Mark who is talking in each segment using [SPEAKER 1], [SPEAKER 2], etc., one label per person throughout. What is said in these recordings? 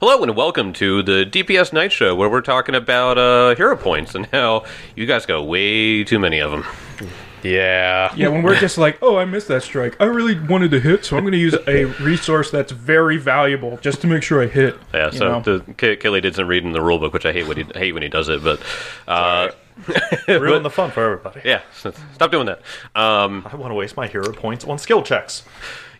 [SPEAKER 1] Hello and welcome to the DPS Night Show, where we're talking about uh, hero points and how you guys got way too many of them. Yeah.
[SPEAKER 2] Yeah, when we're just like, oh, I missed that strike. I really wanted to hit, so I'm going to use a resource that's very valuable just to make sure I hit.
[SPEAKER 1] Yeah,
[SPEAKER 2] you
[SPEAKER 1] so the,
[SPEAKER 2] know?
[SPEAKER 1] Ke- Kelly did some reading the rule book, which I hate when he hate when he does it, but uh,
[SPEAKER 3] Ruin the fun for everybody.
[SPEAKER 1] yeah, so stop doing that. Um,
[SPEAKER 3] I want to waste my hero points on skill checks.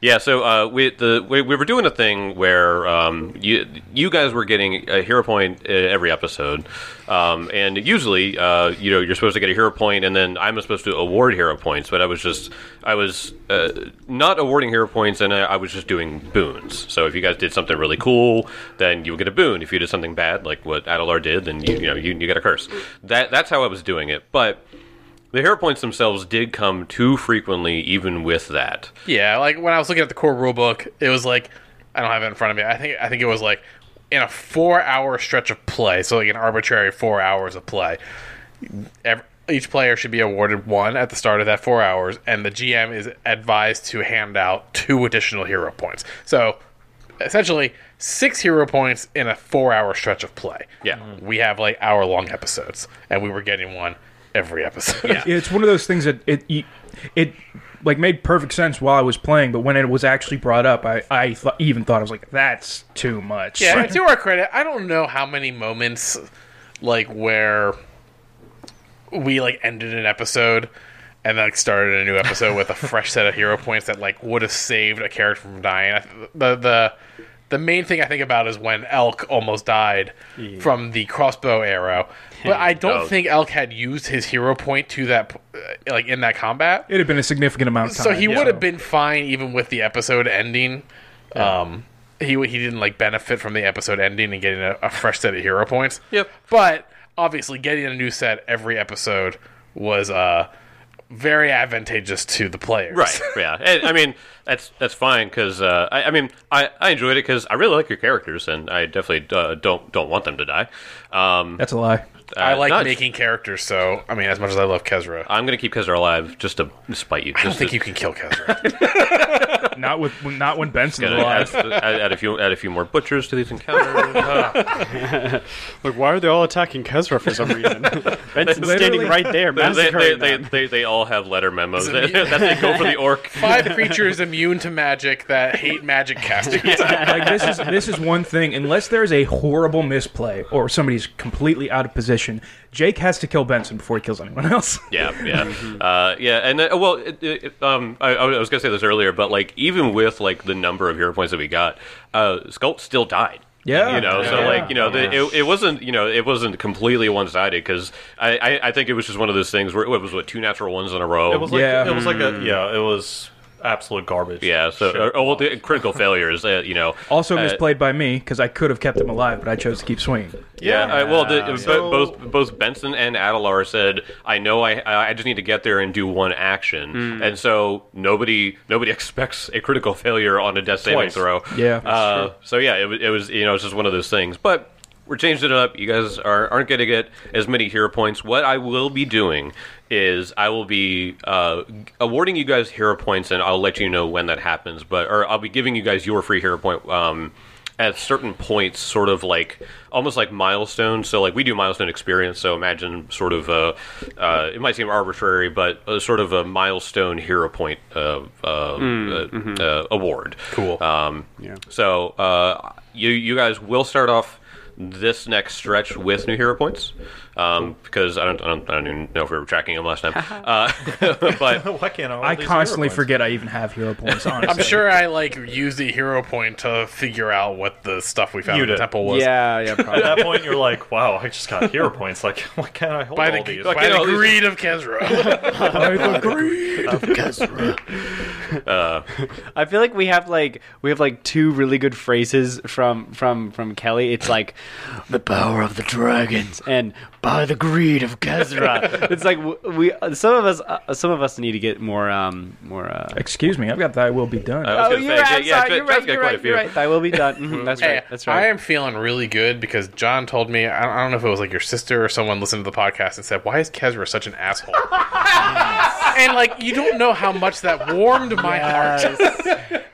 [SPEAKER 1] Yeah, so uh, we the we, we were doing a thing where um, you you guys were getting a hero point uh, every episode, um, and usually uh, you know you're supposed to get a hero point, and then I'm supposed to award hero points. But I was just I was uh, not awarding hero points, and I, I was just doing boons. So if you guys did something really cool, then you would get a boon. If you did something bad, like what Adelar did, then you, you know you, you get a curse. That that's how I was doing it, but. The hero points themselves did come too frequently, even with that.
[SPEAKER 4] Yeah, like when I was looking at the core rule book, it was like I don't have it in front of me. I think I think it was like in a four hour stretch of play, so like an arbitrary four hours of play. Ev each player should be awarded one at the start of that four hours, and the GM is advised to hand out two additional hero points. So essentially, six hero points in a four hour stretch of play.
[SPEAKER 1] Yeah.
[SPEAKER 4] we have like hour long episodes, and we were getting one every episode. Yeah.
[SPEAKER 2] It's one of those things that it you- it like made perfect sense while I was playing, but when it was actually brought up, I I th- even thought I was like, that's too much.
[SPEAKER 4] Yeah, and to our credit, I don't know how many moments like where we like ended an episode and like started a new episode with a fresh set of hero points that like would have saved a character from dying. I th- The the the main thing I think about is when Elk almost died from the crossbow arrow, but I don't
[SPEAKER 1] Oh.
[SPEAKER 4] think Elk had used his hero point to that p- uh, like in that combat.
[SPEAKER 2] It'd have been a significant amount of time.
[SPEAKER 4] So he would have been fine even with the episode ending. Um, he he didn't like benefit from the episode ending and getting a, a fresh set of hero points.
[SPEAKER 1] Yep.
[SPEAKER 4] But obviously, getting a new set every episode was uh very advantageous to the players.
[SPEAKER 1] Right. Yeah. And, I mean, that's that's fine because uh, I, I mean I, I enjoyed it because I really like your characters and I definitely uh, don't don't want them to die. Um,
[SPEAKER 2] That's a lie.
[SPEAKER 4] I
[SPEAKER 1] uh,
[SPEAKER 4] like
[SPEAKER 1] not-
[SPEAKER 4] making characters, so I mean, as much as I love Kezra, I
[SPEAKER 1] I'm gonna keep Kezar alive just to spite you. Just
[SPEAKER 4] don't think
[SPEAKER 1] to,
[SPEAKER 4] you can kill Kezra.
[SPEAKER 2] Not with not when Benson's
[SPEAKER 1] Gotta
[SPEAKER 2] alive.
[SPEAKER 1] add, add, add a few add a few more butchers to these encounters. Uh,
[SPEAKER 5] Like, why are they all attacking Kezra for some reason? Benson's standing
[SPEAKER 2] Literally-
[SPEAKER 5] right there,
[SPEAKER 1] they, they,
[SPEAKER 5] massacring
[SPEAKER 1] they,
[SPEAKER 5] them.
[SPEAKER 1] they, they all have letter memos. That's they go for the orc.
[SPEAKER 4] Five creatures immune to magic that hate magic casting.
[SPEAKER 2] like this is this is one thing. Unless there is a horrible misplay or somebody's completely out of position, Jake has to kill Benson before he kills anyone else.
[SPEAKER 1] Yeah, yeah,
[SPEAKER 3] Mm-hmm.
[SPEAKER 1] uh, yeah. And uh, well, it, it, um, I, I was gonna say this earlier, but like even with like the number of hero points that we got, uh, Sculpt still died.
[SPEAKER 2] Yeah.
[SPEAKER 1] you know, so
[SPEAKER 2] Yeah.
[SPEAKER 1] like you know, the, it, it wasn't you know it wasn't completely one sided because I, I I think it was just one of those things where it was what two natural ones in a row.
[SPEAKER 3] It was like
[SPEAKER 2] Yeah.
[SPEAKER 3] it was like a yeah. It was absolute garbage.
[SPEAKER 1] Hmm. yeah, so
[SPEAKER 3] Shit.
[SPEAKER 1] uh, oh, well, the critical failures. Uh, you know,
[SPEAKER 2] Also
[SPEAKER 1] Uh,
[SPEAKER 2] misplayed by me because I could have kept him alive, but I chose to keep swinging.
[SPEAKER 1] Yeah, I, well, the, bo-
[SPEAKER 3] So-
[SPEAKER 1] both both Benson and Adelar said, "I know, I I just need to get there and do one action," and so nobody nobody expects a critical failure on a death saving
[SPEAKER 3] Twice.
[SPEAKER 1] throw.
[SPEAKER 2] Yeah.
[SPEAKER 1] uh, so yeah, it, wa- it was you know it's just one of those things, but. We're changing it up. You guys are, aren't going to get as many hero points. What I will be doing is I will be uh, awarding you guys hero points, and I'll let you know when that happens. But or I'll be giving you guys your free hero point um, at certain points, sort of like almost like milestones. So, like we do milestone experience. So, imagine sort of a, uh, it might seem arbitrary, but uh sort of a milestone hero point uh, uh,
[SPEAKER 5] Mm, mm-hmm.
[SPEAKER 1] uh, uh, award. Cool. Um, So, uh, you you guys will start off this next stretch with new hero points um, because I don't, I don't I don't even know if we were tracking them last time. uh, but
[SPEAKER 3] Why can't I? have all
[SPEAKER 2] I
[SPEAKER 3] these
[SPEAKER 2] constantly
[SPEAKER 3] hero points?
[SPEAKER 2] forget I even have hero points.
[SPEAKER 4] I'm
[SPEAKER 2] Honestly,
[SPEAKER 4] sure I like used the hero point to figure out what the stuff we found
[SPEAKER 3] You
[SPEAKER 4] in the
[SPEAKER 3] did.
[SPEAKER 4] temple was.
[SPEAKER 5] yeah, yeah, probably.
[SPEAKER 3] At that point, you're like, wow, I just got hero points. Like, why can't I hold
[SPEAKER 4] By
[SPEAKER 3] all
[SPEAKER 4] the,
[SPEAKER 3] these?
[SPEAKER 4] by
[SPEAKER 1] you know,
[SPEAKER 4] the
[SPEAKER 1] these-
[SPEAKER 4] greed of Kezra.
[SPEAKER 2] I agree.
[SPEAKER 1] um,
[SPEAKER 5] I feel like we have like we have like two really good phrases from from from Kelly. It's like the power of the dragons and by the greed of Kezra. it's like w- we some of us uh, some of us need to get more um more. Uh,
[SPEAKER 2] Excuse me, I've got that. I will be done.
[SPEAKER 1] I was gonna say, yeah,
[SPEAKER 5] I'm
[SPEAKER 1] yeah,
[SPEAKER 5] sorry,
[SPEAKER 1] Jeff's
[SPEAKER 5] Oh, you're right.
[SPEAKER 1] got
[SPEAKER 5] You're
[SPEAKER 1] quite a
[SPEAKER 5] right.
[SPEAKER 1] few.
[SPEAKER 5] You're right. I will be done. Mhm, that's
[SPEAKER 4] Hey,
[SPEAKER 5] right. That's
[SPEAKER 4] I
[SPEAKER 5] right.
[SPEAKER 4] am feeling really good because John told me I don't, I don't know if it was like your sister or someone listened to the podcast and said, "Why is Kezra such an asshole?" and like you don't know how much that warmed my heart.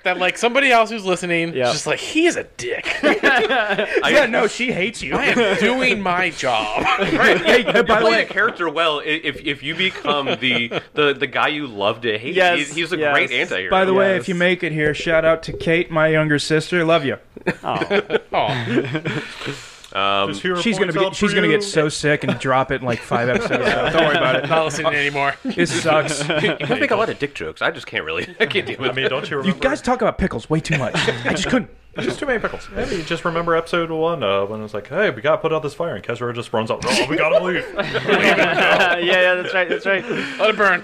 [SPEAKER 4] that like somebody else who's listening
[SPEAKER 5] Yeah.
[SPEAKER 4] is just like he is a dick. I
[SPEAKER 2] yeah, no, she hates you.
[SPEAKER 4] am doing my job.
[SPEAKER 1] Right.
[SPEAKER 2] Hey,
[SPEAKER 1] You're
[SPEAKER 2] by the
[SPEAKER 1] playing
[SPEAKER 2] way-
[SPEAKER 1] a character well. I- If if you become the the, the guy you love to hate,
[SPEAKER 5] Yes,
[SPEAKER 1] he's, he's a
[SPEAKER 5] yes.
[SPEAKER 1] great anti-hero.
[SPEAKER 2] By the way,
[SPEAKER 5] Yes.
[SPEAKER 2] if you make it here, shout out to Kate, my younger sister. Love you.
[SPEAKER 4] Oh,
[SPEAKER 3] There's hero
[SPEAKER 2] She's gonna
[SPEAKER 3] points
[SPEAKER 2] be,
[SPEAKER 3] out
[SPEAKER 2] she's
[SPEAKER 3] for
[SPEAKER 2] gonna
[SPEAKER 3] you.
[SPEAKER 2] get so sick and drop it in like five episodes.
[SPEAKER 4] don't worry about it. Not listening anymore.
[SPEAKER 2] It sucks.
[SPEAKER 1] you guys make a lot of dick jokes. I just can't really. I can't deal
[SPEAKER 3] I
[SPEAKER 1] with.
[SPEAKER 3] mean, don't you
[SPEAKER 2] You
[SPEAKER 3] remember?
[SPEAKER 2] guys talk about pickles way too much. I just couldn't.
[SPEAKER 3] Just too many pickles. Maybe you just remember episode one uh, when it was like, "Hey, we gotta put out this fire," and Kezra just runs up. No, we gotta leave.
[SPEAKER 5] yeah, yeah, that's right, that's right.
[SPEAKER 4] Let it burn.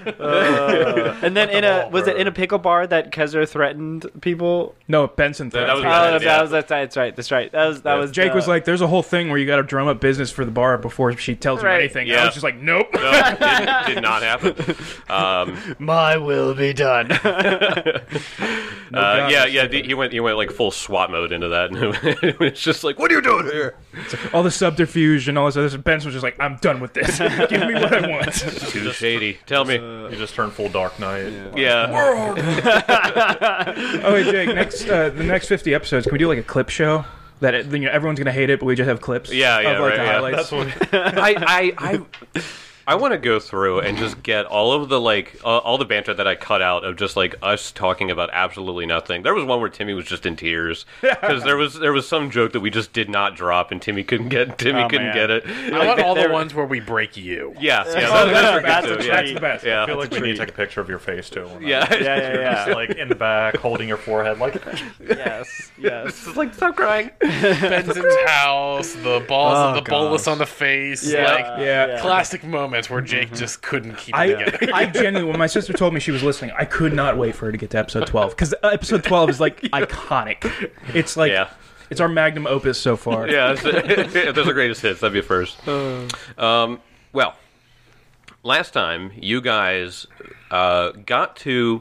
[SPEAKER 5] And then in a
[SPEAKER 3] ball
[SPEAKER 5] was it in a
[SPEAKER 3] burn.
[SPEAKER 5] pickle bar that Kezzer threatened people?
[SPEAKER 2] No, Benson.
[SPEAKER 1] that
[SPEAKER 2] threats.
[SPEAKER 1] was-
[SPEAKER 5] Oh,
[SPEAKER 1] Yeah,
[SPEAKER 5] that's,
[SPEAKER 1] yeah.
[SPEAKER 5] that was, uh, that's, right, that's right. That's right. That was that was.
[SPEAKER 2] Jake
[SPEAKER 5] the-
[SPEAKER 2] was like, "There's a whole thing where you got to drum up business for the bar before she tells you
[SPEAKER 5] Right.
[SPEAKER 2] anything." I
[SPEAKER 1] Yeah.
[SPEAKER 2] was just like, "Nope."
[SPEAKER 1] No, it did, did not happen. Um,
[SPEAKER 5] "My will be done."
[SPEAKER 1] uh,
[SPEAKER 2] God,
[SPEAKER 1] yeah,
[SPEAKER 2] that's
[SPEAKER 1] yeah. the- He went he went like full SWAT mode into that, and it's just like, what are you doing here?
[SPEAKER 2] All the subterfuge and all this other. stuff. Benson was just like, "I'm done with this. Give me what I want."
[SPEAKER 1] Too shady. Tell me.
[SPEAKER 3] you just uh, turn full Dark Knight.
[SPEAKER 1] Yeah.
[SPEAKER 2] oh, hey, Jake. Next, uh, the next 50 episodes, can we do like a clip show? That it, you know, everyone's gonna hate it, but we just have clips.
[SPEAKER 1] Yeah, yeah,
[SPEAKER 2] of, like,
[SPEAKER 1] right,
[SPEAKER 2] the
[SPEAKER 1] yeah.
[SPEAKER 2] highlights.
[SPEAKER 3] That's what.
[SPEAKER 1] I I I, I want to go through and just get all of the like uh, all the banter that I cut out of just like us talking about absolutely nothing. There was one where Timmy was just in tears because there was there was some joke that we just did not drop and Timmy couldn't get Timmy
[SPEAKER 5] Oh,
[SPEAKER 1] couldn't
[SPEAKER 5] man.
[SPEAKER 1] get it.
[SPEAKER 4] I want all the
[SPEAKER 5] they're-
[SPEAKER 4] ones where we break you.
[SPEAKER 1] Yeah, yeah, that, that's,
[SPEAKER 2] that's,
[SPEAKER 1] pretty good,
[SPEAKER 2] the-
[SPEAKER 1] too,
[SPEAKER 2] that's the best.
[SPEAKER 1] yeah.
[SPEAKER 3] I feel
[SPEAKER 1] Yeah.
[SPEAKER 3] like we need to take a picture of your face too.
[SPEAKER 1] Yeah,
[SPEAKER 5] yeah, yeah, yeah.
[SPEAKER 3] Just, like in the back, holding your forehead, like
[SPEAKER 5] yes, yes.
[SPEAKER 1] It's like stop crying.
[SPEAKER 4] Benson's house, the balls,
[SPEAKER 5] Oh,
[SPEAKER 4] the bolus
[SPEAKER 5] gosh.
[SPEAKER 4] on the face, like
[SPEAKER 2] yeah.
[SPEAKER 4] classic moments where Jake just couldn't keep it together.
[SPEAKER 2] I, I genuinely, when my sister told me she was listening, I could not wait for her to get to episode 12 because episode 12 is like iconic. It's like,
[SPEAKER 1] Yeah.
[SPEAKER 2] it's our magnum opus so far.
[SPEAKER 1] Yeah, it's, if those are greatest hits. That'd be a first.
[SPEAKER 5] Uh.
[SPEAKER 1] Um, well, last time you guys uh, got to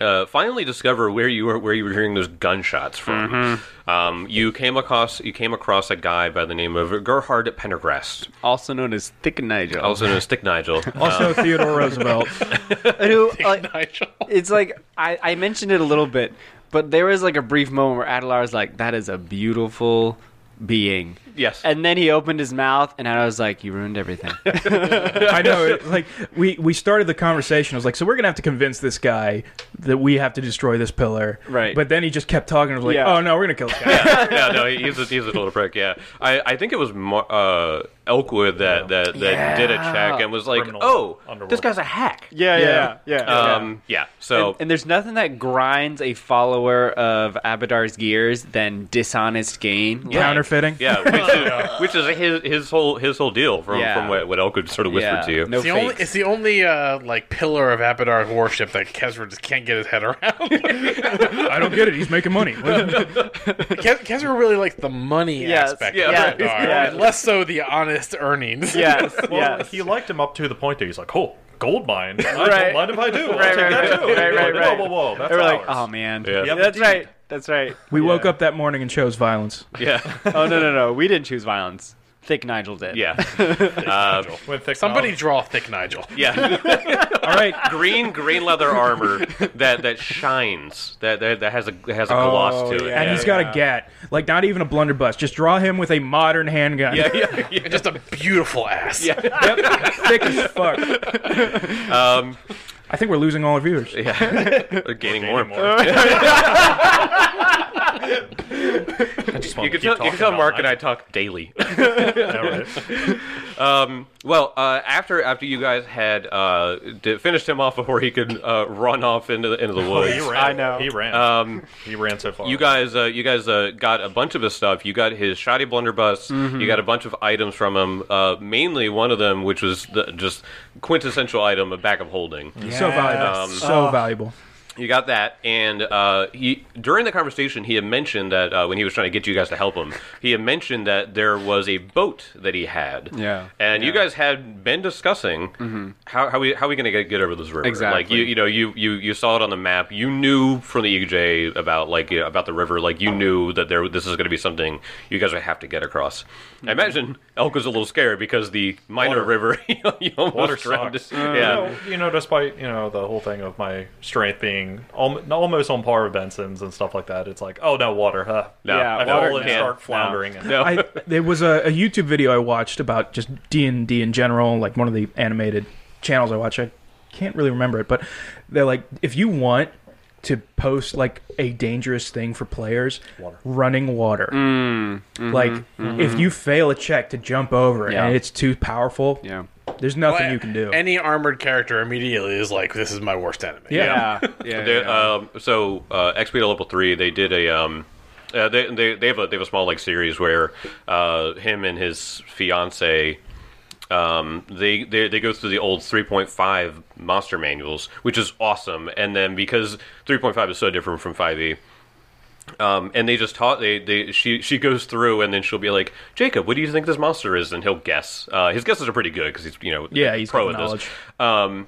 [SPEAKER 1] uh, finally discover where you were where you were hearing those gunshots from.
[SPEAKER 5] Mm-hmm.
[SPEAKER 1] Um, you came across you came across a guy by the name of Gerhard Pendergrast,
[SPEAKER 5] Also known as Thick Nigel.
[SPEAKER 1] also known as Stick Nigel. Oh,
[SPEAKER 2] Also, Theodore Roosevelt.
[SPEAKER 5] Who, like,
[SPEAKER 4] Nigel.
[SPEAKER 5] it's like I, I mentioned it a little bit, but there was like a brief moment where Adelar's like, "That is a beautiful being,"
[SPEAKER 1] yes,
[SPEAKER 5] and then he opened his mouth, and I was like, "You ruined everything."
[SPEAKER 2] I know. It, like, we, we started the conversation. I was like, so we're going to have to convince this guy that we have to destroy this pillar.
[SPEAKER 5] Right.
[SPEAKER 2] But then he just kept talking. I was like,
[SPEAKER 5] Yeah.
[SPEAKER 2] oh, no, we're going to kill this guy.
[SPEAKER 1] yeah, no, he's a, he's a total prick. Yeah, I, I think it was Mar- uh, Elkwood that that, that
[SPEAKER 5] Yeah.
[SPEAKER 1] did a check and was like,
[SPEAKER 3] Criminal
[SPEAKER 1] oh,
[SPEAKER 3] underworld.
[SPEAKER 1] this guy's a hack.
[SPEAKER 5] yeah,
[SPEAKER 2] yeah,
[SPEAKER 5] yeah.
[SPEAKER 1] Um, yeah. So
[SPEAKER 5] and, and there's nothing that grinds a follower of Abadar's gears than dishonest gain. Like,
[SPEAKER 2] Counterfeiting.
[SPEAKER 1] Yeah, which is, which is his his whole his whole deal from
[SPEAKER 5] Yeah.
[SPEAKER 1] from what, what Elkwood sort of whispered
[SPEAKER 5] yeah,
[SPEAKER 1] to you.
[SPEAKER 5] No
[SPEAKER 4] It's the only,
[SPEAKER 5] fakes.
[SPEAKER 4] it's the only uh, like pillar of Abadar's warship that Kesra just can't get his head around.
[SPEAKER 2] I don't get it. He's making money.
[SPEAKER 4] Kes- Kesra really likes the money
[SPEAKER 5] Yes,
[SPEAKER 4] aspect
[SPEAKER 1] yeah,
[SPEAKER 4] of Abadar,
[SPEAKER 5] yeah.
[SPEAKER 4] and less so the honest earnings.
[SPEAKER 5] yes,
[SPEAKER 3] Well,
[SPEAKER 5] yes.
[SPEAKER 3] he liked him up to the point that he's like, "Oh, gold mine. I
[SPEAKER 5] Right.
[SPEAKER 3] don't mind if I do. I'll
[SPEAKER 5] Right,
[SPEAKER 3] take
[SPEAKER 5] right,
[SPEAKER 3] that too."
[SPEAKER 5] right,
[SPEAKER 3] Like,
[SPEAKER 5] right, right.
[SPEAKER 3] Whoa, whoa, whoa! That's
[SPEAKER 5] They were like, "Oh
[SPEAKER 3] ours."
[SPEAKER 5] man,
[SPEAKER 1] Yeah.
[SPEAKER 3] Yep,
[SPEAKER 5] that's
[SPEAKER 3] indeed.
[SPEAKER 5] right, that's right."
[SPEAKER 2] We woke up that morning and chose violence.
[SPEAKER 1] Yeah,
[SPEAKER 5] Oh no, no, no! We didn't choose violence. Thick Nigel did.
[SPEAKER 1] yeah,
[SPEAKER 3] When thick
[SPEAKER 4] Somebody
[SPEAKER 3] mouth-
[SPEAKER 4] draw thick Nigel.
[SPEAKER 1] yeah.
[SPEAKER 2] All right.
[SPEAKER 1] green green leather armor that that shines that that, that has a has a gloss to it.
[SPEAKER 2] And he's got a gat. Like, not even a blunderbuss. Just draw him with a modern handgun.
[SPEAKER 1] yeah, yeah, yeah.
[SPEAKER 4] And just a beautiful ass. Yeah.
[SPEAKER 2] yep, thick as fuck.
[SPEAKER 1] Um,
[SPEAKER 2] I think we're losing all our viewers.
[SPEAKER 1] They're gaining,
[SPEAKER 3] Anymore.
[SPEAKER 1] more. You can tell, you can tell Mark and I talk daily. Um, well, uh, after after you guys had uh, d- finished him off before he could uh, run off into the, into the woods,
[SPEAKER 3] Oh, He ran.
[SPEAKER 5] I know.
[SPEAKER 3] He ran.
[SPEAKER 1] um,
[SPEAKER 3] he ran so far.
[SPEAKER 1] You guys, uh, you guys uh, got a bunch of his stuff. You got his shoddy blunderbuss. You got a bunch of items from him. Uh, mainly one of them, which was the, just quintessential item, a bag of holding.
[SPEAKER 2] So valuable.
[SPEAKER 1] Um,
[SPEAKER 2] so valuable.
[SPEAKER 1] You got that, and uh, he during the conversation, he had mentioned that uh, when he was trying to get you guys to help him, he had mentioned that there was a boat that he had.
[SPEAKER 5] Yeah. Mm-hmm.
[SPEAKER 1] and you guys had been discussing how how we how we going to get over this river.
[SPEAKER 5] Exactly.
[SPEAKER 1] like you you know you you you saw it on the map. You knew from the EJ about like you know, about the river. Like you knew that there this is going to be something you guys would have to get across.
[SPEAKER 5] Mm-hmm.
[SPEAKER 1] I imagine Elk was a little scared because the minor river you almost
[SPEAKER 3] Water
[SPEAKER 1] drowned.
[SPEAKER 3] sucks. Uh,
[SPEAKER 1] yeah.
[SPEAKER 3] You know, you know, despite you know the whole thing of my strength being being al- almost on par with Benson's and stuff like that. It's like, oh no, water, huh?
[SPEAKER 1] No,
[SPEAKER 5] Yeah,
[SPEAKER 3] I
[SPEAKER 1] no,
[SPEAKER 5] water
[SPEAKER 3] fall and
[SPEAKER 1] can't.
[SPEAKER 3] start floundering. and-
[SPEAKER 1] No.
[SPEAKER 2] I, there was a, a YouTube video I watched about just D and D in general, like one of the animated channels I watch. I can't really remember it, but they're like, if you want to post like a dangerous thing for players,
[SPEAKER 3] Water.
[SPEAKER 2] running water.
[SPEAKER 5] Mm,
[SPEAKER 2] Like if you fail a check to jump over
[SPEAKER 5] mm-hmm, Yeah.
[SPEAKER 2] and it's too powerful,
[SPEAKER 5] Yeah.
[SPEAKER 2] there's nothing
[SPEAKER 4] Well,
[SPEAKER 2] you can do.
[SPEAKER 4] Any armored character immediately is like, this is my worst enemy.
[SPEAKER 2] yeah.
[SPEAKER 5] Yeah. Yeah.
[SPEAKER 1] They-
[SPEAKER 5] yeah.
[SPEAKER 1] um, so uh, XP level three, they did a um, uh, they, they they have a they have a small like series where uh, him and his fiance. Um, they, they they go through the old 3.5 monster manuals, which is awesome. And then because 3.5 is so different from 5e, um, and they just taught they, they she she goes through and then she'll be like Jacob, what do you think this monster is? And he'll guess. Uh, his guesses are pretty good because he's you know
[SPEAKER 2] Yeah, he's
[SPEAKER 1] pro
[SPEAKER 2] got
[SPEAKER 1] at
[SPEAKER 2] knowledge.
[SPEAKER 1] this. Um,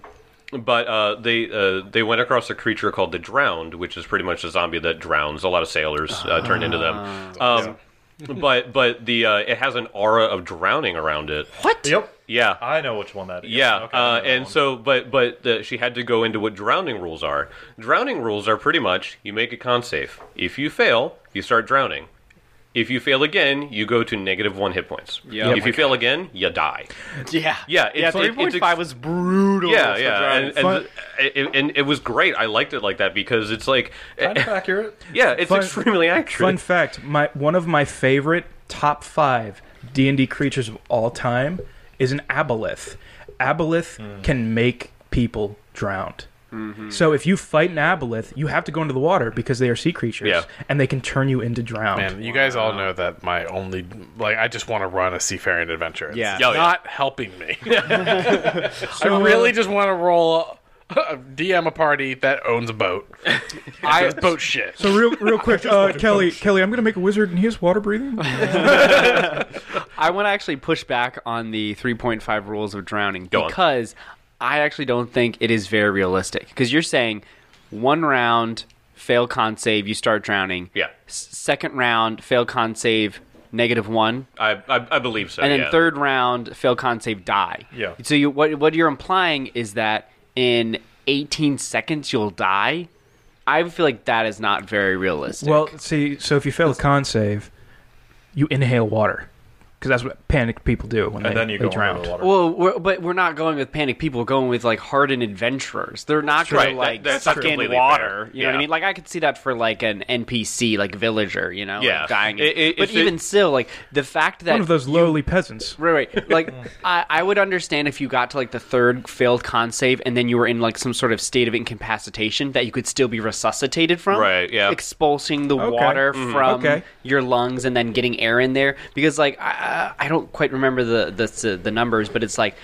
[SPEAKER 1] but uh, they uh, they went across a creature called the Drowned, which is pretty much a zombie that drowns. A lot of sailors uh, turned into them.
[SPEAKER 3] Ah.
[SPEAKER 1] Um, but but the uh, it has an aura of drowning around it.
[SPEAKER 3] Yep.
[SPEAKER 1] Yeah,
[SPEAKER 3] I know which one that is.
[SPEAKER 1] yeah,
[SPEAKER 3] Ah, Okay, I
[SPEAKER 1] uh,
[SPEAKER 3] know that
[SPEAKER 1] and
[SPEAKER 3] one.
[SPEAKER 1] so, but but the, she had to go into what drowning rules are. Drowning rules are pretty much you make a con save. If you fail, you start drowning. If you fail again, you go to negative one hit points.
[SPEAKER 5] Yeah.
[SPEAKER 1] if you fail again, you die.
[SPEAKER 5] yeah.
[SPEAKER 1] yeah,
[SPEAKER 5] Yeah.
[SPEAKER 1] it's- it-
[SPEAKER 5] Three
[SPEAKER 1] it's
[SPEAKER 5] point
[SPEAKER 1] ex-
[SPEAKER 5] five was brutal.
[SPEAKER 1] Yeah,
[SPEAKER 5] for
[SPEAKER 1] yeah,
[SPEAKER 5] Dragon.
[SPEAKER 1] and, and, it, and it was great. I liked it like that because it's like, eh,
[SPEAKER 3] kind of accurate.
[SPEAKER 1] yeah, it's
[SPEAKER 2] Fun-
[SPEAKER 1] extremely accurate.
[SPEAKER 2] Fun fact: my one of my favorite top five D and D creatures of all time is an aboleth. Aboleth
[SPEAKER 3] Hmm.
[SPEAKER 2] can make people drowned. So if you fight an aboleth, you have to go into the water because they are sea creatures,
[SPEAKER 1] Yeah.
[SPEAKER 2] and they can turn you into drowned.
[SPEAKER 4] Man, you guys all know that my only like I just want to run a seafaring adventure. It's
[SPEAKER 5] Yeah.
[SPEAKER 1] Oh, yeah.
[SPEAKER 4] not helping me. I really just want to roll a, a DM a party that owns a boat. I boat shit.
[SPEAKER 2] So real, real quick, uh, Kelly, Kelly, I'm gonna make a wizard, and he has water breathing.
[SPEAKER 5] I want to actually push back on the 3.5 rules of drowning
[SPEAKER 1] on.
[SPEAKER 5] because I actually don't think it is very realistic. Because you're saying one round, fail con save, you start drowning.
[SPEAKER 1] Yeah.
[SPEAKER 5] S- second round, fail con save, negative one.
[SPEAKER 1] I, I I believe so.
[SPEAKER 5] And then
[SPEAKER 1] Uh, yeah.
[SPEAKER 5] third round, fail con save, die.
[SPEAKER 3] Yeah.
[SPEAKER 5] So you, what, what you're implying is that in 18 seconds, you'll die. I feel like that is not very realistic.
[SPEAKER 2] well, see, so if you fail a con save, you inhale water because that's what panicked people do when they,
[SPEAKER 3] And then you
[SPEAKER 2] they
[SPEAKER 3] go
[SPEAKER 2] drown.
[SPEAKER 3] drown. the water.
[SPEAKER 5] Well, we're, but we're not going with panic people. We're going with like hardened adventurers. They're not going
[SPEAKER 1] Right,
[SPEAKER 5] to
[SPEAKER 1] that-
[SPEAKER 5] like
[SPEAKER 1] that's
[SPEAKER 5] suck in
[SPEAKER 1] completely
[SPEAKER 5] water.
[SPEAKER 1] fair.
[SPEAKER 5] You know what I
[SPEAKER 1] Yeah.
[SPEAKER 5] mean? Like I could see that for like an NPC, like villager. You know, like,
[SPEAKER 1] Yeah.
[SPEAKER 5] dying.
[SPEAKER 1] It- it-
[SPEAKER 5] but
[SPEAKER 1] if it-
[SPEAKER 5] even still, like the fact that
[SPEAKER 2] One of those lowly peasants.
[SPEAKER 5] Right, right. Like, I, I would understand if you got to like the third failed con save, and then you were in like some sort of state of incapacitation that you could still be resuscitated from.
[SPEAKER 1] Right, yeah. Mm-hmm.
[SPEAKER 5] Expulsing the water from
[SPEAKER 2] Okay.
[SPEAKER 5] your lungs and then getting air in there because like I, I I don't quite remember the the the numbers, but it's like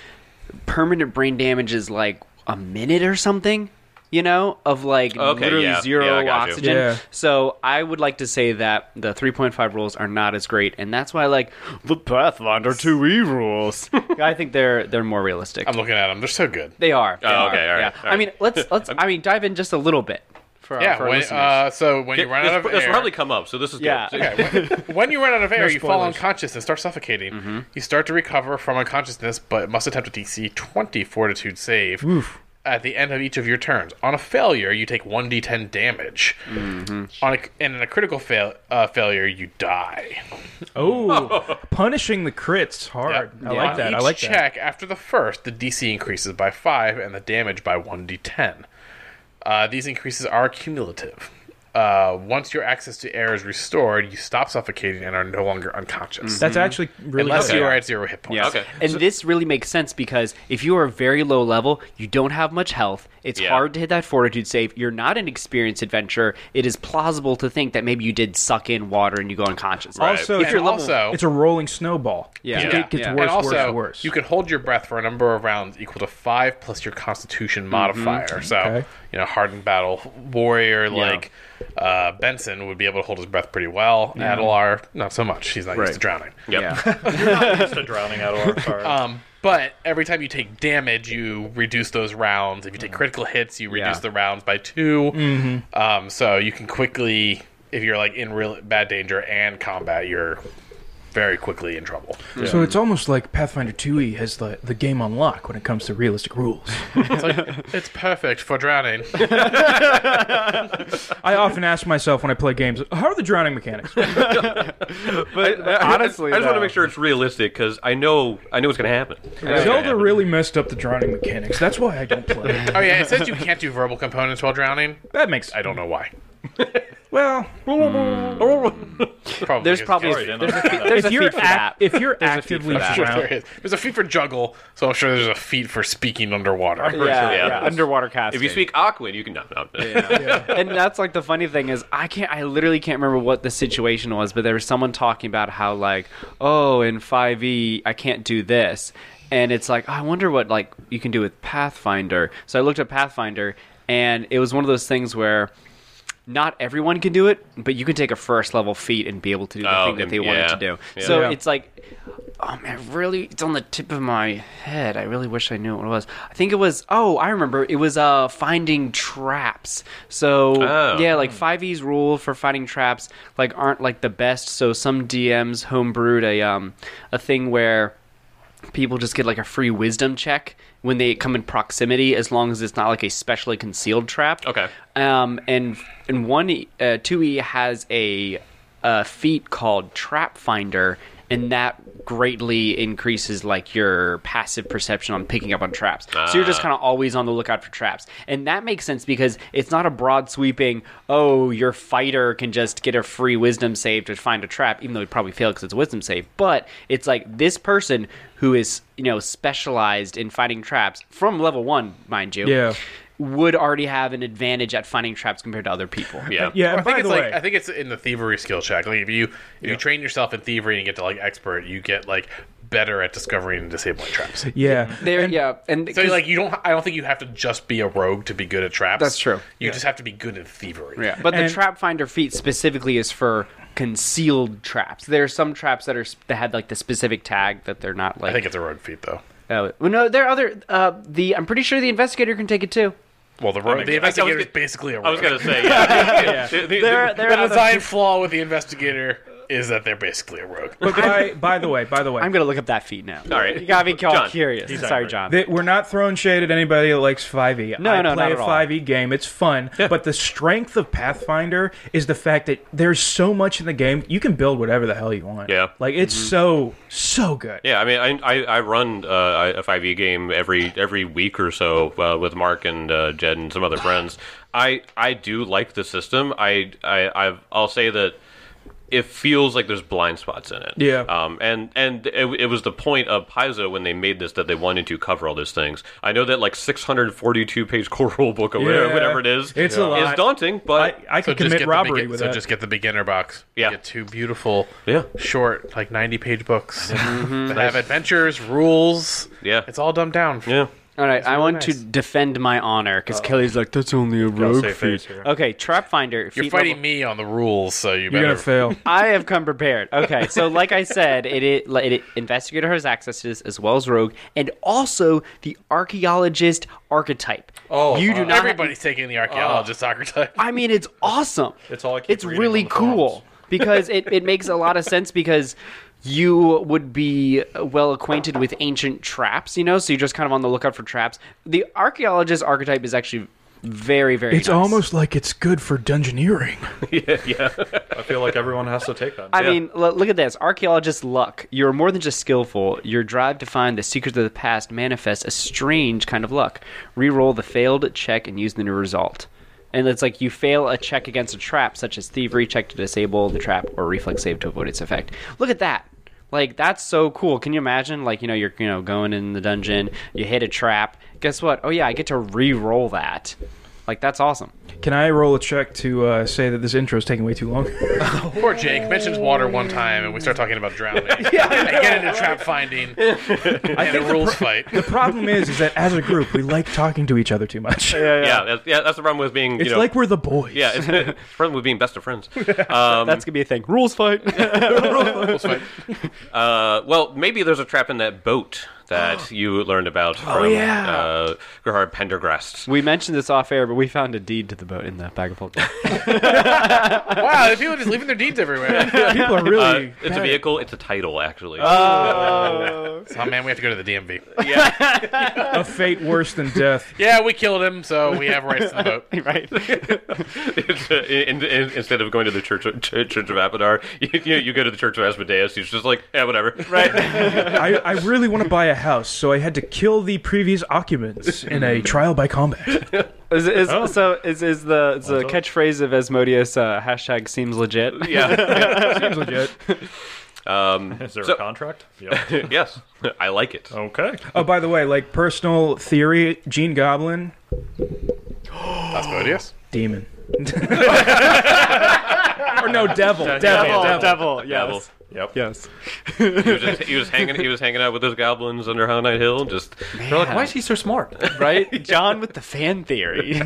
[SPEAKER 5] permanent brain damage is like a minute or something. You know, of like
[SPEAKER 1] Okay,
[SPEAKER 5] literally
[SPEAKER 1] yeah.
[SPEAKER 5] zero
[SPEAKER 1] Yeah, I got you.
[SPEAKER 5] oxygen.
[SPEAKER 2] Yeah.
[SPEAKER 5] So I would like to say that the 3.5 rules are not as great, and that's why I like the Pathfinder 2e rules. I think they're they're more realistic.
[SPEAKER 4] I'm looking at them. They're so good.
[SPEAKER 5] they are. They
[SPEAKER 1] Oh,
[SPEAKER 5] are,
[SPEAKER 1] okay, all right,
[SPEAKER 5] yeah.
[SPEAKER 1] all
[SPEAKER 5] I
[SPEAKER 1] right.
[SPEAKER 5] mean, let's let's. I mean, dive in just a little bit. For, our-
[SPEAKER 4] yeah.
[SPEAKER 5] for our
[SPEAKER 4] When,
[SPEAKER 5] listeners.
[SPEAKER 4] uh, so when you run out
[SPEAKER 1] It's,
[SPEAKER 4] of
[SPEAKER 1] it's
[SPEAKER 4] air,
[SPEAKER 1] probably come up, so this is
[SPEAKER 5] Yeah.
[SPEAKER 1] good.
[SPEAKER 4] Okay, when, when you run out of air, you fall
[SPEAKER 2] spoilers. Mm-hmm.
[SPEAKER 4] unconscious and start suffocating. You start to recover from unconsciousness, but must attempt a DC 20 fortitude save at the end of each of your turns. On a failure, you take 1d10 damage.
[SPEAKER 2] Mm-hmm.
[SPEAKER 4] On a, and in a critical fail, uh, failure, you die.
[SPEAKER 2] Oh, punishing the crits hard. I
[SPEAKER 5] Yeah.
[SPEAKER 2] like that.
[SPEAKER 4] Each
[SPEAKER 2] I like that.
[SPEAKER 4] check after the first, the DC increases by 5 and the damage by 1d10. Uh, these increases are cumulative. Uh, once your access to air is restored, you stop suffocating and are no longer unconscious.
[SPEAKER 2] That's actually really
[SPEAKER 4] Unless
[SPEAKER 2] good.
[SPEAKER 4] you are at zero hit points.
[SPEAKER 5] Mm-hmm. Yeah.
[SPEAKER 1] Okay.
[SPEAKER 5] And this really makes sense because if you are very low level, you don't have much health. It's
[SPEAKER 1] Yeah.
[SPEAKER 5] hard to hit that fortitude save. You're not an experienced adventurer. It is plausible to think that maybe you did suck in water and you go unconscious.
[SPEAKER 2] Also,
[SPEAKER 4] And
[SPEAKER 2] if you're level,
[SPEAKER 4] also,
[SPEAKER 2] it's a rolling snowball.
[SPEAKER 5] Yeah.
[SPEAKER 2] It
[SPEAKER 5] Yeah.
[SPEAKER 2] get- gets
[SPEAKER 5] Yeah.
[SPEAKER 2] worse,
[SPEAKER 4] and also,
[SPEAKER 2] worse, worse.
[SPEAKER 4] you can hold your breath for a number of rounds equal to five plus your
[SPEAKER 5] Mm-hmm.
[SPEAKER 4] Constitution modifier. So,
[SPEAKER 2] Okay.
[SPEAKER 4] you know, hardened battle warrior like uh, Benson would be able to hold his breath pretty well. Adelar, not so much. He's not used to drowning.
[SPEAKER 5] Yeah.
[SPEAKER 3] Just a drowning out of our car.
[SPEAKER 4] Um, but every time you take damage, you reduce those rounds. If you take critical hits, you reduce
[SPEAKER 5] Mm. Yeah. Mm-hmm.
[SPEAKER 4] the rounds by 2 Um, so you can quickly, if you're like in real bad danger and combat, you're very quickly in trouble.
[SPEAKER 2] So it's almost like Pathfinder 2e has the, the game on lock when it comes to realistic rules.
[SPEAKER 4] It's like it's perfect for drowning.
[SPEAKER 2] I often ask myself when I play games, how are the drowning mechanics?
[SPEAKER 1] But
[SPEAKER 5] honestly,
[SPEAKER 1] I, just want
[SPEAKER 5] though-
[SPEAKER 1] to make sure it's realistic because I know I know what's going to happen. I know what's gonna
[SPEAKER 2] Zelda
[SPEAKER 1] happen.
[SPEAKER 2] really messed up the drowning mechanics. That's why I don't play.
[SPEAKER 4] Oh yeah, it says you can't do verbal components while drowning.
[SPEAKER 2] That makes
[SPEAKER 4] I don't know why.
[SPEAKER 2] well.
[SPEAKER 4] Mm. Probably
[SPEAKER 5] There's
[SPEAKER 4] because-
[SPEAKER 5] probably
[SPEAKER 3] Sorry, Dan,
[SPEAKER 5] there's,
[SPEAKER 3] I
[SPEAKER 5] a, there's a
[SPEAKER 2] if you're
[SPEAKER 5] feat for that.
[SPEAKER 2] ac- if you're
[SPEAKER 5] There's a feat
[SPEAKER 2] actively
[SPEAKER 5] for that.
[SPEAKER 4] Sure,
[SPEAKER 2] drowning,
[SPEAKER 4] there is. There's a feat for juggle, so I'm sure there's a feat for speaking underwater.
[SPEAKER 3] I'm pretty
[SPEAKER 5] yeah,
[SPEAKER 3] sure.
[SPEAKER 1] yeah.
[SPEAKER 5] yeah, underwater casting.
[SPEAKER 1] If you speak Aquan, you can no, no.
[SPEAKER 5] and that's like the funny thing is I can't I literally can't remember what the situation was, but there was someone talking about how like, oh, in 5e I can't do this. And it's like, I wonder what like you can do with Pathfinder. So I looked at Pathfinder and it was one of those things where not everyone can do it, but you can take a first level feat and be able to do the
[SPEAKER 1] Oh,
[SPEAKER 5] thing that they wanted
[SPEAKER 1] yeah.
[SPEAKER 5] to do.
[SPEAKER 1] Yeah.
[SPEAKER 5] So
[SPEAKER 2] Yeah.
[SPEAKER 5] it's like, oh man, really, it's on the tip of my head. I really wish I knew what it was. I think it was. Oh, I remember. It was uh finding traps. So
[SPEAKER 1] Oh.
[SPEAKER 5] yeah, like five E's rule for finding traps like aren't like the best. So some DMs homebrewed a um a thing where people just get like a free wisdom check when they come in proximity as long as it's not like a specially concealed trap
[SPEAKER 1] Okay.
[SPEAKER 5] um and and one E- uh, 2e has a, a feat called trap finder and that greatly increases like your passive perception on picking up on traps so you're just kind of always on the lookout for traps and that makes sense because it's not a broad sweeping oh your fighter can just get a free wisdom save to find a trap even though it probably fail because it's a wisdom save but it's like this person who is you know specialized in finding traps from level one mind you
[SPEAKER 2] Yeah.
[SPEAKER 5] would already have an advantage at finding traps compared to other people.
[SPEAKER 1] Yeah.
[SPEAKER 2] yeah.
[SPEAKER 4] I
[SPEAKER 2] And
[SPEAKER 4] think
[SPEAKER 2] by
[SPEAKER 4] it's
[SPEAKER 2] the
[SPEAKER 4] like
[SPEAKER 2] way,
[SPEAKER 4] I think it's in the thievery skill check. Like if you if you train yourself in thievery and get to like expert, you get like better at discovering and disabling traps.
[SPEAKER 2] yeah.
[SPEAKER 5] There, yeah, and
[SPEAKER 4] So like you don't I don't think you have to just be a rogue to be good at traps.
[SPEAKER 5] That's true.
[SPEAKER 4] You just have to be good at thievery.
[SPEAKER 5] yeah. but the
[SPEAKER 2] And-
[SPEAKER 5] trap finder feat specifically is for concealed traps. There are some traps that are s- that had like the specific tag that they're not like.
[SPEAKER 4] I think it's a rogue feat though.
[SPEAKER 5] uh, well, no, there are other. Uh, the I'm pretty sure the investigator can take it too.
[SPEAKER 4] Well, the rogue, the
[SPEAKER 1] I- I was
[SPEAKER 4] investigator
[SPEAKER 1] gonna-
[SPEAKER 4] is basically a rogue.
[SPEAKER 1] I was going to say, yeah. The- the-
[SPEAKER 5] There, there
[SPEAKER 4] the
[SPEAKER 5] are other-
[SPEAKER 4] design flaw with the investigator is that they're basically a rogue.
[SPEAKER 2] But by, by the way, by the way,
[SPEAKER 5] I'm gonna look up that feat now.
[SPEAKER 1] All right.
[SPEAKER 5] you gotta be all
[SPEAKER 1] John.
[SPEAKER 5] curious.
[SPEAKER 3] He's
[SPEAKER 5] Sorry,
[SPEAKER 3] angry.
[SPEAKER 5] John.
[SPEAKER 2] That we're not throwing shade at anybody that likes 5e.
[SPEAKER 5] No,
[SPEAKER 2] I
[SPEAKER 5] no,
[SPEAKER 2] play
[SPEAKER 5] not
[SPEAKER 2] a
[SPEAKER 5] at all.
[SPEAKER 2] 5e game. It's fun, but the strength of Pathfinder is the fact that there's so much in the game. You can build whatever the hell you want.
[SPEAKER 1] Yeah.
[SPEAKER 2] Like it's so so good.
[SPEAKER 1] Yeah, I mean, I I, I run uh, a five E game every every week or so uh, with Mark and uh, Jed and some other friends. I I do like the system. I I I've, I'll say that it feels like there's blind spots in it.
[SPEAKER 2] Yeah.
[SPEAKER 1] Um. And and it, it was the point of Paizo when they made this that they wanted to cover all those things. I know that like 642 page core rule book or
[SPEAKER 2] Yeah.
[SPEAKER 1] whatever, whatever it is.
[SPEAKER 2] It's a lot.
[SPEAKER 1] It's daunting, but
[SPEAKER 2] I, I could
[SPEAKER 4] just
[SPEAKER 2] commit
[SPEAKER 4] get the
[SPEAKER 2] robbery
[SPEAKER 4] begin-
[SPEAKER 2] with
[SPEAKER 4] so
[SPEAKER 2] that.
[SPEAKER 4] just get the beginner box. You
[SPEAKER 1] Yeah.
[SPEAKER 4] get two beautiful,
[SPEAKER 1] Yeah. Mm-hmm.
[SPEAKER 4] short, like ninety page books that have adventures, rules.
[SPEAKER 1] Yeah.
[SPEAKER 4] it's all dumbed down.
[SPEAKER 1] yeah.
[SPEAKER 5] All right, I want to
[SPEAKER 4] nice.
[SPEAKER 5] defend my honor because Kelly's like, that's only a rogue
[SPEAKER 3] save
[SPEAKER 5] feat.
[SPEAKER 3] face here.
[SPEAKER 5] Okay, trap finder.
[SPEAKER 4] You're
[SPEAKER 5] feat
[SPEAKER 4] fighting
[SPEAKER 5] level-
[SPEAKER 4] me on the rules, so you
[SPEAKER 2] You're
[SPEAKER 4] better
[SPEAKER 2] gonna fail.
[SPEAKER 5] I have come prepared. Okay, so like I said, it, it, like, it investigator has access to this as well as rogue, and also the archaeologist archetype.
[SPEAKER 4] Oh,
[SPEAKER 5] you do not.
[SPEAKER 4] Everybody's taking the archaeologist archetype.
[SPEAKER 5] I mean, it's awesome.
[SPEAKER 3] It's all I keep
[SPEAKER 5] It's
[SPEAKER 3] reading
[SPEAKER 5] really
[SPEAKER 3] on the forums.
[SPEAKER 5] cool because it, it makes a lot of sense because you would be well acquainted with ancient traps, you know. So you're just kind of on the lookout for traps. The archaeologist archetype is actually very very.
[SPEAKER 2] it's
[SPEAKER 5] nice.
[SPEAKER 2] almost like it's good for dungeoneering.
[SPEAKER 3] Oh, I feel like everyone has to take that.
[SPEAKER 5] I mean, l- look at this. Archaeologist luck. You're more than just skillful. Your drive to find the secrets of the past manifests a strange kind of luck. Reroll the failed check and use the new result. And it's like you fail a check against a trap, such as thievery check to disable the trap or reflex save to avoid its effect. Look at that. Like that's so cool. Can you imagine? Like you know, you're you know going in the dungeon, you hit a trap. Guess what? Oh yeah, I get to re-roll that. Like that's awesome.
[SPEAKER 2] Can I roll a check to uh, say that this intro is taking way too long?
[SPEAKER 4] Poor Jake mentions water one time, and we start talking about drowning. and I get into trap finding and a rules fight.
[SPEAKER 2] the problem is, is that as a group, we like talking to each other too much.
[SPEAKER 1] Yeah. that's, yeah. That's the problem with being.
[SPEAKER 2] It's
[SPEAKER 1] you know,
[SPEAKER 2] like we're the boys.
[SPEAKER 1] yeah, it's, it's the problem with being best of friends.
[SPEAKER 5] that's gonna be a thing. Rules fight.
[SPEAKER 4] Rules fight.
[SPEAKER 1] Uh, well, maybe there's a trap in that boat that you learned about from
[SPEAKER 5] yeah.
[SPEAKER 1] uh, Gerhard Pendergrast.
[SPEAKER 5] We mentioned this off air, but we found a deed to the boat in the bag of holding.
[SPEAKER 4] Wow, the people are just leaving their deeds everywhere.
[SPEAKER 2] People are
[SPEAKER 1] Uh,
[SPEAKER 2] really.
[SPEAKER 1] it's a vehicle. It's a title, actually.
[SPEAKER 4] oh man, we have to go to the DMV.
[SPEAKER 2] a fate worse than death.
[SPEAKER 4] Yeah, we killed him, so we have rights to the boat.
[SPEAKER 5] right.
[SPEAKER 1] It's, uh, in, in, instead of going to the church of, ch- church of Abadar, you, you, you go to the church of Asmodeus. He's just like, yeah, whatever. Right.
[SPEAKER 2] I, I really want to buy a house, so I had to kill the previous occupants in a trial by combat.
[SPEAKER 5] Is, is,
[SPEAKER 3] Oh.
[SPEAKER 5] So is, is the, is the
[SPEAKER 3] Also-
[SPEAKER 5] catchphrase of Asmodeus uh, hashtag seems legit?
[SPEAKER 1] Yeah.
[SPEAKER 2] Seems legit.
[SPEAKER 1] Um,
[SPEAKER 3] Is there
[SPEAKER 1] So-
[SPEAKER 3] a contract? Yeah.
[SPEAKER 1] yes, I like it.
[SPEAKER 3] Okay.
[SPEAKER 2] Oh, by the way, like personal theory, Gene Goblin,
[SPEAKER 4] Asmodeus.
[SPEAKER 2] demon. or no, devil. Devil.
[SPEAKER 5] Devil,
[SPEAKER 2] devil.
[SPEAKER 5] devil, yes.
[SPEAKER 1] Devil.
[SPEAKER 3] Yep.
[SPEAKER 5] Yes.
[SPEAKER 1] He was, just, he was hanging. He was hanging out with those goblins under Hollow Knight Hill. Just they're like,
[SPEAKER 5] Man.
[SPEAKER 1] why is he so smart?
[SPEAKER 5] Right? John with the fan theory.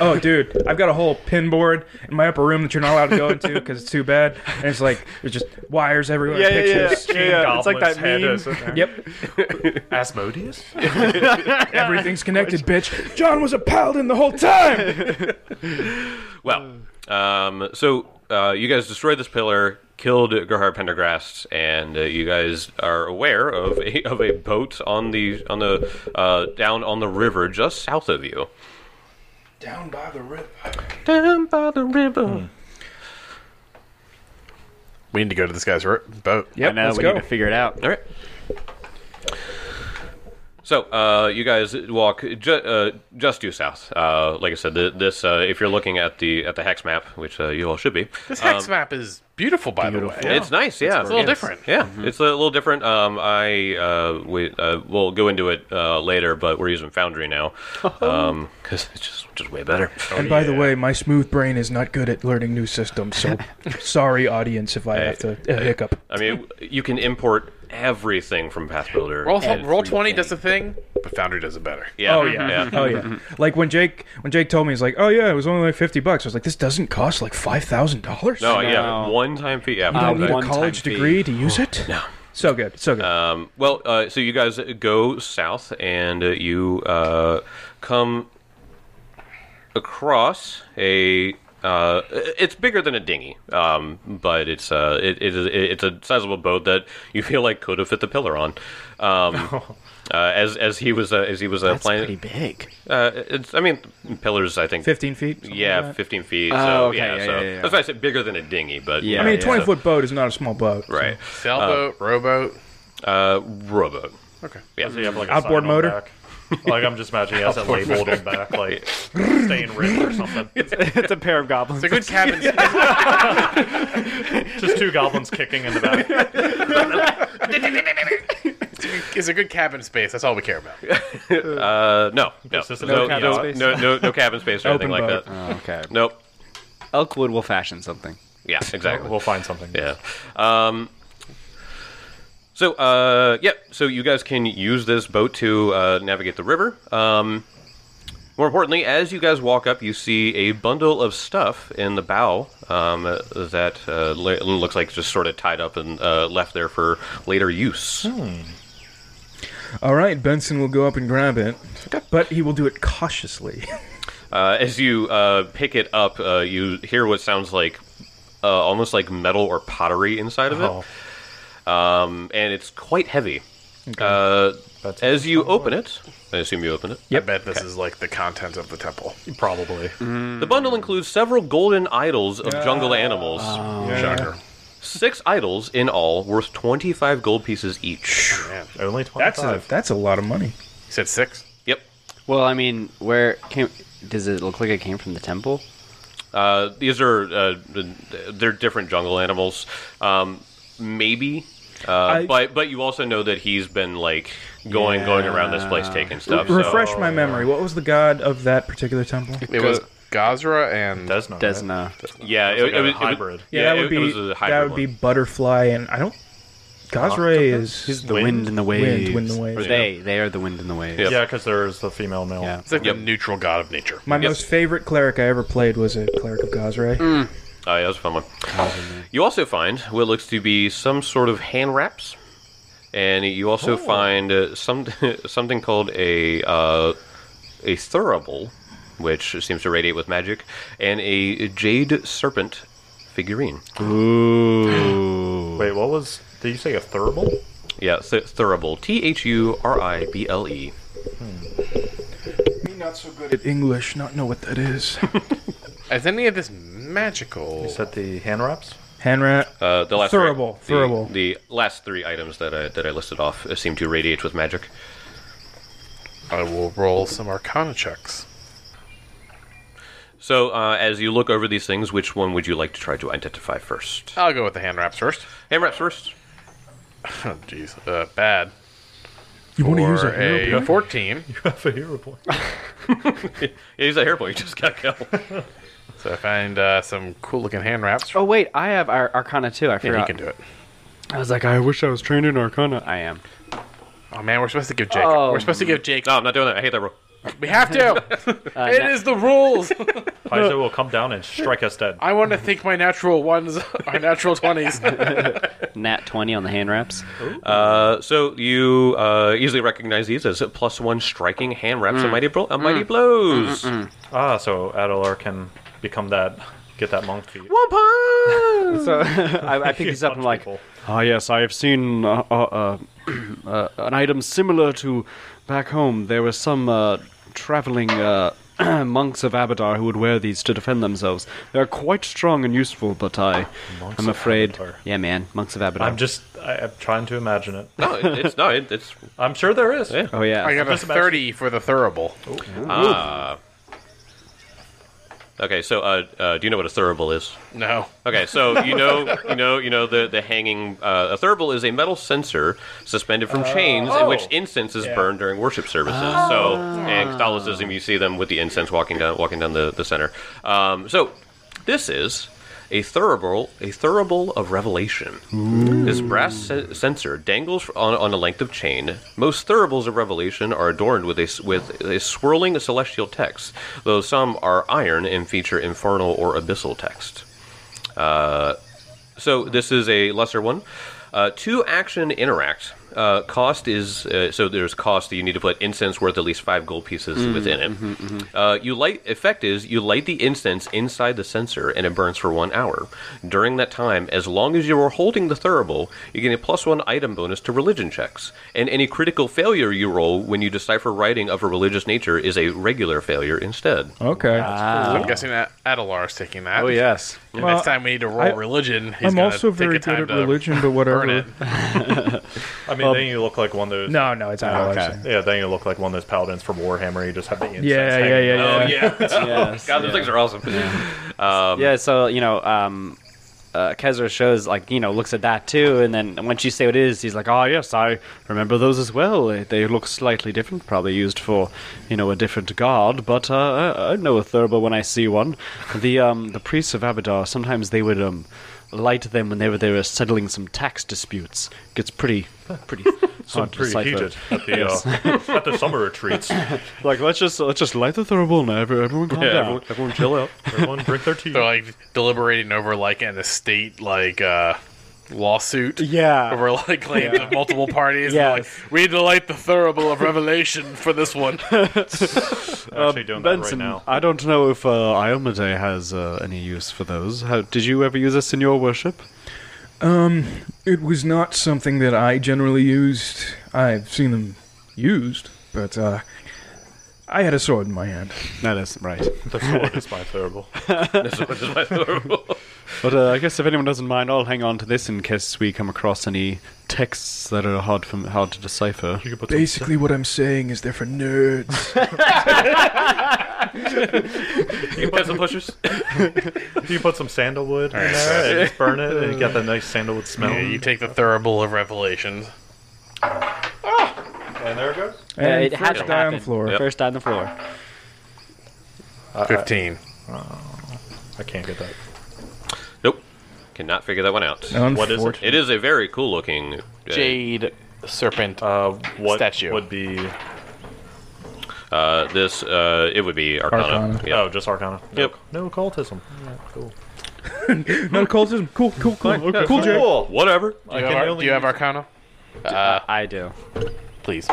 [SPEAKER 2] Oh, dude, I've got a whole pin board in my upper room that you're not allowed to go into because it's too bad. And it's like, there's just wires everywhere, pictures.
[SPEAKER 5] Yeah, yeah, it's like that meme.
[SPEAKER 2] Yep,
[SPEAKER 3] Asmodeus?
[SPEAKER 2] everything's connected, bitch. John was a paladin the whole time.
[SPEAKER 1] Well, um, so uh, you guys destroyed this pillar, killed Gerhard Pendergast, and uh, you guys are aware of a, of a boat on the on the uh, down on the river just south of you.
[SPEAKER 2] Down by the river.
[SPEAKER 1] Down by the river.
[SPEAKER 4] We need to go to this guy's ro- boat.
[SPEAKER 2] Yep,
[SPEAKER 5] I know,
[SPEAKER 2] let's
[SPEAKER 5] we
[SPEAKER 2] go.
[SPEAKER 5] need to figure it out.
[SPEAKER 1] All right. So uh, you guys walk ju- uh, just due south. Uh, like I said, th- this uh, if you're looking at the at the hex map, which uh, you all should be.
[SPEAKER 4] This hex map is beautiful, by the way.
[SPEAKER 1] It's nice, yeah.
[SPEAKER 4] It's a little different.
[SPEAKER 1] Yeah, it's a little different. Um, I uh, we uh, we'll go into it uh, later, but we're using Foundry now because
[SPEAKER 4] Oh.
[SPEAKER 1] it's just just way better.
[SPEAKER 2] And by the way, my smooth brain is not good at learning new systems, so sorry, audience, if I have to uh, hiccup.
[SPEAKER 1] I mean, you can import everything from Pathbuilder.
[SPEAKER 4] Roll,
[SPEAKER 1] Everything.
[SPEAKER 4] roll 20 does the thing, but Foundry does it better.
[SPEAKER 1] Yeah.
[SPEAKER 2] Oh yeah. Oh yeah. Like when Jake when Jake told me he's like, "Oh yeah, it was only like 50 bucks." I was like, "This doesn't cost like $5,000?"
[SPEAKER 1] No, Oh, yeah,
[SPEAKER 5] No.
[SPEAKER 1] one time fee. Yeah,
[SPEAKER 2] You don't
[SPEAKER 5] Oh,
[SPEAKER 2] need a
[SPEAKER 5] one-time
[SPEAKER 2] college
[SPEAKER 1] fee.
[SPEAKER 2] degree to use it? No. So good. So good.
[SPEAKER 1] Um, well, uh, so you guys go south and uh, you uh, come across a. Uh, it's bigger than a dinghy, um, but it's uh, it, it is it's a sizable boat that you feel like could have fit the pillar on. Um, uh, as as he was uh, as he was uh,
[SPEAKER 5] That's pretty
[SPEAKER 1] planning.
[SPEAKER 5] big.
[SPEAKER 1] Uh, it's I mean pillars. I think
[SPEAKER 2] 15 feet? something
[SPEAKER 1] Yeah,
[SPEAKER 2] like that.
[SPEAKER 1] fifteen feet.
[SPEAKER 5] Oh,
[SPEAKER 1] so,
[SPEAKER 5] okay,
[SPEAKER 1] yeah,
[SPEAKER 5] yeah,
[SPEAKER 1] so
[SPEAKER 5] yeah, yeah.
[SPEAKER 1] that's why I said bigger than a dinghy, but
[SPEAKER 5] Yeah.
[SPEAKER 2] I mean, a
[SPEAKER 5] yeah,
[SPEAKER 2] 20
[SPEAKER 1] so-
[SPEAKER 2] foot boat is not a small boat. so-
[SPEAKER 1] right.
[SPEAKER 4] Sailboat,
[SPEAKER 1] Um,
[SPEAKER 4] rowboat.
[SPEAKER 1] Uh, rowboat.
[SPEAKER 4] Okay.
[SPEAKER 1] Yeah.
[SPEAKER 3] So you have like a
[SPEAKER 2] Outboard
[SPEAKER 3] sign on
[SPEAKER 2] motor?
[SPEAKER 3] back. Like I'm just imagining he has it labeled on back, like staying rich or something.
[SPEAKER 5] it's a pair of goblins.
[SPEAKER 4] It's a good cabin.
[SPEAKER 3] Just two goblins kicking in the back.
[SPEAKER 4] it's a good cabin space. That's all we care about.
[SPEAKER 1] Uh, no, no,
[SPEAKER 3] This isn't
[SPEAKER 1] no, no,
[SPEAKER 3] a cabin
[SPEAKER 1] no,
[SPEAKER 5] space.
[SPEAKER 1] no, no cabin space or anything
[SPEAKER 2] Open
[SPEAKER 1] like
[SPEAKER 2] boat.
[SPEAKER 1] that.
[SPEAKER 5] Oh, okay.
[SPEAKER 1] Nope.
[SPEAKER 5] Elkwood will fashion something.
[SPEAKER 1] Yeah, exactly.
[SPEAKER 3] We'll find something.
[SPEAKER 1] Yeah. Um, so, uh, yeah, so you guys can use this boat to uh, navigate the river. Um, more importantly, as you guys walk up, you see a bundle of stuff in the bow um, that uh, la- looks like just sort of tied up and uh, left there for later use.
[SPEAKER 2] All right, Benson will go up and grab it, but he will do it cautiously.
[SPEAKER 1] Uh, as you uh, pick it up, uh, you hear what sounds like uh, almost like metal or pottery inside of
[SPEAKER 3] Oh,
[SPEAKER 1] it, um, and it's quite heavy. Uh,
[SPEAKER 3] That's-
[SPEAKER 1] as you open it, I assume you open it.
[SPEAKER 4] I bet this is like the content of the temple.
[SPEAKER 3] probably.
[SPEAKER 1] The bundle includes several golden idols of jungle animals.
[SPEAKER 4] Ah. Shocker.
[SPEAKER 1] Six idols in all, worth twenty-five gold pieces each.
[SPEAKER 4] Man.
[SPEAKER 3] Only
[SPEAKER 2] That's a,
[SPEAKER 3] 25.
[SPEAKER 2] that's a lot of money.
[SPEAKER 4] You said six?
[SPEAKER 1] Yep.
[SPEAKER 5] Well, I mean, where came? Does it look like it came from the temple?
[SPEAKER 1] Uh, these are uh, they're different jungle animals. Um, maybe. Uh,
[SPEAKER 2] I-
[SPEAKER 1] but but you also know that he's been like going going around this place taking stuff. so-
[SPEAKER 2] Refresh my memory. What was the god of that particular temple?
[SPEAKER 4] It was Gazra and.
[SPEAKER 3] Desna. right?
[SPEAKER 5] Desna.
[SPEAKER 1] Yeah,
[SPEAKER 3] It's
[SPEAKER 1] it,
[SPEAKER 3] like
[SPEAKER 1] it was
[SPEAKER 3] a
[SPEAKER 1] it was-
[SPEAKER 3] hybrid.
[SPEAKER 2] Yeah, that would
[SPEAKER 1] it- it
[SPEAKER 2] be
[SPEAKER 1] was a hybrid
[SPEAKER 2] that would be
[SPEAKER 1] one. Uh,
[SPEAKER 2] butterfly, and I don't. Gazray is
[SPEAKER 5] The wind, and the waves.
[SPEAKER 2] wind, wind and waves.
[SPEAKER 5] Or they, they are the wind and the waves.
[SPEAKER 1] Yep.
[SPEAKER 3] Yeah, because there's the female male.
[SPEAKER 5] Yeah.
[SPEAKER 4] It's like
[SPEAKER 1] Yep.
[SPEAKER 4] the neutral god of nature.
[SPEAKER 2] my
[SPEAKER 1] Yep.
[SPEAKER 2] most favorite cleric I ever played was a cleric of Gazray.
[SPEAKER 1] Oh, yeah, that was a fun one. You also find what looks to be some sort of hand wraps, and you also find uh, some something called a uh, a thurible, which seems to radiate with magic, and a jade serpent figurine.
[SPEAKER 5] Ooh.
[SPEAKER 3] Wait, what was? Did you say a thurible?
[SPEAKER 1] Yeah, th- thurible. T H U R I B L E.
[SPEAKER 2] Me not so good at English, not know what that is.
[SPEAKER 4] Is any of this magical?
[SPEAKER 3] Is that the hand wraps?
[SPEAKER 2] Hanrat.
[SPEAKER 1] Uh, the last
[SPEAKER 2] Thurible,
[SPEAKER 1] the-
[SPEAKER 2] thurible.
[SPEAKER 1] The, last three items that I, that I listed off uh, seem to radiate with magic.
[SPEAKER 4] I will roll some Arcana checks.
[SPEAKER 1] So, uh, as you look over these things, which one would you like to try to identify first?
[SPEAKER 4] I'll go with the hand wraps first.
[SPEAKER 1] Hand wraps first.
[SPEAKER 4] Oh, jeez, uh, bad.
[SPEAKER 2] You want to
[SPEAKER 4] Or
[SPEAKER 2] use a hero?
[SPEAKER 4] a fourteen.
[SPEAKER 3] You have a hero point.
[SPEAKER 1] Yeah, he's a hair boy. You just got to go.
[SPEAKER 4] So I find uh, some cool looking hand wraps.
[SPEAKER 5] Oh wait, I have Ar- Arcana too. I
[SPEAKER 4] yeah, he
[SPEAKER 5] forgot.
[SPEAKER 4] can do it.
[SPEAKER 5] I was like, I wish I was trained in Arcana. I am.
[SPEAKER 4] Oh man, we're supposed to give Jake.
[SPEAKER 5] Oh.
[SPEAKER 4] We're supposed to give Jake.
[SPEAKER 1] no, I'm not doing that. I hate that rule.
[SPEAKER 4] We have to. It is
[SPEAKER 5] na-
[SPEAKER 4] the rules.
[SPEAKER 3] Paizo will come down and strike us dead.
[SPEAKER 4] I want to think my natural ones are natural twenties.
[SPEAKER 5] Nat twenty on the hand wraps.
[SPEAKER 1] Uh, so you uh, easily recognize these as plus one striking hand wraps and mighty, bro- uh, mighty blows.
[SPEAKER 3] Ah, so Adelar can become that, get that monk feet.
[SPEAKER 1] One punch.
[SPEAKER 5] So I, I pick these up. and I'm like,
[SPEAKER 3] People.
[SPEAKER 5] ah yes, I have seen uh, uh, uh, uh, an item similar to back home. There were some uh, traveling uh, monks of Abadar who would wear these to defend themselves. They are quite strong and useful, but I,
[SPEAKER 3] Monks
[SPEAKER 5] I'm
[SPEAKER 3] of
[SPEAKER 5] afraid.
[SPEAKER 3] Abadar.
[SPEAKER 5] Yeah, man, monks of Abadar.
[SPEAKER 3] I'm just, I, I'm trying to imagine it.
[SPEAKER 1] no, it, it's no, it, it's
[SPEAKER 3] I'm sure there is.
[SPEAKER 1] Yeah.
[SPEAKER 5] Oh yeah.
[SPEAKER 4] I got a
[SPEAKER 3] Just imagine-
[SPEAKER 4] thirty for the thurible.
[SPEAKER 1] ah. Okay, so uh, uh, do you know what a thurible is?
[SPEAKER 4] No.
[SPEAKER 1] Okay, so you know, you know, you know the the hanging uh, a thurible is a metal censer suspended from chains in which
[SPEAKER 3] Oh.
[SPEAKER 1] incense is
[SPEAKER 3] Yeah. Oh.
[SPEAKER 1] burned during worship services. So in Catholicism, you see them with the incense walking down walking down the the center. Um, so this is. A thurible, a thurible of revelation. This brass ce- censer dangles on, on a length of chain. Most thuribles of revelation are adorned with a s- with a swirling celestial text, though some are iron and feature infernal or abyssal text. So this is a lesser one. Uh, two action interact. Uh, cost is uh, so there's cost that you need to put incense worth at least five gold pieces within it. Uh, you light effect is you light the incense inside the sensor and it burns for one hour. During that time, as long as you are holding the thurible, you gain a plus one item bonus to religion checks. And any critical failure you roll when you decipher writing of a religious nature is a regular failure instead.
[SPEAKER 2] Okay.
[SPEAKER 1] uh,
[SPEAKER 4] So I'm guessing that Adelar is taking that.
[SPEAKER 5] Oh yes.
[SPEAKER 4] And
[SPEAKER 2] Well,
[SPEAKER 4] next time we need to roll
[SPEAKER 2] I-
[SPEAKER 4] religion. He's
[SPEAKER 2] I'm
[SPEAKER 4] gonna
[SPEAKER 2] also
[SPEAKER 4] take
[SPEAKER 2] very
[SPEAKER 4] a time
[SPEAKER 2] good at
[SPEAKER 4] to
[SPEAKER 2] religion, but whatever.
[SPEAKER 4] Burn it.
[SPEAKER 3] I mean, then you look like one of those.
[SPEAKER 2] No, no, it's not
[SPEAKER 5] Okay.
[SPEAKER 2] okay.
[SPEAKER 3] Yeah, then you look like one of those paladins from Warhammer. You just have the incense.
[SPEAKER 2] Yeah, yeah,
[SPEAKER 3] hanging.
[SPEAKER 2] yeah, Oh,
[SPEAKER 1] Oh,
[SPEAKER 2] yeah.
[SPEAKER 5] Yes.
[SPEAKER 1] God, those things are awesome.
[SPEAKER 5] yeah, so you know, um, uh, Kezra shows like you know looks at that too, and then once you say what it is, he's like, "Oh yes, I remember those as well. They- They look slightly different, probably used for you know a different god, but uh, I, I know a thurible when I see one. The um, the priests of Abadar sometimes they would um, light them when they were they were settling some tax disputes. Gets pretty pretty
[SPEAKER 3] Some
[SPEAKER 5] hard to
[SPEAKER 3] pretty
[SPEAKER 5] decipher.
[SPEAKER 3] heated at the, uh, at the summer retreats.
[SPEAKER 5] Like let's just let's just light the thurible now. Every- Everyone calm down.
[SPEAKER 1] everyone chill out.
[SPEAKER 3] Everyone drink their tea.
[SPEAKER 4] They're like deliberating over like an estate like uh, lawsuit.
[SPEAKER 5] Yeah.
[SPEAKER 4] Over like claims of multiple parties. Yeah. Like,
[SPEAKER 5] Yes.
[SPEAKER 4] we delight the thurible of revelation for this one.
[SPEAKER 3] actually doing that right
[SPEAKER 5] Uh, Benson,
[SPEAKER 3] now.
[SPEAKER 5] I don't know if uh, Iomade has uh, any use for those. How, did you ever use this in your worship?
[SPEAKER 2] Um, It was not something that I generally used. I've seen them used, but uh, I had a sword in my hand.
[SPEAKER 5] No, that's right.
[SPEAKER 3] The sword is my thurible.
[SPEAKER 5] But uh, I guess if anyone doesn't mind, I'll hang on to this in case we come across any texts that are hard from hard to decipher.
[SPEAKER 3] You can put some-
[SPEAKER 2] Basically, what I'm saying is they're for nerds.
[SPEAKER 1] You can put some pushers.
[SPEAKER 3] You put some sandalwood in there and just burn it, and you get that nice sandalwood smell.
[SPEAKER 4] Yeah, you take the thurible of revelation.
[SPEAKER 3] and there it goes.
[SPEAKER 2] and
[SPEAKER 5] it
[SPEAKER 2] first
[SPEAKER 5] had to
[SPEAKER 2] die on the
[SPEAKER 5] happen.
[SPEAKER 2] floor.
[SPEAKER 1] Yep.
[SPEAKER 5] First on the floor.
[SPEAKER 4] Uh, Fifteen.
[SPEAKER 3] I can't get that.
[SPEAKER 1] Nope. Cannot figure that one out.
[SPEAKER 3] What is it?
[SPEAKER 1] It is a very cool looking. uh,
[SPEAKER 4] Jade serpent.
[SPEAKER 3] Uh, what
[SPEAKER 4] Statue.
[SPEAKER 3] would be?
[SPEAKER 1] Uh, this uh, it would be Arcana.
[SPEAKER 2] Arcana.
[SPEAKER 1] Yeah.
[SPEAKER 3] Oh, just Arcana. No,
[SPEAKER 1] Yep.
[SPEAKER 3] No occultism. Yeah, cool.
[SPEAKER 2] No cultism. Cool, cool, cool. Cool, Jay.
[SPEAKER 3] Cool.
[SPEAKER 1] Whatever.
[SPEAKER 4] do, you
[SPEAKER 3] can
[SPEAKER 4] have, Ar-
[SPEAKER 3] only
[SPEAKER 4] do you have
[SPEAKER 3] use-
[SPEAKER 4] Arcana? Uh,
[SPEAKER 5] I do.
[SPEAKER 4] please.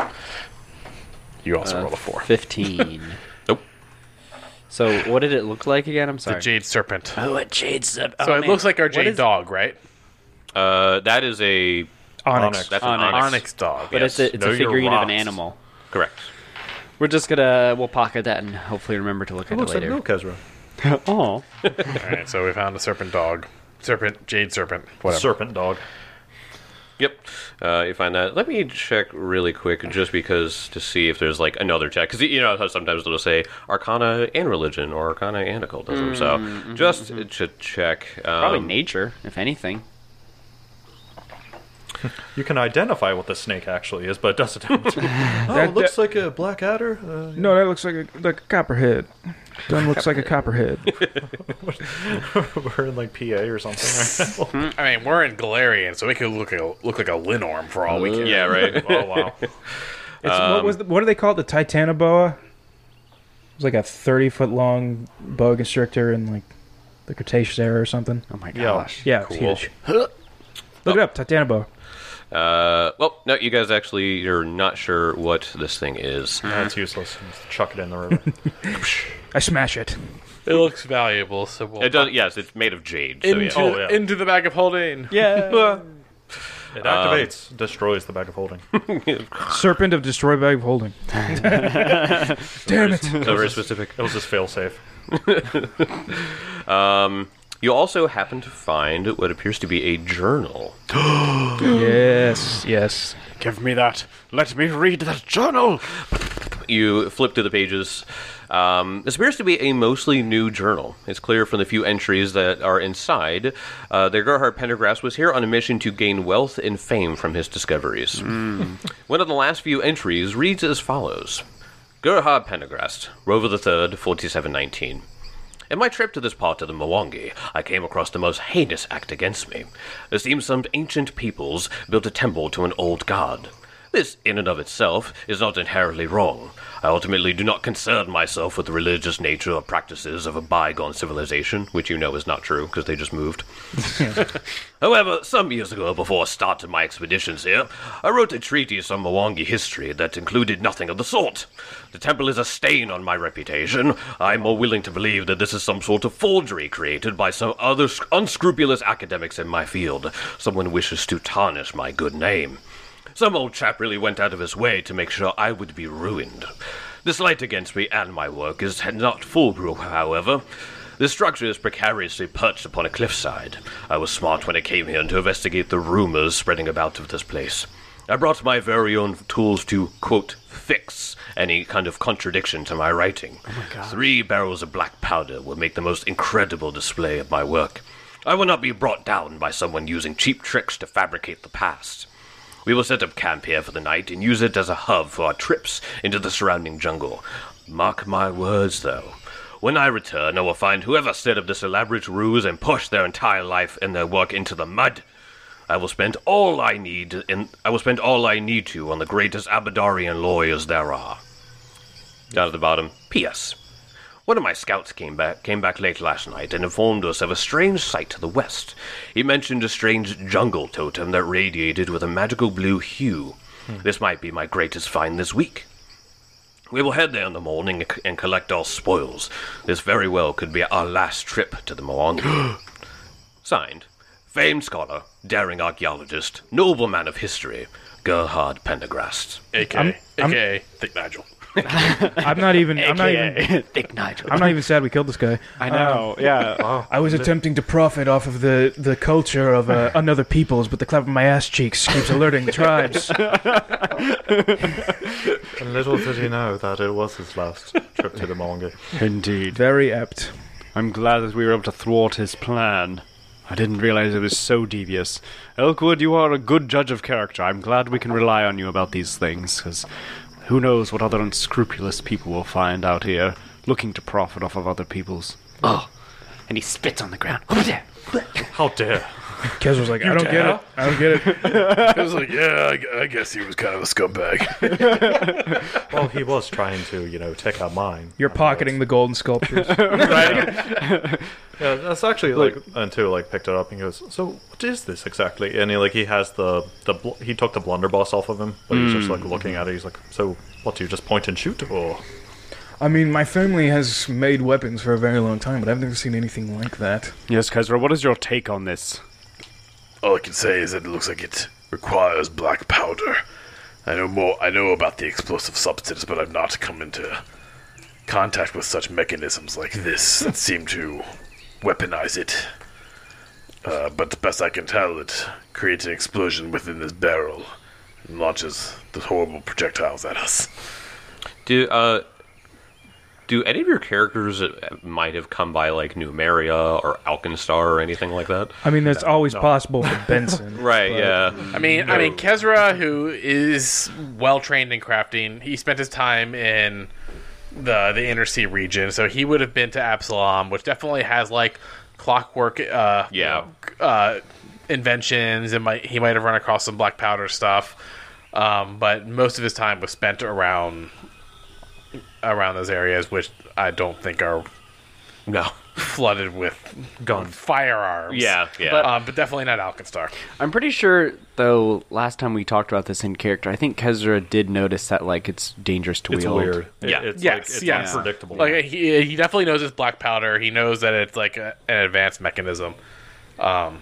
[SPEAKER 4] You also roll a four.
[SPEAKER 5] 15.
[SPEAKER 1] Nope.
[SPEAKER 5] so what did it look like again? I'm
[SPEAKER 4] The
[SPEAKER 5] sorry.
[SPEAKER 4] jade serpent.
[SPEAKER 6] Uh,
[SPEAKER 5] oh, what jades up?
[SPEAKER 4] so it looks like our jade
[SPEAKER 5] is-
[SPEAKER 4] dog, right?
[SPEAKER 1] Uh, that is a
[SPEAKER 2] Onyx.
[SPEAKER 3] Onyx.
[SPEAKER 1] that's an
[SPEAKER 5] Onyx.
[SPEAKER 1] onyx.
[SPEAKER 4] Onyx dog.
[SPEAKER 5] But
[SPEAKER 1] yes.
[SPEAKER 5] it's a, it's
[SPEAKER 3] Know
[SPEAKER 5] a
[SPEAKER 3] your
[SPEAKER 5] figurine of an
[SPEAKER 3] rocks.
[SPEAKER 5] animal.
[SPEAKER 1] Correct.
[SPEAKER 5] We're just gonna we'll pocket that and hopefully remember to look
[SPEAKER 3] It
[SPEAKER 5] at it
[SPEAKER 3] looks like
[SPEAKER 5] later.
[SPEAKER 3] real Kezra.
[SPEAKER 5] oh,
[SPEAKER 4] All right, so we found a serpent dog. Serpent, jade serpent, whatever.
[SPEAKER 3] Serpent dog.
[SPEAKER 1] Yep. Uh, you find that. Let me check really quick, just because to see if there's like another check, because you know how sometimes they'll say Arcana and religion or Arcana and occultism. so just to check. Um,
[SPEAKER 5] probably nature, if anything.
[SPEAKER 3] You can identify what the snake actually is, but it doesn't. oh, it looks like a black adder. Uh,
[SPEAKER 2] No, that looks like a like a copperhead. Gun looks like a copperhead.
[SPEAKER 3] we're in like PA or something right now.
[SPEAKER 4] I mean, we're in Galarian, so we could look like a, look like a linorm for all we can.
[SPEAKER 1] Yeah. Right.
[SPEAKER 3] oh wow.
[SPEAKER 2] It's, what was the, what do they call it? The Titanoboa. It's like a thirty foot long boa constrictor in like the Cretaceous era or something.
[SPEAKER 5] Oh my
[SPEAKER 3] Yeah.
[SPEAKER 5] gosh.
[SPEAKER 2] Yeah,
[SPEAKER 1] Cool.
[SPEAKER 2] it's huge. Look it up, Titanoboa.
[SPEAKER 1] Uh, well, no, you guys actually you're not sure what this thing is.
[SPEAKER 3] That's useless. Just chuck it in the river.
[SPEAKER 2] I smash it.
[SPEAKER 4] It looks valuable, so we'll
[SPEAKER 1] It does. Yes, it's made of jade. So
[SPEAKER 4] into,
[SPEAKER 1] yeah.
[SPEAKER 3] Oh, yeah.
[SPEAKER 4] into the bag of holding.
[SPEAKER 5] Yeah.
[SPEAKER 3] It activates, Um, destroys the bag of holding.
[SPEAKER 2] Serpent of Destroy Bag of Holding. Damn it.
[SPEAKER 1] So very specific.
[SPEAKER 3] It was just failsafe.
[SPEAKER 1] You also happen to find what appears to be a journal.
[SPEAKER 2] Yes, yes.
[SPEAKER 5] Give me that. Let me read that journal.
[SPEAKER 1] You flip to the pages. Um, this appears to be a mostly new journal. It's clear from the few entries that are inside uh, that Gerhard Pendergrass was here on a mission to gain wealth and fame from his discoveries. One of the last few entries reads as follows Gerhard Pendergrast, Rover III, 4719. In my trip to this part of the Mwangi, I came across the most heinous act against me. It seems some ancient peoples built a temple to an old god. This, in and of itself, is not inherently wrong. I ultimately do not concern myself with the religious nature or practices of a bygone civilization, which you know is not true, because they just moved. However, some years ago, before I started my expeditions here, I wrote a treatise on Mwangi history that included nothing of the sort. The temple is a stain on my reputation. I'm more willing to believe that this is some sort of forgery created by some other sc- unscrupulous academics in my field. Someone wishes to tarnish my good name. Some old chap really went out of his way to make sure I would be ruined. The slight against me and my work is not foolproof, however. The structure is precariously perched upon a cliffside. I was smart when I came here to investigate the rumors spreading about of this place. I brought my very own tools to, quote, fix any kind of contradiction to my writing. Three barrels of black powder will make the most incredible display of my work. I will not be brought down by someone using cheap tricks to fabricate the past. We will set up camp here for the night and use it as a hub for our trips into the surrounding jungle. Mark my words, though. When I return, I will find whoever set up this elaborate ruse and push their entire life and their work into the mud. I will spend all I need, and I will spend all I need to on the greatest Abadarian lawyers there are. Down at the bottom, P.S. One of my scouts came back came back late last night and informed us of a strange sight to the west. He mentioned a strange jungle totem that radiated with a magical blue hue. This might be my greatest find this week. We will head there in the morning and c- and collect our spoils. This very well could be our last trip to the Moangi. Signed, famed scholar, daring archaeologist, noble man of history, Gerhard Pendergrast.
[SPEAKER 4] AKA,
[SPEAKER 2] I'm-
[SPEAKER 4] AKA Thick Nigel.
[SPEAKER 2] I'm not even I'm not even
[SPEAKER 5] Thick Nigel.
[SPEAKER 2] I'm not even sad we killed this guy.
[SPEAKER 5] I know. yeah.
[SPEAKER 2] I was attempting to profit off of the, the culture of uh, another peoples, but the clap of my ass cheeks keeps alerting the tribes.
[SPEAKER 3] And little did he know that it was his last trip to the Mongi.
[SPEAKER 5] Indeed.
[SPEAKER 2] Very apt.
[SPEAKER 5] I'm glad that we were able to thwart his plan. I didn't realize it was so devious. Elkwood, you are a good judge of character. I'm glad we can rely on you about these things, because who knows what other unscrupulous people will find out here looking to profit off of other people's. Oh. And he spits on the ground. Over there.
[SPEAKER 3] How dare!
[SPEAKER 2] Kez was like, I don't get it. I don't get it.
[SPEAKER 4] I was like, yeah, I, gu- I guess he was kind of a scumbag.
[SPEAKER 3] Well, he was trying to, you know, take our mine.
[SPEAKER 2] You're pocketing the golden sculptures.
[SPEAKER 3] Yeah, that's actually like, and too like picked it up and goes, so what is this exactly? And he like he has the the bl- he took the blunderbuss off of him, but he's just
[SPEAKER 4] Hmm.
[SPEAKER 3] like looking at it. He's like, so what do you just point and shoot or?
[SPEAKER 2] I mean, my family has made weapons for a very long time, but I've never seen anything like that.
[SPEAKER 5] Yes, Kezra, what is your take on this?
[SPEAKER 4] All I can say is that it looks like it requires black powder. I know more. I know about the explosive substance, but I've not come into contact with such mechanisms like this that seem to weaponize it. Uh, but best I can tell, it creates an explosion within this barrel and launches the horrible projectiles at us.
[SPEAKER 1] Do uh, do any of your characters that might have come by like Numeria or Alkenstar or anything like that?
[SPEAKER 2] I mean, that's always possible for Benson.
[SPEAKER 1] Right.
[SPEAKER 2] but-
[SPEAKER 1] yeah.
[SPEAKER 4] I mean, I mean, Kezra, who is well trained in crafting, he spent his time in the the inner sea region, so he would have been to Absalom, which definitely has like clockwork, uh,
[SPEAKER 1] Yeah.
[SPEAKER 4] uh, inventions, and might he might have run across some black powder stuff, um, but most of his time was spent around around those areas, which I don't think are
[SPEAKER 1] No.
[SPEAKER 4] flooded with gun firearms.
[SPEAKER 1] Yeah. Yeah.
[SPEAKER 4] Um, but definitely not Alkenstar.
[SPEAKER 5] I'm pretty sure, though, last time we talked about this in character, I think Kezra did notice that, like, it's dangerous to
[SPEAKER 3] It's
[SPEAKER 5] wield.
[SPEAKER 3] weird. It-
[SPEAKER 1] Yeah.
[SPEAKER 3] it's
[SPEAKER 4] yes,
[SPEAKER 3] like, it's
[SPEAKER 4] yes.
[SPEAKER 3] unpredictable.
[SPEAKER 4] Like he, he definitely knows it's black powder. He knows that it's like a, an advanced mechanism, um,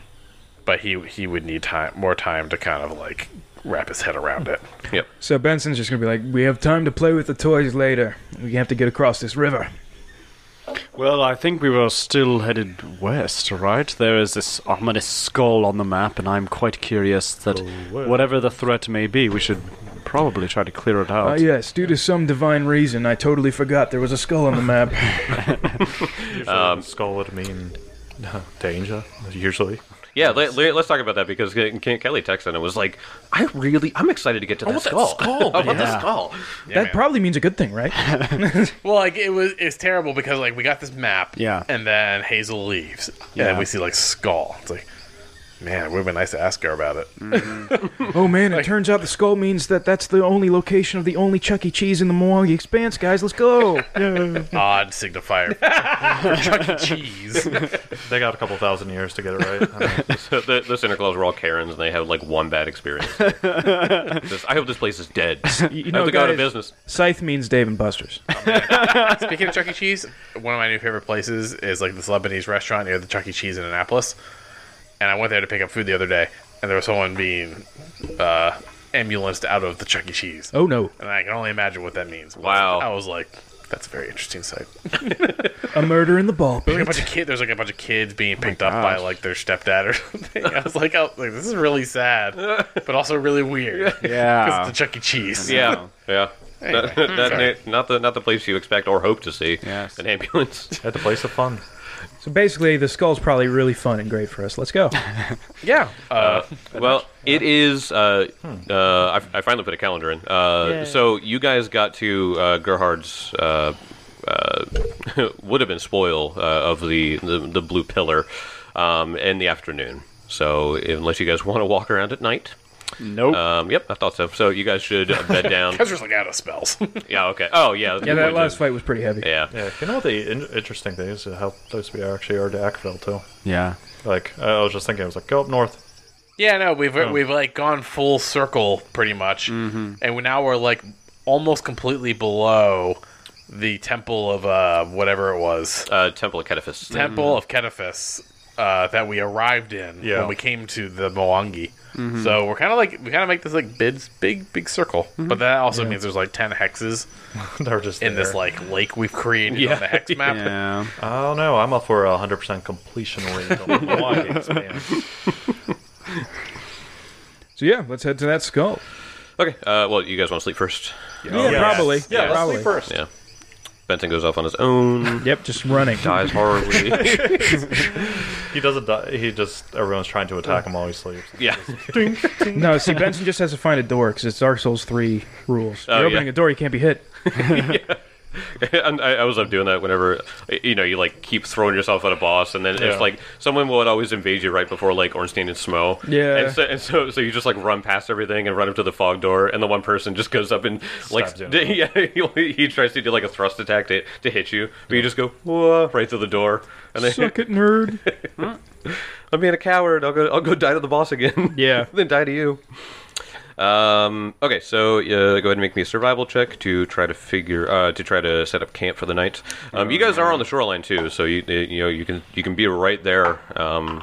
[SPEAKER 4] but he he would need time more time to kind of like wrap his head around it.
[SPEAKER 1] Yep.
[SPEAKER 2] So Benson's just going to be like, we have time to play with the toys later. We have to get across this river.
[SPEAKER 5] Well, I think we were still headed west, right? There is this ominous skull on the map, and I'm quite curious that
[SPEAKER 3] well.
[SPEAKER 5] whatever the threat may be, we should probably try to clear it
[SPEAKER 2] Ah,
[SPEAKER 5] out.
[SPEAKER 2] yes, due to some divine reason, I totally forgot there was a skull on the map.
[SPEAKER 3] um, skull would mean danger usually.
[SPEAKER 1] Yeah. Let, us talk about that because Ke- Ke- Kelly texted and was like, "I really, I'm excited to get to that skull. I want that skull.
[SPEAKER 2] that probably means a good thing, right?
[SPEAKER 4] Well, like it was it's terrible because like we got this map,
[SPEAKER 5] Yeah.
[SPEAKER 4] and then Hazel leaves, and
[SPEAKER 5] Yeah.
[SPEAKER 4] then we see like skull. It's like. Man, it would have been nice to ask her about it.
[SPEAKER 5] Mm.
[SPEAKER 2] oh man, it turns out the skull means that that's the only location of the only Chuck E. Cheese in the Milwaukee Expanse, guys. Let's go.
[SPEAKER 4] Odd signifier for Chuck E. Cheese.
[SPEAKER 3] They got a couple thousand years to get it right. I don't know.
[SPEAKER 1] So the, the Santa Claus were all Karens and they have like one bad experience. Just, I hope this place is dead.
[SPEAKER 2] You
[SPEAKER 1] I
[SPEAKER 2] know,
[SPEAKER 1] have to go out of
[SPEAKER 2] guys,
[SPEAKER 1] business.
[SPEAKER 2] Scythe means Dave and Buster's.
[SPEAKER 4] Speaking of Chuck E. Cheese, one of my new favorite places is like this Lebanese restaurant near the Chuck E. Cheese in Annapolis. And I went there to pick up food the other day, and there was someone being uh, ambulanced out of the Chuck E. Cheese.
[SPEAKER 2] Oh no,
[SPEAKER 4] And I can only imagine what that means. But
[SPEAKER 1] Wow.
[SPEAKER 4] I was like, that's a very interesting sight.
[SPEAKER 2] a murder in the ball.
[SPEAKER 4] There's like a bunch of kid. There's like a bunch of kids being picked up by
[SPEAKER 5] Oh gosh.
[SPEAKER 4] like their stepdad or something. I was like, oh, like, this is really sad, but also really weird. it's
[SPEAKER 5] Yeah.
[SPEAKER 4] the Chuck E. Cheese.
[SPEAKER 1] Yeah, yeah.
[SPEAKER 4] Anyway,
[SPEAKER 1] That- that-
[SPEAKER 4] sorry.
[SPEAKER 1] not the not the place you expect or hope to see.
[SPEAKER 5] Yes.
[SPEAKER 1] An ambulance.
[SPEAKER 3] At the place of fun.
[SPEAKER 2] So basically, the skull's probably really fun and great for us. Let's go.
[SPEAKER 4] yeah. Uh,
[SPEAKER 1] well, it is. Uh,
[SPEAKER 2] Hmm.
[SPEAKER 1] uh, I, I finally put a calendar in. Uh, so you guys got to uh, Gerhard's. Uh, uh, would have been spoil uh, of the, the the blue pillar um, in the afternoon. So unless you guys want to walk around at night,
[SPEAKER 5] Nope.
[SPEAKER 1] um, yep, I thought so. So you guys should bed down.
[SPEAKER 4] Ezra's like out of spells.
[SPEAKER 1] yeah, okay. Oh yeah,
[SPEAKER 2] Yeah, that last fight was pretty heavy.
[SPEAKER 1] Yeah,
[SPEAKER 3] Yeah, you know the in- interesting thing is how close we are actually are to Ackville too.
[SPEAKER 5] yeah.
[SPEAKER 3] Like I I was just thinking, I was like, go up north.
[SPEAKER 4] Yeah, no, we've we've like gone full circle pretty much, and we, now we're like almost completely below the temple of uh, whatever it was,
[SPEAKER 1] uh, Temple of Cataphys.
[SPEAKER 4] temple of Ketifus, uh, that we arrived in
[SPEAKER 3] Yeah.
[SPEAKER 4] when we came to the Moangi. So we're kind of like we kind of make this like big big big circle, but that also means there's like ten hexes
[SPEAKER 3] They're just
[SPEAKER 4] in this
[SPEAKER 3] there.
[SPEAKER 4] like lake we've created on the hex map.
[SPEAKER 5] Yeah.
[SPEAKER 3] I don't know. I'm up for a 100% completion rate on the Milwaukee expanse.
[SPEAKER 2] So yeah, let's head to that skull.
[SPEAKER 1] Okay. Uh, well, you guys want to sleep first?
[SPEAKER 4] Oh,
[SPEAKER 2] Yeah, probably.
[SPEAKER 3] Yeah,
[SPEAKER 2] Yeah,
[SPEAKER 3] let's
[SPEAKER 2] probably.
[SPEAKER 3] sleep first.
[SPEAKER 1] Yeah. Benson goes off on his own.
[SPEAKER 2] Yep, just running.
[SPEAKER 1] dies horribly.
[SPEAKER 3] He doesn't die. He just everyone's trying to attack him while he sleeps.
[SPEAKER 1] yeah.
[SPEAKER 2] no, see, Benson just has to find a door because it's Dark Souls three rules.
[SPEAKER 1] Oh,
[SPEAKER 2] You're opening
[SPEAKER 1] yeah.
[SPEAKER 2] a door, you can't be hit.
[SPEAKER 1] and I, I was up doing that whenever you know you like keep throwing yourself at a boss, and then
[SPEAKER 3] Yeah.
[SPEAKER 1] it's like someone would always invade you right before like Ornstein and Smo.
[SPEAKER 2] Yeah.
[SPEAKER 1] and so, and so so you just like run past everything and run up to the fog door, and the one person just goes up and like
[SPEAKER 3] Stabs you.
[SPEAKER 1] yeah he, he tries to do like a thrust attack to, to hit you, but you just go Whoa, right through the door, and then
[SPEAKER 2] Suck it, nerd.
[SPEAKER 1] I'm being a coward. I'll go. I'll go die to the boss again.
[SPEAKER 2] Yeah.
[SPEAKER 1] then die to you. Um, okay, so uh, go ahead and make me a survival check to try to figure uh, to try to set up camp for the night. Um, you guys are on the shoreline too, so you you know you can you can be right there um,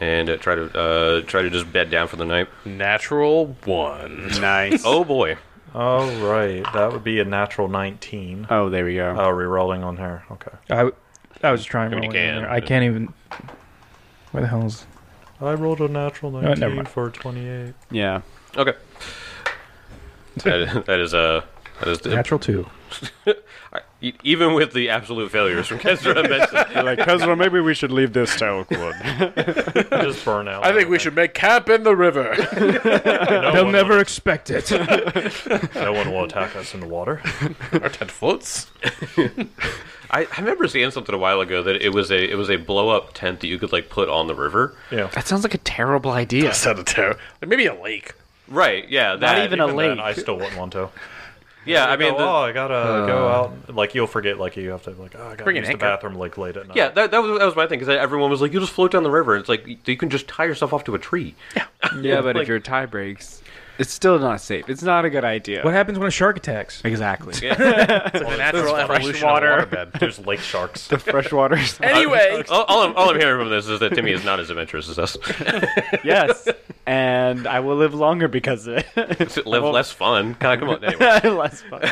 [SPEAKER 1] and uh, try to uh, try to just bed down for the night.
[SPEAKER 4] Natural one.
[SPEAKER 5] Nice.
[SPEAKER 1] Oh boy,
[SPEAKER 3] All right, that would be a natural 19.
[SPEAKER 5] Oh, there we go.
[SPEAKER 3] Oh, rerolling on her. Okay.
[SPEAKER 2] I, I was trying to
[SPEAKER 1] mean, you
[SPEAKER 2] roll it in
[SPEAKER 1] can,
[SPEAKER 2] there. I
[SPEAKER 1] but-
[SPEAKER 2] can't even. Where the hell is?
[SPEAKER 3] I rolled a natural
[SPEAKER 2] never
[SPEAKER 3] 19
[SPEAKER 2] mind.
[SPEAKER 3] for 28.
[SPEAKER 5] Yeah.
[SPEAKER 1] okay, that is that is uh, that is
[SPEAKER 2] Natural two.
[SPEAKER 1] e- even with the absolute failures from Kestra and Benson.
[SPEAKER 5] like, Kezra, maybe we should leave this to Oakwood.
[SPEAKER 3] Just burn out.
[SPEAKER 4] I think we should make camp in the river.
[SPEAKER 3] No
[SPEAKER 2] They'll
[SPEAKER 3] one
[SPEAKER 2] never expect it.
[SPEAKER 3] Will, no one will attack us in the water.
[SPEAKER 4] Our tent floats.
[SPEAKER 1] I, I remember seeing something a while ago that it was a it was a blow up tent that you could like put on the river.
[SPEAKER 3] Yeah.
[SPEAKER 5] that sounds like a terrible idea.
[SPEAKER 4] That's not a terror. Maybe a lake.
[SPEAKER 1] Right? Yeah. That,
[SPEAKER 5] Not even a
[SPEAKER 3] Even then,
[SPEAKER 5] lake.
[SPEAKER 3] I still wouldn't want to.
[SPEAKER 1] Yeah. I mean.
[SPEAKER 3] oh,
[SPEAKER 1] the-
[SPEAKER 3] oh, I gotta go out. Like you'll forget. Like you have to. Like oh, I gotta
[SPEAKER 4] Bring an
[SPEAKER 3] use the
[SPEAKER 4] anchor.
[SPEAKER 3] bathroom like late at night.
[SPEAKER 1] yeah. That, that was that was my thing because everyone was like, "You just float down the river." It's like you, you can just tie yourself off to a tree.
[SPEAKER 5] yeah, but
[SPEAKER 1] Like-
[SPEAKER 5] if your tie breaks, it's still not safe. It's not a good idea.
[SPEAKER 2] what happens when a shark attacks?
[SPEAKER 5] Exactly.
[SPEAKER 4] It's like the natural evolution of
[SPEAKER 3] water.
[SPEAKER 4] water.
[SPEAKER 3] waterbed. There's lake sharks.
[SPEAKER 5] The freshwaters.
[SPEAKER 4] Anyway,
[SPEAKER 1] All, all, I'm, all I'm hearing from this is that Timmy is not as adventurous as us.
[SPEAKER 5] yes. And I will live longer because of it.
[SPEAKER 1] Live less fun. God, come on. Anyway.
[SPEAKER 5] Less fun.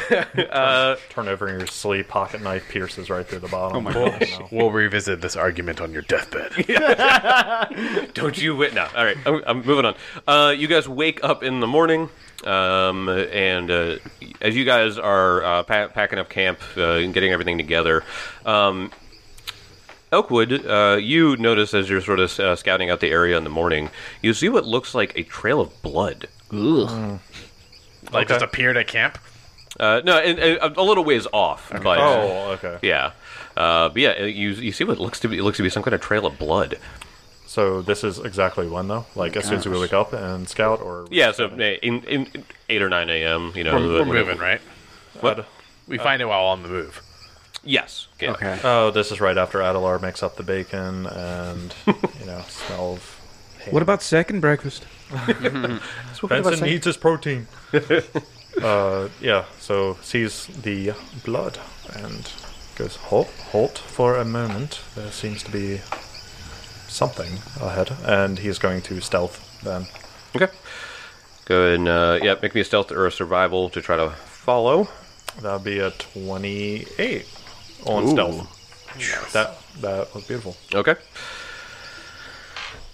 [SPEAKER 3] Turn over in your sleep. Pocket knife pierces right through the bottom. Oh my
[SPEAKER 4] we'll revisit this argument on your deathbed.
[SPEAKER 1] Don't you wit? No. All right, I'm, I'm moving on. Uh, you guys wake up in the morning, um, and uh, as you guys are uh, pa- packing up camp uh, and getting everything together, um, Elkwood, uh, you notice as you're sort of uh, scouting out the area in the morning, you see what looks like a trail of blood.
[SPEAKER 4] Like just appeared at camp.
[SPEAKER 1] Uh, no, and, and a little ways off, but
[SPEAKER 3] Oh, okay.
[SPEAKER 1] yeah, uh, but yeah, you you see what looks to be it looks to be some kind of trail of blood.
[SPEAKER 3] So this is exactly when though. Like as soon as we wake up and scout or
[SPEAKER 1] Yeah, so uh, in, in eight or nine a.m. You know,
[SPEAKER 4] We're
[SPEAKER 1] whatever.
[SPEAKER 4] moving, right?
[SPEAKER 1] What?
[SPEAKER 4] We find it while on the move.
[SPEAKER 1] Yes. Yeah.
[SPEAKER 5] Okay.
[SPEAKER 3] Oh, this is right after Adelar makes up the bacon and you know smell of. ham.
[SPEAKER 2] What about second breakfast?
[SPEAKER 3] Benson needs his protein. uh, yeah, so sees the blood and goes, halt, halt for a moment. There seems to be something ahead, and he's going to stealth then.
[SPEAKER 1] Okay. Go ahead and uh, yeah, make me a stealth or a survival to try to follow.
[SPEAKER 3] That would be a 28 on
[SPEAKER 5] Ooh.
[SPEAKER 3] stealth. That, that was beautiful.
[SPEAKER 1] Okay.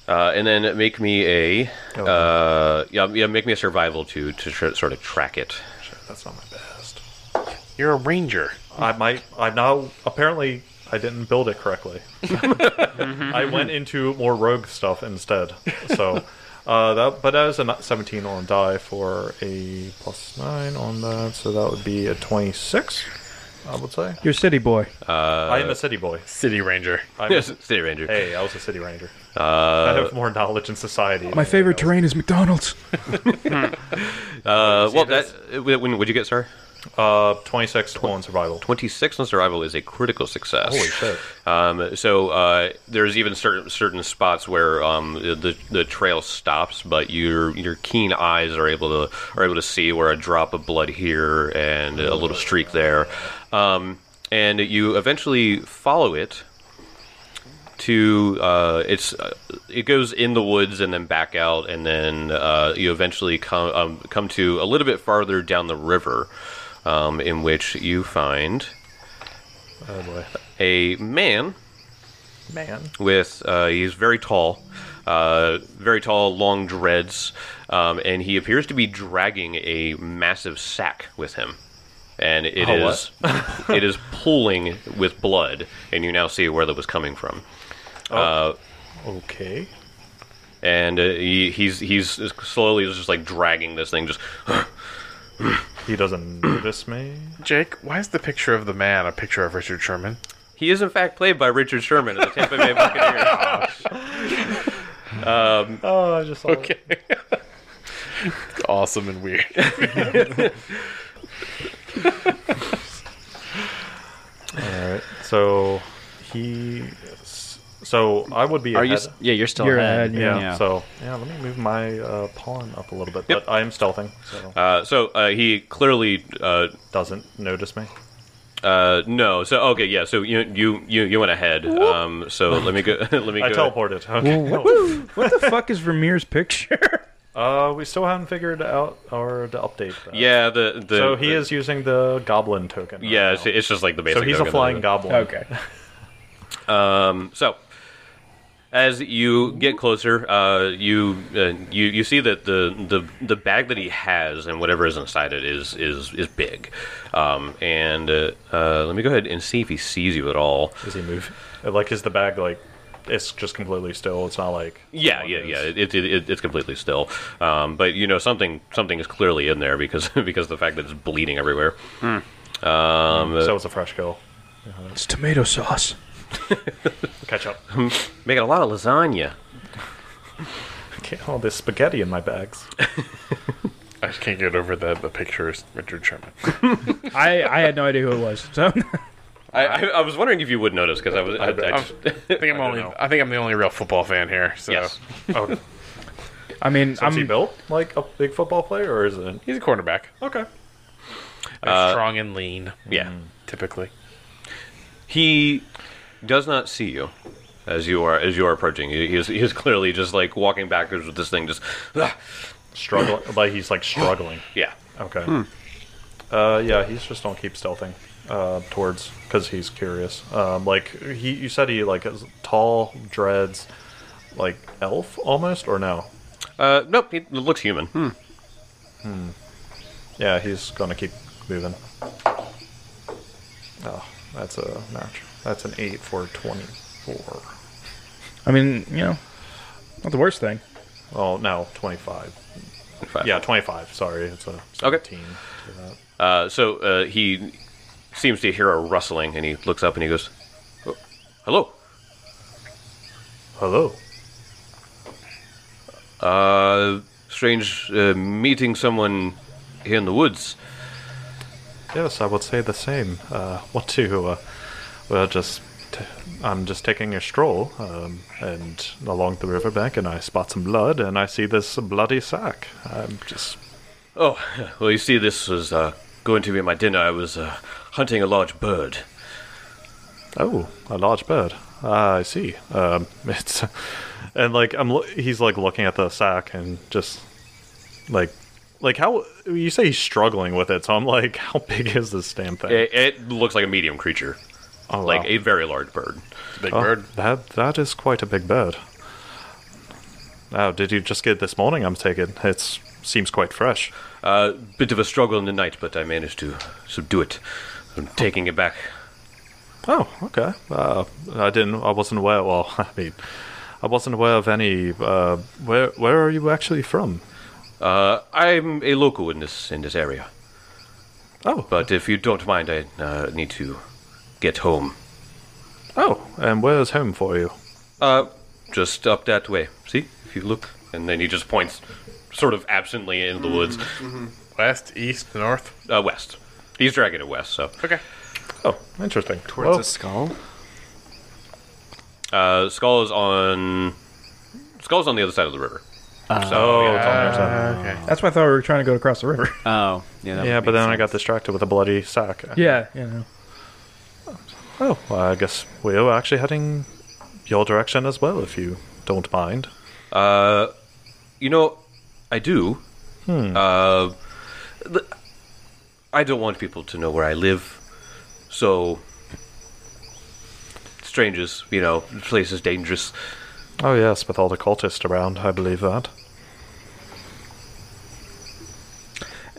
[SPEAKER 1] Uh, and then make me a
[SPEAKER 3] Oh.
[SPEAKER 1] uh, yeah yeah make me a survival to to tr- sort of track it.
[SPEAKER 3] Shit, That's not my best.
[SPEAKER 4] You're a ranger.
[SPEAKER 3] I might. I now apparently I didn't build it correctly. I went into more rogue stuff instead. So, uh, that but that is a n- seventeen on die for a plus nine on that. So that would be a twenty-six. I would say.
[SPEAKER 2] You're a city boy.
[SPEAKER 3] I am a city boy.
[SPEAKER 4] City ranger.
[SPEAKER 3] I'm
[SPEAKER 1] Yes, City Ranger.
[SPEAKER 3] hey, I was a city ranger. I have more knowledge in society.
[SPEAKER 2] My favorite terrain is McDonald's.
[SPEAKER 1] Uh, well, that uh, when would you get sir?
[SPEAKER 3] Uh, twenty-six on survival.
[SPEAKER 1] Twenty six on survival is a critical success.
[SPEAKER 3] Holy shit!
[SPEAKER 1] Um, so uh, there's even certain certain spots where um, the the trail stops, but your your keen eyes are able to are able to see where a drop of blood here and a little streak there, um, and you eventually follow it to uh, it's uh, it goes in the woods and then back out, and then uh, you eventually come um, come to a little bit farther down the river, um, in which you find
[SPEAKER 3] Oh boy,
[SPEAKER 1] a man
[SPEAKER 3] man.
[SPEAKER 1] with uh, he's very tall uh, very tall long dreads um, and he appears to be dragging a massive sack with him and it
[SPEAKER 3] A
[SPEAKER 1] is it is pooling with blood and you now see where that was coming from
[SPEAKER 3] Okay.
[SPEAKER 1] and uh, he, he's he's slowly just like dragging this thing just
[SPEAKER 3] He doesn't notice me.
[SPEAKER 4] Jake, why is the picture of the man a picture of Richard Sherman?
[SPEAKER 1] He is, in fact, played by Richard Sherman of the Tampa Bay Buccaneers.
[SPEAKER 3] Oh, I just saw okay.
[SPEAKER 4] Okay. awesome and weird.
[SPEAKER 3] All right. So he. So I would be.
[SPEAKER 5] Are you?
[SPEAKER 3] ahead.
[SPEAKER 5] s- Yeah, you're still
[SPEAKER 2] You're
[SPEAKER 5] ahead.
[SPEAKER 2] ahead,
[SPEAKER 3] Yeah, So yeah, let me move my uh, pawn up a little bit. But I am stealthing, so
[SPEAKER 1] Uh, so uh, he clearly uh,
[SPEAKER 3] doesn't notice me.
[SPEAKER 1] uh, no. So okay, yeah. So you you you, you went ahead. Um, so let me go. let me
[SPEAKER 3] I
[SPEAKER 1] go.
[SPEAKER 3] teleported. Okay.
[SPEAKER 2] Oh, what the fuck is Vermeer's picture?
[SPEAKER 3] Uh, we still haven't figured out or to update. That.
[SPEAKER 1] Yeah. The, the
[SPEAKER 3] So he
[SPEAKER 1] the-
[SPEAKER 3] is using the goblin token. right
[SPEAKER 1] Yeah.
[SPEAKER 3] now.
[SPEAKER 1] It's, it's just like the basic.
[SPEAKER 3] So he's a
[SPEAKER 1] token.
[SPEAKER 3] flying goblin.
[SPEAKER 2] okay.
[SPEAKER 1] So, as you get closer, uh, you uh, you you see that the, the the bag that he has and whatever is inside it is is is big. Um, and uh, uh, let me go ahead and see if he sees you at all.
[SPEAKER 3] Does he move? Like, is the bag like? It's just completely still. It's not like.
[SPEAKER 1] Yeah, yeah, yeah. It, it, it, it's completely still, um, but you know something something is clearly in there because because of the fact that it's bleeding everywhere.
[SPEAKER 3] So it's a fresh kill.
[SPEAKER 2] It's tomato sauce.
[SPEAKER 3] Catch up.
[SPEAKER 1] Making a lot of lasagna.
[SPEAKER 3] Can't all this spaghetti in my bags.
[SPEAKER 4] I just can't get over that the picture is Richard Sherman.
[SPEAKER 2] I, I had no idea who it was. So
[SPEAKER 1] I, I, I was wondering if you would notice because I was I, I
[SPEAKER 4] I'm,
[SPEAKER 1] just,
[SPEAKER 4] I think I'm only.
[SPEAKER 3] know.
[SPEAKER 4] I think I'm the only real football fan here. So
[SPEAKER 1] yes.
[SPEAKER 3] Oh,
[SPEAKER 2] I mean,
[SPEAKER 3] is he
[SPEAKER 2] I'm
[SPEAKER 3] built like a big football player, or is it?
[SPEAKER 4] he's a cornerback,
[SPEAKER 3] Okay.
[SPEAKER 4] They're
[SPEAKER 1] Uh,
[SPEAKER 4] strong and lean.
[SPEAKER 1] Yeah.
[SPEAKER 3] Mm.
[SPEAKER 4] typically.
[SPEAKER 1] He does not see you as you are as you are approaching. He, he, is, he is clearly just like walking backwards with this thing. Just "Ah."
[SPEAKER 3] Struggling, like he's like struggling.
[SPEAKER 1] yeah.
[SPEAKER 3] Okay. Uh, yeah, he's just don't keep stealthing uh, towards because he's curious. Um, like he, you said he like is tall, dreads, like elf almost, or no?
[SPEAKER 1] Uh, nope. He looks human.
[SPEAKER 3] Yeah, he's gonna keep moving. Oh, that's a match. That's an eight for twenty-four.
[SPEAKER 2] I mean, you know, not the worst thing.
[SPEAKER 3] Oh no, twenty-five.
[SPEAKER 1] Five.
[SPEAKER 3] Yeah, twenty-five. Sorry, it's a
[SPEAKER 1] Okay.
[SPEAKER 3] seventeen. to that.
[SPEAKER 1] Uh, so uh, he seems to hear a rustling, and he looks up and he goes, "Oh, "Hello."
[SPEAKER 3] Hello.
[SPEAKER 1] Uh, strange uh, meeting someone here in the woods.
[SPEAKER 3] Yes, I would say the same. Uh, what to? Uh, well, just t- I'm just taking a stroll um, and along the riverbank, and I spot some blood, and I see this bloody sack. I'm just
[SPEAKER 1] Oh, well, you see, this was uh, going to be my dinner. I was uh, hunting a large bird.
[SPEAKER 3] oh, a large bird. Ah, I see. Um, it's and like I'm. Lo- he's like looking at the sack and just like like how you say he's struggling with it. So I'm like, how big is this damn thing?
[SPEAKER 1] It, it looks like a medium creature,
[SPEAKER 3] oh,
[SPEAKER 1] like
[SPEAKER 3] wow.
[SPEAKER 1] a very large bird.
[SPEAKER 4] It's a big
[SPEAKER 3] Oh,
[SPEAKER 4] bird.
[SPEAKER 3] That that is quite a big bird. Oh, did you just get it this morning? I'm taking. It seems quite fresh.
[SPEAKER 1] Uh, bit of a struggle in the night, but I managed to subdue it. I'm taking it back.
[SPEAKER 3] Oh, okay. Uh, I didn't. I wasn't aware. Well, I mean, I wasn't aware of any. Uh, where Where are you actually from?
[SPEAKER 1] Uh, I'm a local in this in this area,
[SPEAKER 3] Oh,
[SPEAKER 1] but if you don't mind, I uh, need to get home.
[SPEAKER 3] oh, and where is home for you?
[SPEAKER 1] Uh, just up that way. See, if you look, and then he just points, sort of absently in the woods,
[SPEAKER 4] West, east, north.
[SPEAKER 1] uh, west. He's dragging it west. So,
[SPEAKER 4] Okay.
[SPEAKER 3] Oh, interesting.
[SPEAKER 5] Towards
[SPEAKER 3] Well,
[SPEAKER 5] a skull.
[SPEAKER 1] uh, skull is on. Skull's on the other side of the river.
[SPEAKER 3] oh, it's on there, so-
[SPEAKER 2] That's why I thought we were trying to go across the river.
[SPEAKER 5] Oh, yeah. that
[SPEAKER 3] yeah,
[SPEAKER 5] would
[SPEAKER 3] but
[SPEAKER 5] make
[SPEAKER 3] then I
[SPEAKER 5] sense.
[SPEAKER 3] got distracted with a bloody sack.
[SPEAKER 2] yeah, you know.
[SPEAKER 3] Oh, well, I guess we are actually heading your direction as well, if you don't mind.
[SPEAKER 1] Uh, You know, I do.
[SPEAKER 3] Hmm.
[SPEAKER 1] Uh, th- I don't want people to know where I live, so strangers, you know, the place is dangerous.
[SPEAKER 3] Oh yes, with all the cultists around, I believe that.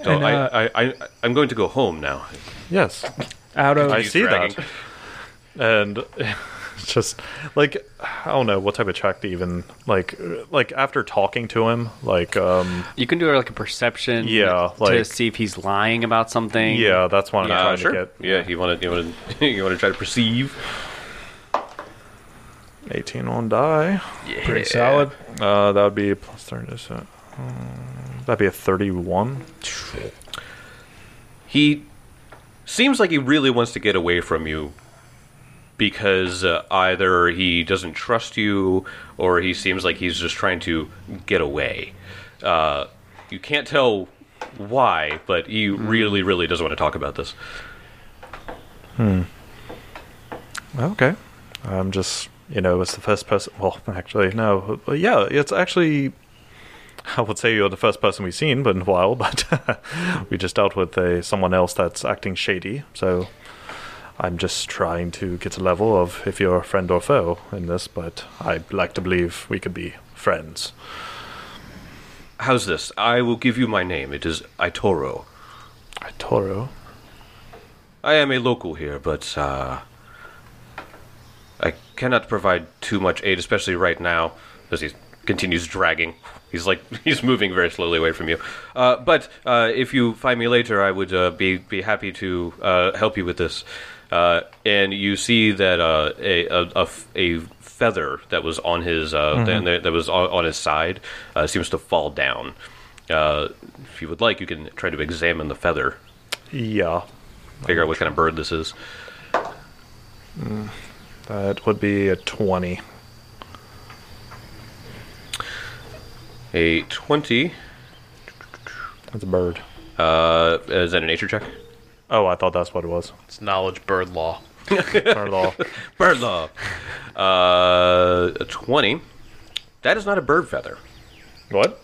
[SPEAKER 1] So
[SPEAKER 2] And, uh,
[SPEAKER 1] I, I, I, I'm going to go home now.
[SPEAKER 3] Yes,
[SPEAKER 2] Out of
[SPEAKER 3] I
[SPEAKER 1] He's
[SPEAKER 3] see
[SPEAKER 1] dragging.
[SPEAKER 3] that. And It's just like I don't know what type of check to even like. Like after talking to him, like um
[SPEAKER 5] You can do like a perception,
[SPEAKER 3] Yeah,
[SPEAKER 5] to
[SPEAKER 3] like-
[SPEAKER 5] see if he's lying about something.
[SPEAKER 3] yeah, that's what I'm
[SPEAKER 1] Yeah,
[SPEAKER 3] trying
[SPEAKER 1] Uh, sure.
[SPEAKER 3] to get.
[SPEAKER 1] Yeah, you want to you want to you want to try to perceive.
[SPEAKER 3] 18 on die.
[SPEAKER 2] Pretty solid.
[SPEAKER 3] Uh, that would be plus 30. So, um, that'd be a 31.
[SPEAKER 1] He seems like he really wants to get away from you because uh, either he doesn't trust you or he seems like he's just trying to get away. Uh, you can't tell why, but he really, really doesn't want to talk about this.
[SPEAKER 3] Oh, Okay. I'm just, you know, it's the first person. Well, actually, no. But yeah, it's actually. I would say you're the first person we've seen, but in a while. But we just dealt with a, someone else that's acting shady. So I'm just trying to get a level of if you're a friend or foe in this. But I'd like to believe we could be friends.
[SPEAKER 1] How's this? I will give you my name. It is Itoro.
[SPEAKER 3] Toro.
[SPEAKER 1] I am a local here, but uh, I cannot provide too much aid, especially right now, as he continues dragging. He's like he's moving very slowly away from you. Uh, but uh, if you find me later, I would uh, be be happy to uh, help you with this. Uh, and you see that uh, a, a, a f- a feather that was on his uh, that, that was on, on his side uh, seems to fall down. Uh, if you would like, you can try to examine the feather
[SPEAKER 3] Yeah.
[SPEAKER 1] figure out what kind of bird this is.
[SPEAKER 3] That would be a 20.
[SPEAKER 1] A 20.
[SPEAKER 3] That's a bird.
[SPEAKER 1] Uh, is that a nature check?
[SPEAKER 3] Oh, I thought that's what it was.
[SPEAKER 4] It's knowledge bird law.
[SPEAKER 3] Bird law.
[SPEAKER 1] Bird law. Uh, a 20. That is not a bird feather.
[SPEAKER 3] What?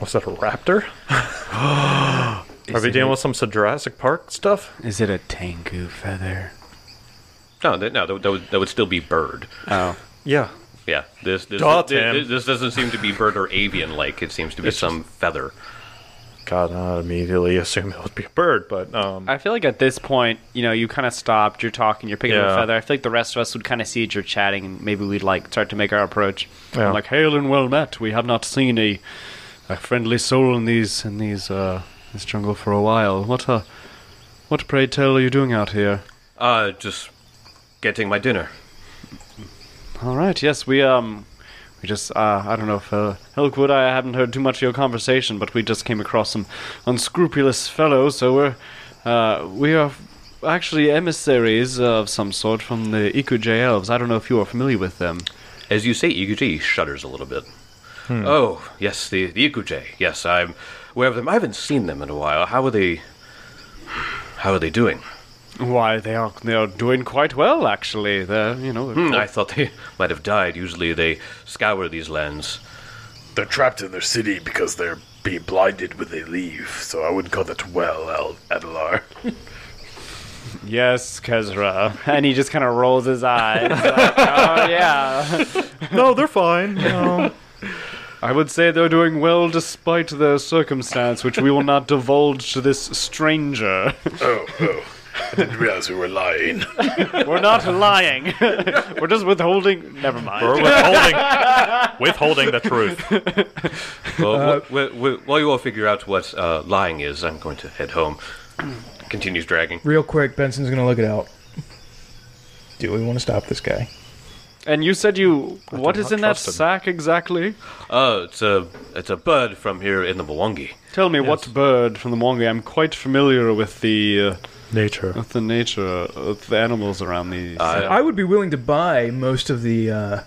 [SPEAKER 3] Was that a raptor? Are we dealing with some Jurassic Park stuff?
[SPEAKER 5] Is it a tanku feather?
[SPEAKER 1] No, that, no, that, that, would, that would still be bird.
[SPEAKER 5] Oh,
[SPEAKER 3] Yeah.
[SPEAKER 1] Yeah, this this,
[SPEAKER 3] Duh,
[SPEAKER 1] this,
[SPEAKER 3] Tim.
[SPEAKER 1] this doesn't seem to be bird or avian like. It seems to be some feather.
[SPEAKER 3] God, I immediately assumed it would be a bird, but um,
[SPEAKER 5] I feel like at this point, you know, you kind of stopped. You're talking. You're picking up
[SPEAKER 3] Yeah.
[SPEAKER 5] a feather. I feel like the rest of us would kind of see that you're chatting, and maybe we'd like start to make our approach.
[SPEAKER 3] Yeah.
[SPEAKER 5] Like, hail and well met. We have not seen a, a friendly soul in these in these uh, this jungle for a while. What uh, what pray tell are you doing out here?
[SPEAKER 1] Uh, just getting my dinner.
[SPEAKER 5] All right. Yes, we um, we just uh, I don't know if uh, Elkwood. I haven't heard too much of your conversation, but we just came across some unscrupulous fellows. So we're uh, we are actually emissaries of some sort from the Ikuje elves. I don't know if you are familiar with them.
[SPEAKER 1] As you say, Ikuje shudders a little bit.
[SPEAKER 3] Hmm.
[SPEAKER 1] Oh, yes, the, the Ikuje. Yes, I'm aware of them. I haven't seen them in a while. How are they? How are they doing?
[SPEAKER 5] Why they are they are doing quite well actually. They're you know
[SPEAKER 1] Hmm, I thought they might have died. Usually they scour these lands.
[SPEAKER 7] They're trapped in their city because they're being blinded when they leave, so I wouldn't call that well, El
[SPEAKER 4] Uh,
[SPEAKER 7] Adelar.
[SPEAKER 5] yes Kezra, and he just kind of rolls his eyes. like, oh yeah.
[SPEAKER 3] no, they're fine. No.
[SPEAKER 5] I would say they're doing well despite their circumstance, which we will not divulge to this stranger.
[SPEAKER 7] oh, oh. I didn't realize we were lying.
[SPEAKER 5] We're not lying. We're just withholding. Never mind.
[SPEAKER 3] We're withholding, withholding the truth.
[SPEAKER 1] Well, wh- wh- wh- while you all figure out what uh, lying is, I'm going to head home. Continues dragging.
[SPEAKER 2] Real quick, Benson's gonna look it out. Do we want to stop this guy?
[SPEAKER 5] And you said you. what
[SPEAKER 3] do
[SPEAKER 5] is
[SPEAKER 3] not
[SPEAKER 5] in that
[SPEAKER 3] trust him.
[SPEAKER 5] sack exactly?
[SPEAKER 1] Oh, it's a it's a bird from here in the Mwangi.
[SPEAKER 5] Tell me what bird from the Mwangi. I'm quite familiar with the uh,
[SPEAKER 3] Nature.
[SPEAKER 5] with the nature of the animals around these.
[SPEAKER 2] I would be willing to buy most of the uh,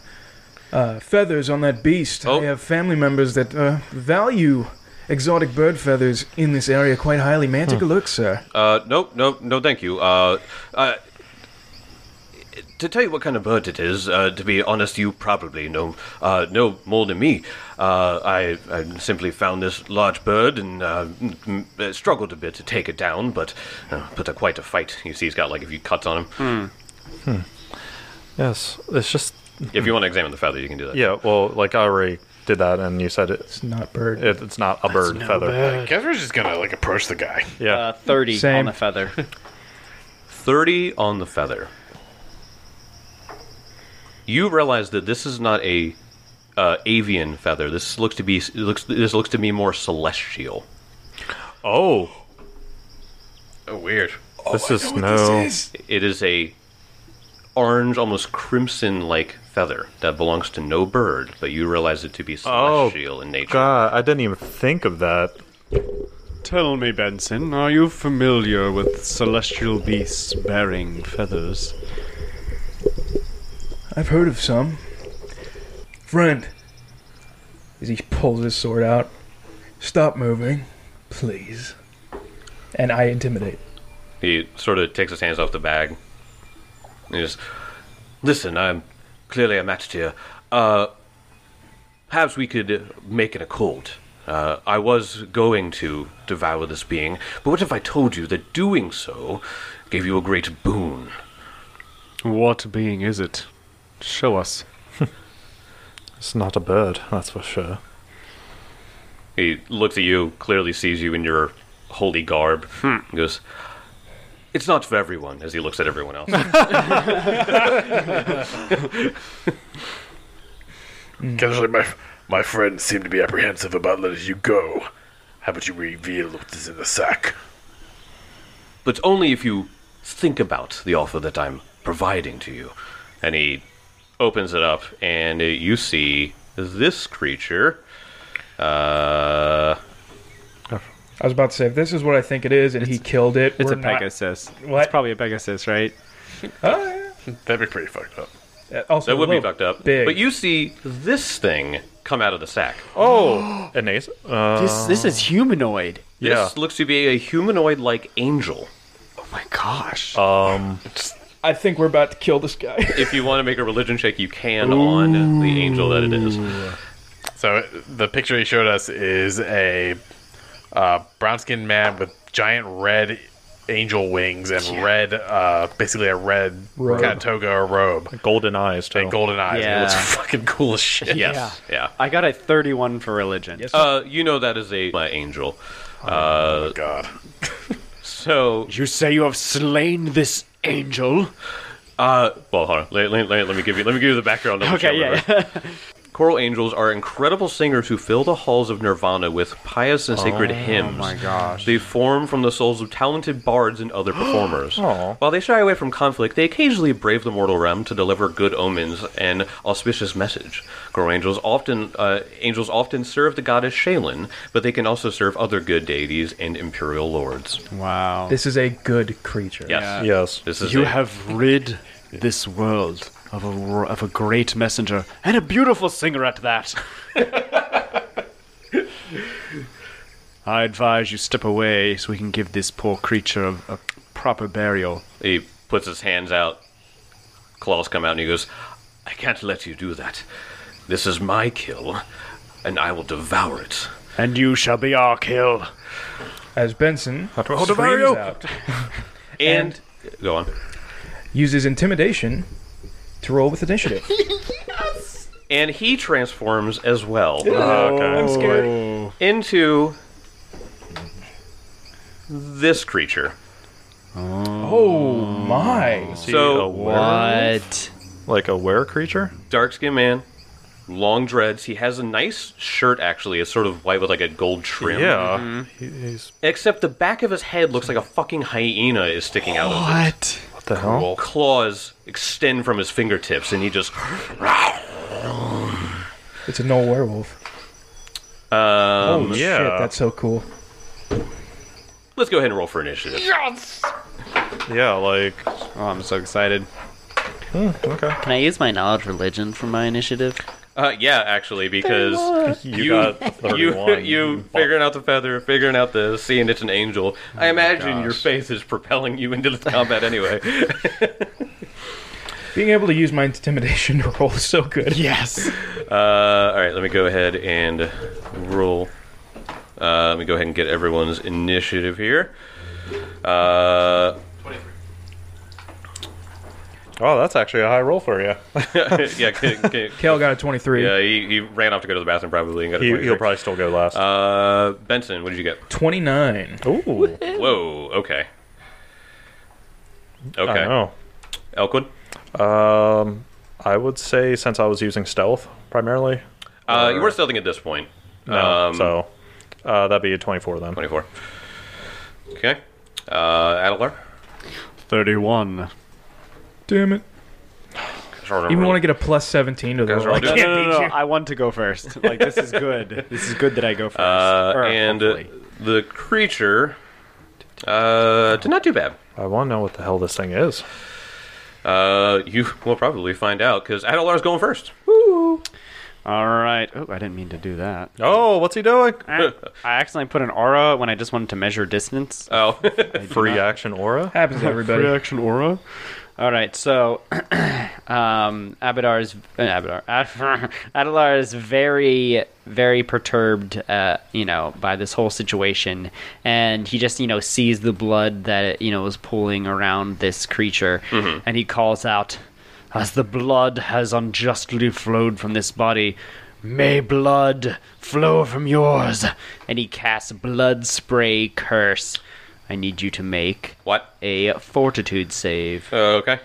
[SPEAKER 2] uh, feathers on that beast.
[SPEAKER 1] Oh.
[SPEAKER 2] I have family members that uh, value exotic bird feathers in this area quite highly. Man, take a look, sir.
[SPEAKER 1] Uh, nope, nope, no, thank you. Uh, uh, to tell you what kind of bird it is, uh, to be honest, you probably know uh, know more than me. Uh, I, I simply found this large bird and uh, m- m- uh, struggled a bit to take it down, but uh, put a quite a fight. You see, he's got like a few cuts on him.
[SPEAKER 3] Yes, it's just.
[SPEAKER 1] If you want to examine the feather, you can do that.
[SPEAKER 3] Yeah, well, like I already did that, and you said it,
[SPEAKER 2] It's not bird.
[SPEAKER 3] it, it's not a bird feather.
[SPEAKER 4] Kezra's just gonna like approach the guy.
[SPEAKER 3] Yeah.
[SPEAKER 5] uh, Thirty
[SPEAKER 2] Same.
[SPEAKER 5] on the feather.
[SPEAKER 1] Thirty on the feather. you realize that this is not a uh, avian feather. This looks to be it looks this looks to be more celestial.
[SPEAKER 3] Oh,
[SPEAKER 4] Oh, weird.
[SPEAKER 3] this is no.
[SPEAKER 1] It is a orange, almost crimson like feather that belongs to no bird, but you realize it to be
[SPEAKER 3] Oh,
[SPEAKER 1] celestial in nature.
[SPEAKER 3] God, I didn't even think of that.
[SPEAKER 5] Tell me, Benson, are you familiar with celestial beasts bearing feathers?
[SPEAKER 2] I've heard of some. Friend, as he pulls his sword out, stop moving, please. And I intimidate.
[SPEAKER 1] He sort of takes his hands off the bag. He just, listen, I'm clearly a match to you. Uh, perhaps we could make an accord. Uh, I was going to devour this being, but what if I told you that doing so gave you a great boon?
[SPEAKER 5] What being is it? Show us.
[SPEAKER 3] It's not a bird, that's for sure.
[SPEAKER 1] He looks at you, clearly sees you in your holy garb, and goes, It's not for everyone, as he looks at everyone else.
[SPEAKER 7] Casually, my my friends seem to be apprehensive about letting you go. How about you reveal what is in the sack?
[SPEAKER 1] but only if you think about the offer that I'm providing to you. And he opens it up, and uh, you see this creature. Uh,
[SPEAKER 2] I was about to say, if this is what I think it is, and he killed it,
[SPEAKER 5] It's
[SPEAKER 2] we're
[SPEAKER 5] a
[SPEAKER 2] not-
[SPEAKER 5] Pegasus.
[SPEAKER 2] What?
[SPEAKER 5] It's probably a Pegasus, right?
[SPEAKER 4] That'd be pretty fucked up.
[SPEAKER 2] Uh, Also,
[SPEAKER 1] that would be
[SPEAKER 2] little
[SPEAKER 1] fucked up.
[SPEAKER 2] Big.
[SPEAKER 1] But you see this thing come out of the sack.
[SPEAKER 3] Oh, an ace. Uh,
[SPEAKER 5] This this is humanoid.
[SPEAKER 1] This looks to be a humanoid-like angel.
[SPEAKER 5] Oh my gosh.
[SPEAKER 3] um,
[SPEAKER 2] I think we're about to kill this guy.
[SPEAKER 1] If you want to make a religion check, you can on the angel that it is.
[SPEAKER 4] So the picture he showed us is a uh, brown-skinned man with giant red angel wings and red, uh, basically a red
[SPEAKER 2] Robe.
[SPEAKER 4] kind of toga or robe
[SPEAKER 3] golden eyes too.
[SPEAKER 4] and golden eyes.
[SPEAKER 5] Yeah.
[SPEAKER 4] It looks fucking cool as shit.
[SPEAKER 1] Yes, yeah.
[SPEAKER 5] I got a 31 for religion. Oh.
[SPEAKER 2] Yes.
[SPEAKER 1] Uh, you know that is a my angel. Uh,
[SPEAKER 4] Oh, God.
[SPEAKER 1] so
[SPEAKER 5] You say you have slain this angel?
[SPEAKER 1] Uh, well, hold on. Let, let- let- let me give you. Let me give you the background. on the show
[SPEAKER 5] Okay,
[SPEAKER 1] real
[SPEAKER 5] yeah.
[SPEAKER 1] quick. Choral angels are incredible singers who fill the halls of Nirvana with pious and sacred hymns. Oh my gosh! They form from the souls of talented bards and other performers.
[SPEAKER 5] Oh.
[SPEAKER 1] While they shy away from conflict, they occasionally brave the mortal realm to deliver good omens and auspicious message. Choral angels often uh, angels often serve the goddess Shaylin, but they can also serve other good deities and imperial lords.
[SPEAKER 5] Wow.
[SPEAKER 2] this is a good creature.
[SPEAKER 1] Yes,
[SPEAKER 3] Yes.
[SPEAKER 1] this is
[SPEAKER 5] you
[SPEAKER 1] a-
[SPEAKER 5] have rid this world of a, wor- of a great messenger and a beautiful singer at that. I advise you step away so we can give this poor creature a, a proper burial.
[SPEAKER 1] He puts his hands out. Claws come out and he goes, I can't let you do that. This is my kill, and I will devour it.
[SPEAKER 5] And you shall be our kill.
[SPEAKER 2] As Benson
[SPEAKER 3] Hold on,
[SPEAKER 2] screams
[SPEAKER 3] Mario.
[SPEAKER 2] out,
[SPEAKER 1] And, go on.
[SPEAKER 2] uses intimidation to roll with initiative.
[SPEAKER 1] And he transforms as well Uh,
[SPEAKER 2] I'm scared.
[SPEAKER 5] Oh.
[SPEAKER 1] into this creature.
[SPEAKER 2] Oh my!
[SPEAKER 1] So
[SPEAKER 5] What?
[SPEAKER 3] Like a were creature?
[SPEAKER 1] dark skinned man, long dreads. He has a nice shirt actually. It's sort of white with like a gold trim.
[SPEAKER 3] Yeah. He- he's
[SPEAKER 1] Except the back of his head looks like a fucking hyena is sticking out of it.
[SPEAKER 5] What?
[SPEAKER 3] what the hell?
[SPEAKER 1] claws extend from his fingertips and he just
[SPEAKER 2] It's a no werewolf.
[SPEAKER 3] Oh.
[SPEAKER 2] Um, Holy shit,
[SPEAKER 3] yeah.
[SPEAKER 2] that's so cool.
[SPEAKER 1] let's go ahead and roll for initiative
[SPEAKER 3] Yeah, like
[SPEAKER 5] Oh, I'm so excited.
[SPEAKER 3] hmm, okay.
[SPEAKER 6] Can I use my knowledge religion for my initiative?
[SPEAKER 1] uh, yeah actually because
[SPEAKER 3] You,
[SPEAKER 1] you
[SPEAKER 3] got
[SPEAKER 1] you
[SPEAKER 3] 31.
[SPEAKER 1] you figuring out the feather figuring out this seeing it's an angel
[SPEAKER 3] Oh
[SPEAKER 1] i imagine your faith is propelling you into the combat anyway
[SPEAKER 2] Being able to use my intimidation to roll is so good.
[SPEAKER 5] Yes.
[SPEAKER 1] uh, all right let me go ahead and roll uh, let me go ahead and get everyone's initiative here uh,
[SPEAKER 3] Oh, that's actually a high roll for you.
[SPEAKER 1] yeah can, can,
[SPEAKER 2] Kale got a 23.
[SPEAKER 1] yeah he, he ran off to go to the bathroom probably and got a
[SPEAKER 3] He,
[SPEAKER 1] 23.
[SPEAKER 3] he'll probably still go last.
[SPEAKER 1] uh, benson what did you get
[SPEAKER 2] 29.
[SPEAKER 3] Ooh,
[SPEAKER 1] Whoa. Okay.
[SPEAKER 3] I
[SPEAKER 1] Okay.
[SPEAKER 3] know.
[SPEAKER 1] Elkwood.
[SPEAKER 3] Um, I would say since I was using stealth primarily.
[SPEAKER 1] Uh, you weren't stealthing at this point.
[SPEAKER 3] No,
[SPEAKER 1] Um,
[SPEAKER 3] so uh, that'd be a 24 then.
[SPEAKER 1] 24. Okay. Uh, Adelar?
[SPEAKER 5] 31.
[SPEAKER 2] Damn it. Even want to get a plus 17 to
[SPEAKER 1] Guys
[SPEAKER 2] those.
[SPEAKER 1] are all
[SPEAKER 2] Like,
[SPEAKER 1] doing
[SPEAKER 5] No,
[SPEAKER 1] it.
[SPEAKER 5] no, no, no. I want to go first. Like, this is good. this is good that I go first.
[SPEAKER 1] Uh,
[SPEAKER 5] Or
[SPEAKER 1] and
[SPEAKER 5] hopefully.
[SPEAKER 1] the creature uh, did not do bad.
[SPEAKER 3] I want to know what the hell this thing is.
[SPEAKER 1] Uh, you will probably find out because Adelar's going first.
[SPEAKER 5] All right. Oh, I didn't mean to do that.
[SPEAKER 3] Oh, what's he doing?
[SPEAKER 5] I accidentally put an aura when I just wanted to measure distance.
[SPEAKER 1] Oh,
[SPEAKER 3] Free action aura.
[SPEAKER 2] happens to everybody.
[SPEAKER 5] action aura. All right, so um, Abadar's uh, Abadar Ad- Adalar is very very perturbed, uh, you know, by this whole situation, and he just you know sees the blood that you know is pooling around this creature, and he calls out, "As the blood has unjustly flowed from this body." May blood flow from yours. And he casts Blood Spray Curse. I need you to make
[SPEAKER 1] what?
[SPEAKER 5] a fortitude save.
[SPEAKER 1] Uh, okay.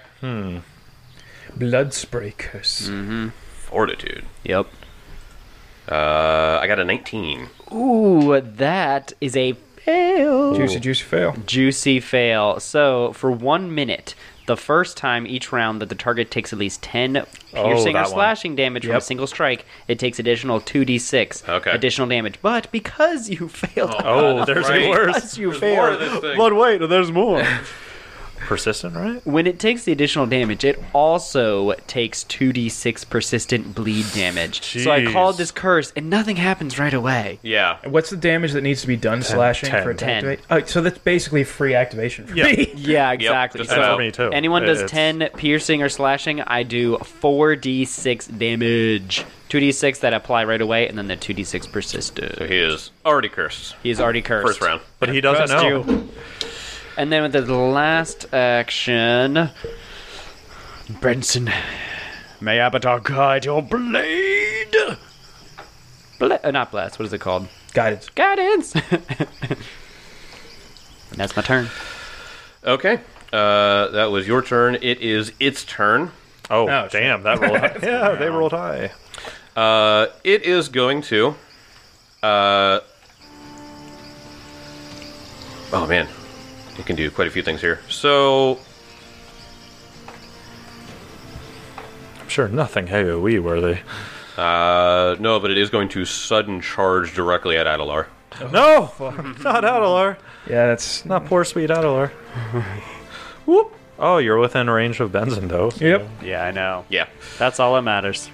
[SPEAKER 2] Blood spray curse.
[SPEAKER 1] Fortitude.
[SPEAKER 5] Yep.
[SPEAKER 1] Uh, I got a 19.
[SPEAKER 5] Ooh, that is a fail.
[SPEAKER 2] Juicy, juicy fail.
[SPEAKER 5] Juicy fail. So, for one minute, the first time each round that the target takes at least 10 piercing or
[SPEAKER 3] Oh, that one.
[SPEAKER 5] slashing damage from a single strike, it takes additional 2d6
[SPEAKER 1] Okay.
[SPEAKER 5] additional damage. But because you failed,
[SPEAKER 3] Oh, there's
[SPEAKER 1] Right.
[SPEAKER 3] a worse.
[SPEAKER 5] because you
[SPEAKER 1] There's more of
[SPEAKER 5] failed,
[SPEAKER 1] this thing.
[SPEAKER 5] but wait, there's more.
[SPEAKER 3] Persistent, right?
[SPEAKER 5] when it takes the additional damage, it also takes 2d6 persistent bleed damage. So I
[SPEAKER 3] Jeez.
[SPEAKER 5] called this curse, and nothing happens right away.
[SPEAKER 1] Yeah.
[SPEAKER 2] What's the damage that needs to be done slashing
[SPEAKER 3] Ten.
[SPEAKER 2] for it to
[SPEAKER 5] Ten.
[SPEAKER 2] activate? Oh, so that's basically free activation for
[SPEAKER 3] Yeah.
[SPEAKER 2] me.
[SPEAKER 5] Yeah, exactly.
[SPEAKER 1] just
[SPEAKER 5] so
[SPEAKER 1] about.
[SPEAKER 3] For me too.
[SPEAKER 5] anyone does
[SPEAKER 3] It's-
[SPEAKER 5] 10 piercing or slashing, I do 4d6 damage. 2d6 that apply right away, and then the 2d6 persisted.
[SPEAKER 1] So he is already cursed.
[SPEAKER 5] He's already cursed.
[SPEAKER 1] First round.
[SPEAKER 3] But he doesn't
[SPEAKER 5] Cursed
[SPEAKER 3] know.
[SPEAKER 5] you. And then with the last action. Benson, may Abatar guide your blade! Bla- uh, not blast, what is it called?
[SPEAKER 2] Guidance.
[SPEAKER 5] Guidance! That's my turn.
[SPEAKER 1] Okay. Uh, that was your turn. It is its turn.
[SPEAKER 3] Oh,
[SPEAKER 2] Oh, shit.
[SPEAKER 3] damn, that rolled high. yeah, they rolled high.
[SPEAKER 1] Uh, it is going to. Uh, oh man, it can do quite a few things here. So
[SPEAKER 3] I'm sure nothing AoE worthy.
[SPEAKER 1] uh, no, but it is going to sudden charge directly at Adelar.
[SPEAKER 3] no! Not Adelar.
[SPEAKER 2] Yeah, that's.
[SPEAKER 3] Not poor sweet Adelar.
[SPEAKER 1] Whoop.
[SPEAKER 3] Oh, you're within range of Benzin, though.
[SPEAKER 2] Yep.
[SPEAKER 5] Yeah, I know.
[SPEAKER 1] Yeah.
[SPEAKER 5] That's all that matters.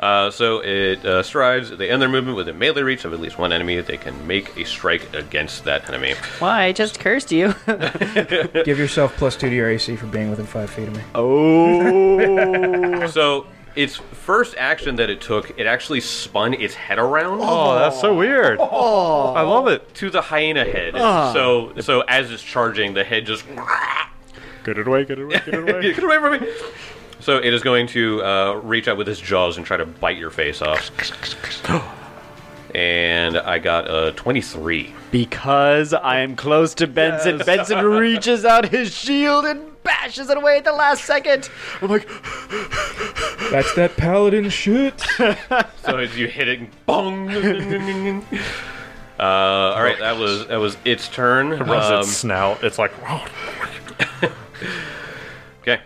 [SPEAKER 1] Uh, so it uh, strides. They end their movement with a melee reach of at least one enemy. They can make a strike against that enemy.
[SPEAKER 5] Why? I just cursed you.
[SPEAKER 2] Give yourself plus two to your AC for being within five feet of me.
[SPEAKER 5] Oh.
[SPEAKER 1] So its first action that it took, it actually spun its head around.
[SPEAKER 3] Oh, that's so weird. Oh. I love it.
[SPEAKER 1] to the hyena head. So so as it's charging, the head just
[SPEAKER 3] Get it away, get it away, get it away.
[SPEAKER 1] get away from me. So it is going to uh, reach out with its jaws and try to bite your face off. And I got a 23.
[SPEAKER 5] Because I am close to Benson. Benson reaches out his shield and bashes it away at the last second. I'm like,
[SPEAKER 2] That's that paladin shit.
[SPEAKER 1] So as you hit it, bong. Uh, all right, that was that was its turn.
[SPEAKER 3] Rubs
[SPEAKER 1] Um,
[SPEAKER 3] its snout. It's like,
[SPEAKER 1] okay.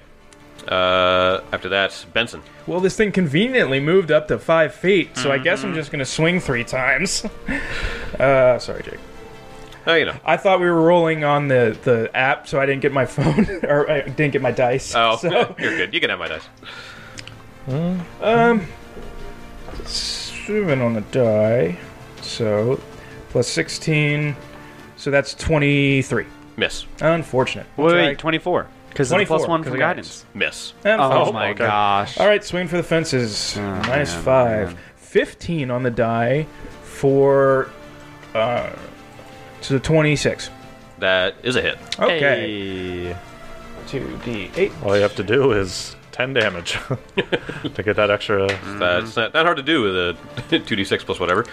[SPEAKER 1] Uh, after that, Benson.
[SPEAKER 2] Well, this thing conveniently moved up to five feet, so I guess
[SPEAKER 5] Mm-hmm.
[SPEAKER 2] I'm just gonna swing three times. uh, sorry, Jake.
[SPEAKER 1] Oh, you know.
[SPEAKER 2] I thought we were rolling on the, the app, so I didn't get my phone or I didn't get my dice.
[SPEAKER 1] Oh,
[SPEAKER 2] so
[SPEAKER 1] you're good. You can have my dice.
[SPEAKER 2] seven on the die, so plus sixteen, so that's twenty three.
[SPEAKER 1] Miss,
[SPEAKER 2] Unfortunate.
[SPEAKER 5] wait,
[SPEAKER 2] Try-
[SPEAKER 5] wait, 24. Because it's a plus
[SPEAKER 2] 24,
[SPEAKER 5] one
[SPEAKER 2] 'cause
[SPEAKER 5] from
[SPEAKER 2] of
[SPEAKER 5] guidance.
[SPEAKER 2] guidance.
[SPEAKER 1] miss.
[SPEAKER 5] Oh,
[SPEAKER 2] Unfortunate.
[SPEAKER 3] my
[SPEAKER 5] my
[SPEAKER 3] okay.
[SPEAKER 5] gosh.
[SPEAKER 2] All right, swing for the fences. Minus five. 15 on the die for. Uh, to the 26.
[SPEAKER 1] That is a hit.
[SPEAKER 2] Okay.
[SPEAKER 5] Hey.
[SPEAKER 2] 2d8.
[SPEAKER 3] all you have to do is 10 damage to get that extra.
[SPEAKER 1] That's not, not hard to do with a 2d6 plus whatever.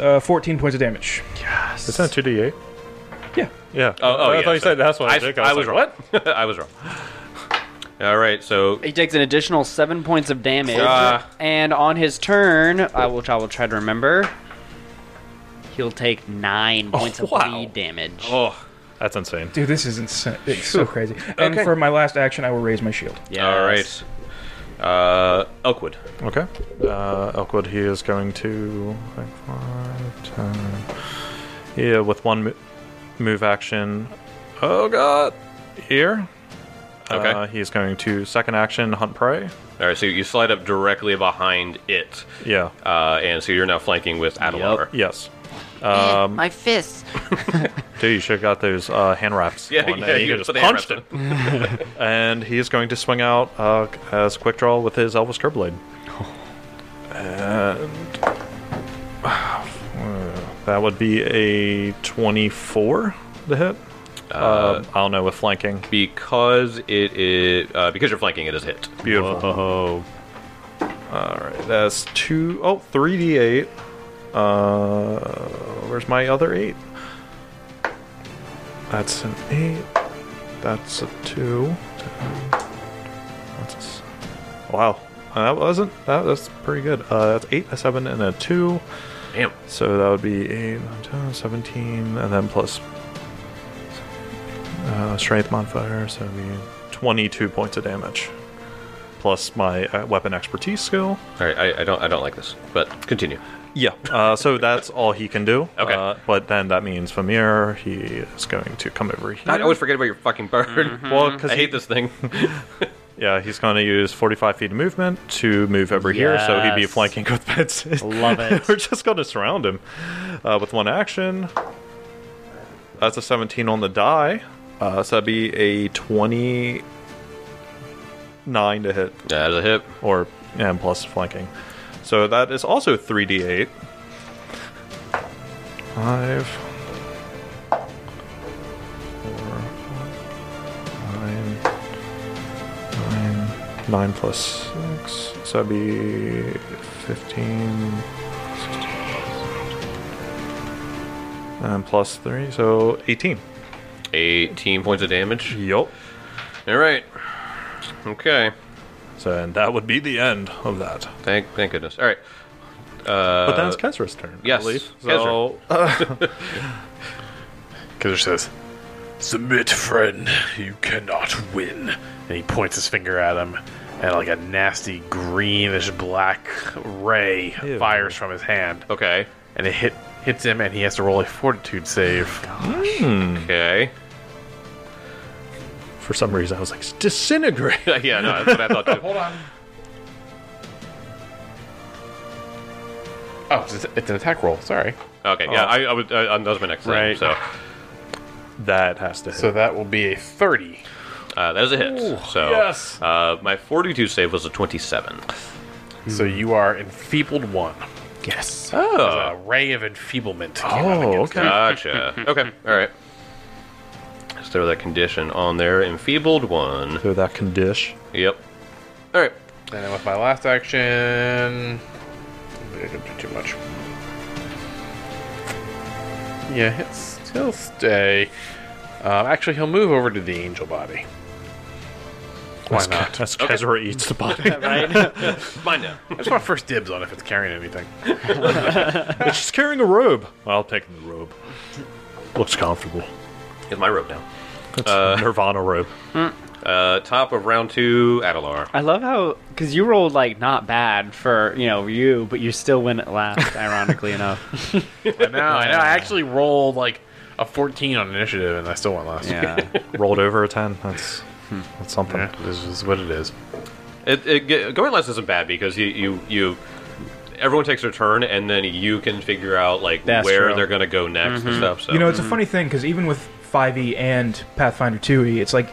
[SPEAKER 2] Uh, 14 points of damage.
[SPEAKER 3] It's not 2d8.
[SPEAKER 2] Yeah.
[SPEAKER 3] Yeah.
[SPEAKER 1] Oh, oh
[SPEAKER 3] I
[SPEAKER 1] yeah,
[SPEAKER 3] thought you
[SPEAKER 1] so-
[SPEAKER 3] said that's why.
[SPEAKER 1] I,
[SPEAKER 3] Jake,
[SPEAKER 1] I was
[SPEAKER 3] like,
[SPEAKER 1] wrong. I was wrong. All right, so
[SPEAKER 5] He takes an additional seven points of damage,
[SPEAKER 1] Ah.
[SPEAKER 5] and on his turn, I will. I will try to remember. He'll take nine points of
[SPEAKER 1] Oh, wow.
[SPEAKER 5] bleed damage.
[SPEAKER 1] oh,
[SPEAKER 3] That's insane.
[SPEAKER 2] Dude, this is insane. It's so crazy. And
[SPEAKER 1] Okay.
[SPEAKER 2] for my last action, I will raise my shield.
[SPEAKER 5] Yes.
[SPEAKER 1] all right. Uh, Elkwood.
[SPEAKER 3] Okay. Uh, Elkwood, he is going to. Like, five, ten. Yeah, with one mo- move action. Oh, God. Here.
[SPEAKER 1] Okay.
[SPEAKER 3] Uh, he's going to second action, Hunt Prey.
[SPEAKER 1] All right, so you slide up directly behind it,
[SPEAKER 3] Yeah.
[SPEAKER 1] uh, and so you're now flanking with Adelar.
[SPEAKER 3] Yes.
[SPEAKER 6] my fists.
[SPEAKER 3] Dude, you should have got those uh, hand wraps.
[SPEAKER 1] Yeah,
[SPEAKER 3] on,
[SPEAKER 1] yeah,
[SPEAKER 3] and
[SPEAKER 1] you
[SPEAKER 3] could
[SPEAKER 1] put the
[SPEAKER 3] just
[SPEAKER 1] hand
[SPEAKER 3] punched
[SPEAKER 1] wraps
[SPEAKER 3] him. and he is going to swing out uh, as quick draw with his Elvis Curb Blade. And that would be a 24 to hit. Uh, I don't know with flanking.
[SPEAKER 1] Because it is uh, because you're flanking, it is hit.
[SPEAKER 3] Beautiful.
[SPEAKER 5] Oh.
[SPEAKER 3] All right, that's two oh three d eight. Uh, where's my other eight? That's an eight. That's a two. That's a s- wow. That wasn't that. That's pretty good. Uh, that's eight, a seven, and a two.
[SPEAKER 1] Damn.
[SPEAKER 3] So that would be 8, nine, 10, 17, and then plus uh, strength modifier, so it'd be 22 points of damage. Plus my uh, weapon expertise skill.
[SPEAKER 1] All right, I, I don't I don't like this, but continue.
[SPEAKER 3] Yeah. Uh, so that's all he can do.
[SPEAKER 1] Okay.
[SPEAKER 3] Uh, but then that means Famir, he is going to come over here.
[SPEAKER 1] I always forget about your fucking bird.
[SPEAKER 3] Well,
[SPEAKER 1] Mm-hmm.
[SPEAKER 3] because
[SPEAKER 1] I hate this thing.
[SPEAKER 3] Yeah, he's going to use 45 feet of movement to move over here, so he'd be
[SPEAKER 5] Yes.
[SPEAKER 3] flanking with Betsy.
[SPEAKER 5] Love it.
[SPEAKER 3] We're just going to surround him uh, with one action. That's a 17 on the die, uh, so that'd be a 29 to hit,
[SPEAKER 1] That is a hit.
[SPEAKER 3] or and plus flanking. So that is also 3d8. Five. Four. Nine. Nine. Nine plus six. So that'd be 15. 16. And plus three, so 18.
[SPEAKER 1] 18 points of damage.
[SPEAKER 3] Yup.
[SPEAKER 1] All right. Okay.
[SPEAKER 3] So, and that would be the end of that.
[SPEAKER 1] Thank thank goodness. All right. Uh,
[SPEAKER 3] but then it's Kesra's turn.
[SPEAKER 1] yes,
[SPEAKER 3] I believe.
[SPEAKER 1] Kesra.
[SPEAKER 3] So,
[SPEAKER 4] Kizzer says,
[SPEAKER 7] Submit, friend. You cannot win.
[SPEAKER 4] and he points his finger at him, and like a nasty greenish black ray
[SPEAKER 3] Ew.
[SPEAKER 4] fires from his hand,
[SPEAKER 1] Okay.
[SPEAKER 4] and it hit hits him, and he has to roll a fortitude save. Oh,
[SPEAKER 1] Okay.
[SPEAKER 3] for some reason, I was like, disintegrate.
[SPEAKER 1] yeah, no, that's what I thought too.
[SPEAKER 4] Hold on. Oh, it's, it's an attack roll. Sorry.
[SPEAKER 1] Okay, yeah, I, I would. I, that was my next
[SPEAKER 4] Right.
[SPEAKER 1] thing.
[SPEAKER 3] That has to hit.
[SPEAKER 4] So that will be a thirty.
[SPEAKER 1] So uh, that is a hit. so
[SPEAKER 3] yes.
[SPEAKER 1] uh, my 42 save was a 27.
[SPEAKER 4] So you are enfeebled one. Yes. Oh. A ray of enfeeblement. came out
[SPEAKER 3] oh,
[SPEAKER 4] against
[SPEAKER 3] okay.
[SPEAKER 1] Gotcha. okay, all right. Let's throw that condition on there. Enfeebled one.
[SPEAKER 3] So that can dish.
[SPEAKER 1] Yep. All right.
[SPEAKER 4] And then with my last action, I didn't do too much. Yeah, it's, he'll stay. Um, actually, he'll move over to the angel body. Why not?
[SPEAKER 3] That's Kezra eats the body.
[SPEAKER 1] Mine now.
[SPEAKER 4] I just want first dibs on if it's carrying anything.
[SPEAKER 3] She's carrying a robe. Well, I'll take the robe. Looks comfortable.
[SPEAKER 1] Get my rope now.
[SPEAKER 3] It's Nirvana robe.
[SPEAKER 1] Uh, top of round two, Adelar.
[SPEAKER 5] I love how because you rolled like not bad for you know you, but you still win at last. Ironically enough.
[SPEAKER 4] I know, I know. I actually rolled like a 14 on initiative and I still went last.
[SPEAKER 5] Yeah.
[SPEAKER 3] Rolled over a 10. That's, that's something.
[SPEAKER 4] Yeah, this is what it is.
[SPEAKER 1] It, it, ge- going last isn't bad because you, you you everyone takes their turn and then you can figure out like
[SPEAKER 5] That's
[SPEAKER 1] where
[SPEAKER 5] true. Mm-hmm.
[SPEAKER 1] they're gonna go next and stuff. So
[SPEAKER 2] You know, it's a funny thing because even with 5e and Pathfinder 2e, it's like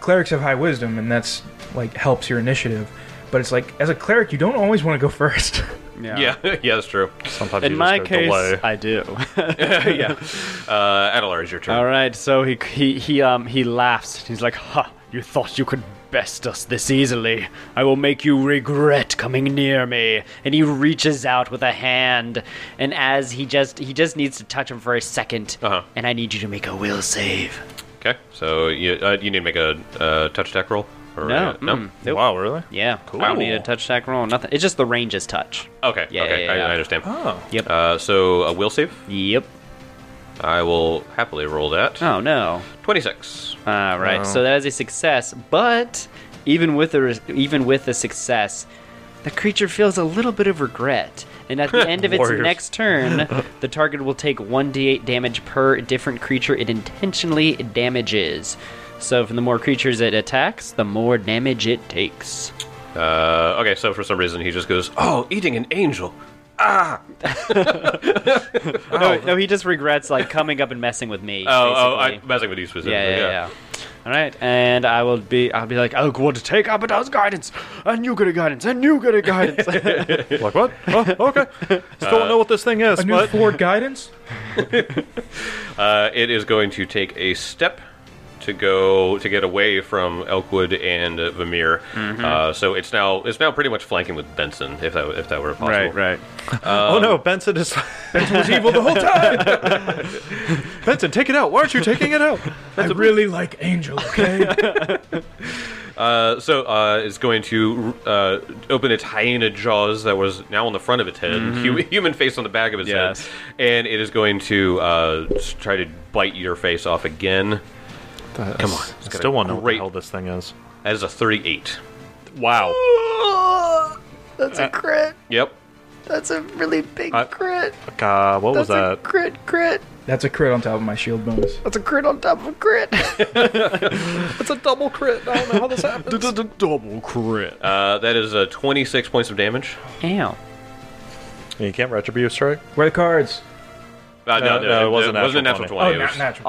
[SPEAKER 2] clerics have high wisdom, and that's like helps your initiative. But it's like as a cleric, you don't always want to go first.
[SPEAKER 1] yeah, yeah, that's true.
[SPEAKER 3] Sometimes
[SPEAKER 5] In
[SPEAKER 3] you
[SPEAKER 5] my
[SPEAKER 3] just go
[SPEAKER 5] case,
[SPEAKER 3] delay.
[SPEAKER 5] I do.
[SPEAKER 1] yeah. Uh, Adelar is your turn.
[SPEAKER 5] All right, so he he he um he laughs. He's like, "Ha! You thought you could best us this easily? I will make you regret coming near me." And he reaches out with a hand, and as he just he just needs to touch him for a 2nd
[SPEAKER 1] Uh-huh.
[SPEAKER 5] and I need you to make a will save.
[SPEAKER 1] Okay, so you uh, you need to make a uh, touch attack roll. Or,
[SPEAKER 5] No.
[SPEAKER 1] uh, no.
[SPEAKER 5] Mm-mm. Nope.
[SPEAKER 3] Wow, really?
[SPEAKER 5] Yeah. I don't need a touch attack roll. Nothing. It's just the range is touch.
[SPEAKER 1] Okay.
[SPEAKER 5] Yeah,
[SPEAKER 1] okay.
[SPEAKER 5] yeah,
[SPEAKER 1] I,
[SPEAKER 5] yeah.
[SPEAKER 1] I understand.
[SPEAKER 3] Oh.
[SPEAKER 5] Yep.
[SPEAKER 1] Uh, so a will save.
[SPEAKER 5] yep.
[SPEAKER 1] I will happily roll that.
[SPEAKER 5] Oh no.
[SPEAKER 1] Twenty-six.
[SPEAKER 5] All Ah, right.
[SPEAKER 3] Wow.
[SPEAKER 5] So that is a success, but even with the even with the success, the creature feels a little bit of regret. And at the end of its
[SPEAKER 3] Warriors.
[SPEAKER 5] next turn, the target will take 1d8 damage per different creature it intentionally damages. So, from the more creatures it attacks, the more damage it takes.
[SPEAKER 1] Uh, okay. So for some reason he just goes, "Oh, eating an angel."
[SPEAKER 5] No, no, he just regrets like coming up and messing with me.
[SPEAKER 1] Oh, oh,
[SPEAKER 5] basically.
[SPEAKER 1] I'm messing with you specifically.
[SPEAKER 5] yeah, yeah, yeah, All right, and I will be. I'll be like, I want to take Abadar's guidance, and you get a guidance, and you get a guidance.
[SPEAKER 3] Like what? Oh, okay. Still don't know what this thing is,
[SPEAKER 2] A new
[SPEAKER 3] but
[SPEAKER 2] forward guidance?
[SPEAKER 1] Uh, it is going to take a step to go to get away from Elkwood and uh, Vamir. Uh, so it's now it's now pretty much flanking with Benson, if that if that were possible.
[SPEAKER 5] right.
[SPEAKER 3] oh no, Benson is Benson was evil the whole time. Benson, take it out. Why aren't you taking it out?
[SPEAKER 2] I really like Angel, okay?
[SPEAKER 1] Uh, so uh, it's going to uh, open its hyena jaws that was now on the front of its head, hu- human face on the back of its
[SPEAKER 5] Yes.
[SPEAKER 1] head, and it is going to uh, s- try to bite your face off again.
[SPEAKER 3] Come on.
[SPEAKER 1] got
[SPEAKER 3] Still
[SPEAKER 1] a
[SPEAKER 3] want to know what the
[SPEAKER 1] great-
[SPEAKER 3] hell this thing is.
[SPEAKER 1] That is a thirty-eight.
[SPEAKER 3] Wow.
[SPEAKER 6] That's a crit.
[SPEAKER 1] Yep.
[SPEAKER 6] That's a really big
[SPEAKER 3] I-
[SPEAKER 6] crit.
[SPEAKER 3] God, what was
[SPEAKER 6] That's a
[SPEAKER 3] that?
[SPEAKER 6] crit, crit.
[SPEAKER 2] That's a crit on top of my shield bonus.
[SPEAKER 6] That's a crit on top of a crit.
[SPEAKER 3] It's a double crit. I don't know how this happened.
[SPEAKER 5] Double crit.
[SPEAKER 1] Uh, that is uh, twenty-six points of damage.
[SPEAKER 5] Ow.
[SPEAKER 3] you can't retribute strike.
[SPEAKER 2] Where are the cards?
[SPEAKER 1] Uh,
[SPEAKER 3] No, no, it wasn't
[SPEAKER 1] It wasn't a
[SPEAKER 3] natural
[SPEAKER 1] natural twenty.
[SPEAKER 3] 20.
[SPEAKER 2] oh,
[SPEAKER 1] it
[SPEAKER 2] na-
[SPEAKER 1] was-
[SPEAKER 2] natural.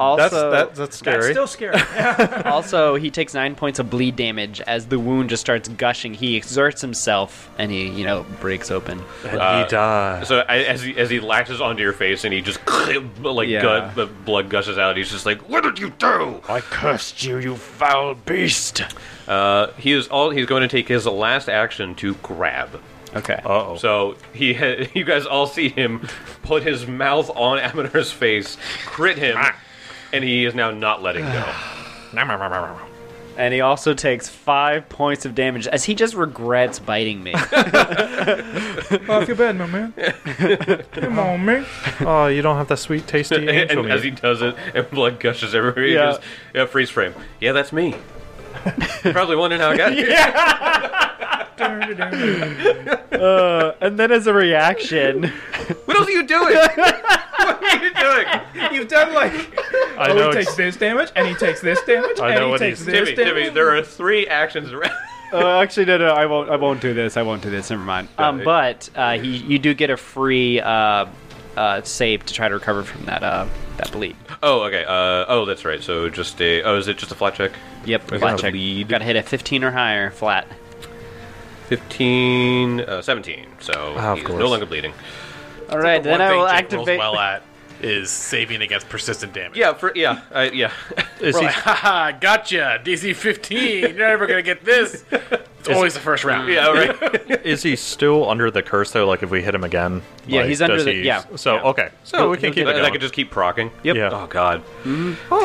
[SPEAKER 3] That's
[SPEAKER 5] Also,
[SPEAKER 3] that, that's
[SPEAKER 2] That's
[SPEAKER 3] scary.
[SPEAKER 2] still scary.
[SPEAKER 5] also, he takes nine points of bleed damage as the wound just starts gushing. He exerts himself and he, you know, breaks open.
[SPEAKER 3] and he dies.
[SPEAKER 1] So I, as he as he latches onto your face and he just like
[SPEAKER 5] Yeah.
[SPEAKER 1] gut, the blood gushes out. He's just like, "What did you do?"
[SPEAKER 7] I cursed you, you foul beast!
[SPEAKER 1] Uh, he is all he's going to take his last action to grab.
[SPEAKER 5] Okay.
[SPEAKER 3] Uh-oh.
[SPEAKER 1] So he ha- you guys all see him put his mouth on Amador's face, crit him,
[SPEAKER 7] Ah.
[SPEAKER 1] and he is now not letting go.
[SPEAKER 5] And he also takes five points of damage as he just regrets biting me.
[SPEAKER 2] oh, I feel bad, my man. Come on, man.
[SPEAKER 3] oh, you don't have that sweet, tasty
[SPEAKER 1] and
[SPEAKER 3] angel
[SPEAKER 1] and
[SPEAKER 3] meat.
[SPEAKER 1] as he does it, and blood gushes everywhere. He
[SPEAKER 5] Yeah.
[SPEAKER 1] goes, yeah, freeze frame. Yeah, that's me. You're probably wondering how I got here.
[SPEAKER 5] Uh, and then as a reaction,
[SPEAKER 1] What else are you doing? what are you doing?
[SPEAKER 2] You've done like
[SPEAKER 3] I
[SPEAKER 2] Oh,
[SPEAKER 3] know
[SPEAKER 2] he
[SPEAKER 3] it's-
[SPEAKER 2] takes this damage, and he takes this damage,
[SPEAKER 3] I know
[SPEAKER 2] and he
[SPEAKER 3] what
[SPEAKER 2] takes
[SPEAKER 3] he's-
[SPEAKER 2] this
[SPEAKER 1] Timmy,
[SPEAKER 2] damage.
[SPEAKER 1] Timmy, there are three actions around.
[SPEAKER 5] uh, actually, no, no, I won't. I won't do this. I won't do this. Never mind. Um,
[SPEAKER 1] it-
[SPEAKER 5] but uh, he, you do get a free uh, uh, save to try to recover from that uh, that bleed.
[SPEAKER 1] Oh, okay. Uh, oh, that's right. So just a. Oh, is it just a flat check?
[SPEAKER 5] Yep.
[SPEAKER 1] We're
[SPEAKER 5] Flat
[SPEAKER 1] gonna
[SPEAKER 5] check.
[SPEAKER 1] bleed.
[SPEAKER 5] Got to hit a 15 or higher flat.
[SPEAKER 1] 15, uh, 17. So
[SPEAKER 3] Ah, of
[SPEAKER 1] he is no
[SPEAKER 3] course.
[SPEAKER 1] longer bleeding.
[SPEAKER 5] All right,
[SPEAKER 4] The
[SPEAKER 5] then
[SPEAKER 4] one
[SPEAKER 5] I
[SPEAKER 4] thing
[SPEAKER 5] will
[SPEAKER 4] Jake rolls
[SPEAKER 5] activate.
[SPEAKER 4] well at is saving against persistent damage.
[SPEAKER 1] Yeah, for yeah, I, yeah.
[SPEAKER 3] Is he,
[SPEAKER 4] Like, haha, gotcha. DC 15. You're never going to get this. It's always the first round.
[SPEAKER 1] yeah, right.
[SPEAKER 3] is he still under the curse though? Like if we hit him again?
[SPEAKER 5] Yeah,
[SPEAKER 3] Like,
[SPEAKER 5] he's under
[SPEAKER 3] does
[SPEAKER 5] the- yeah.
[SPEAKER 3] So okay, so we can keep it
[SPEAKER 1] And I
[SPEAKER 3] going.
[SPEAKER 1] could just keep procking.
[SPEAKER 5] Yep.
[SPEAKER 3] Yeah. Oh,
[SPEAKER 1] Oh God,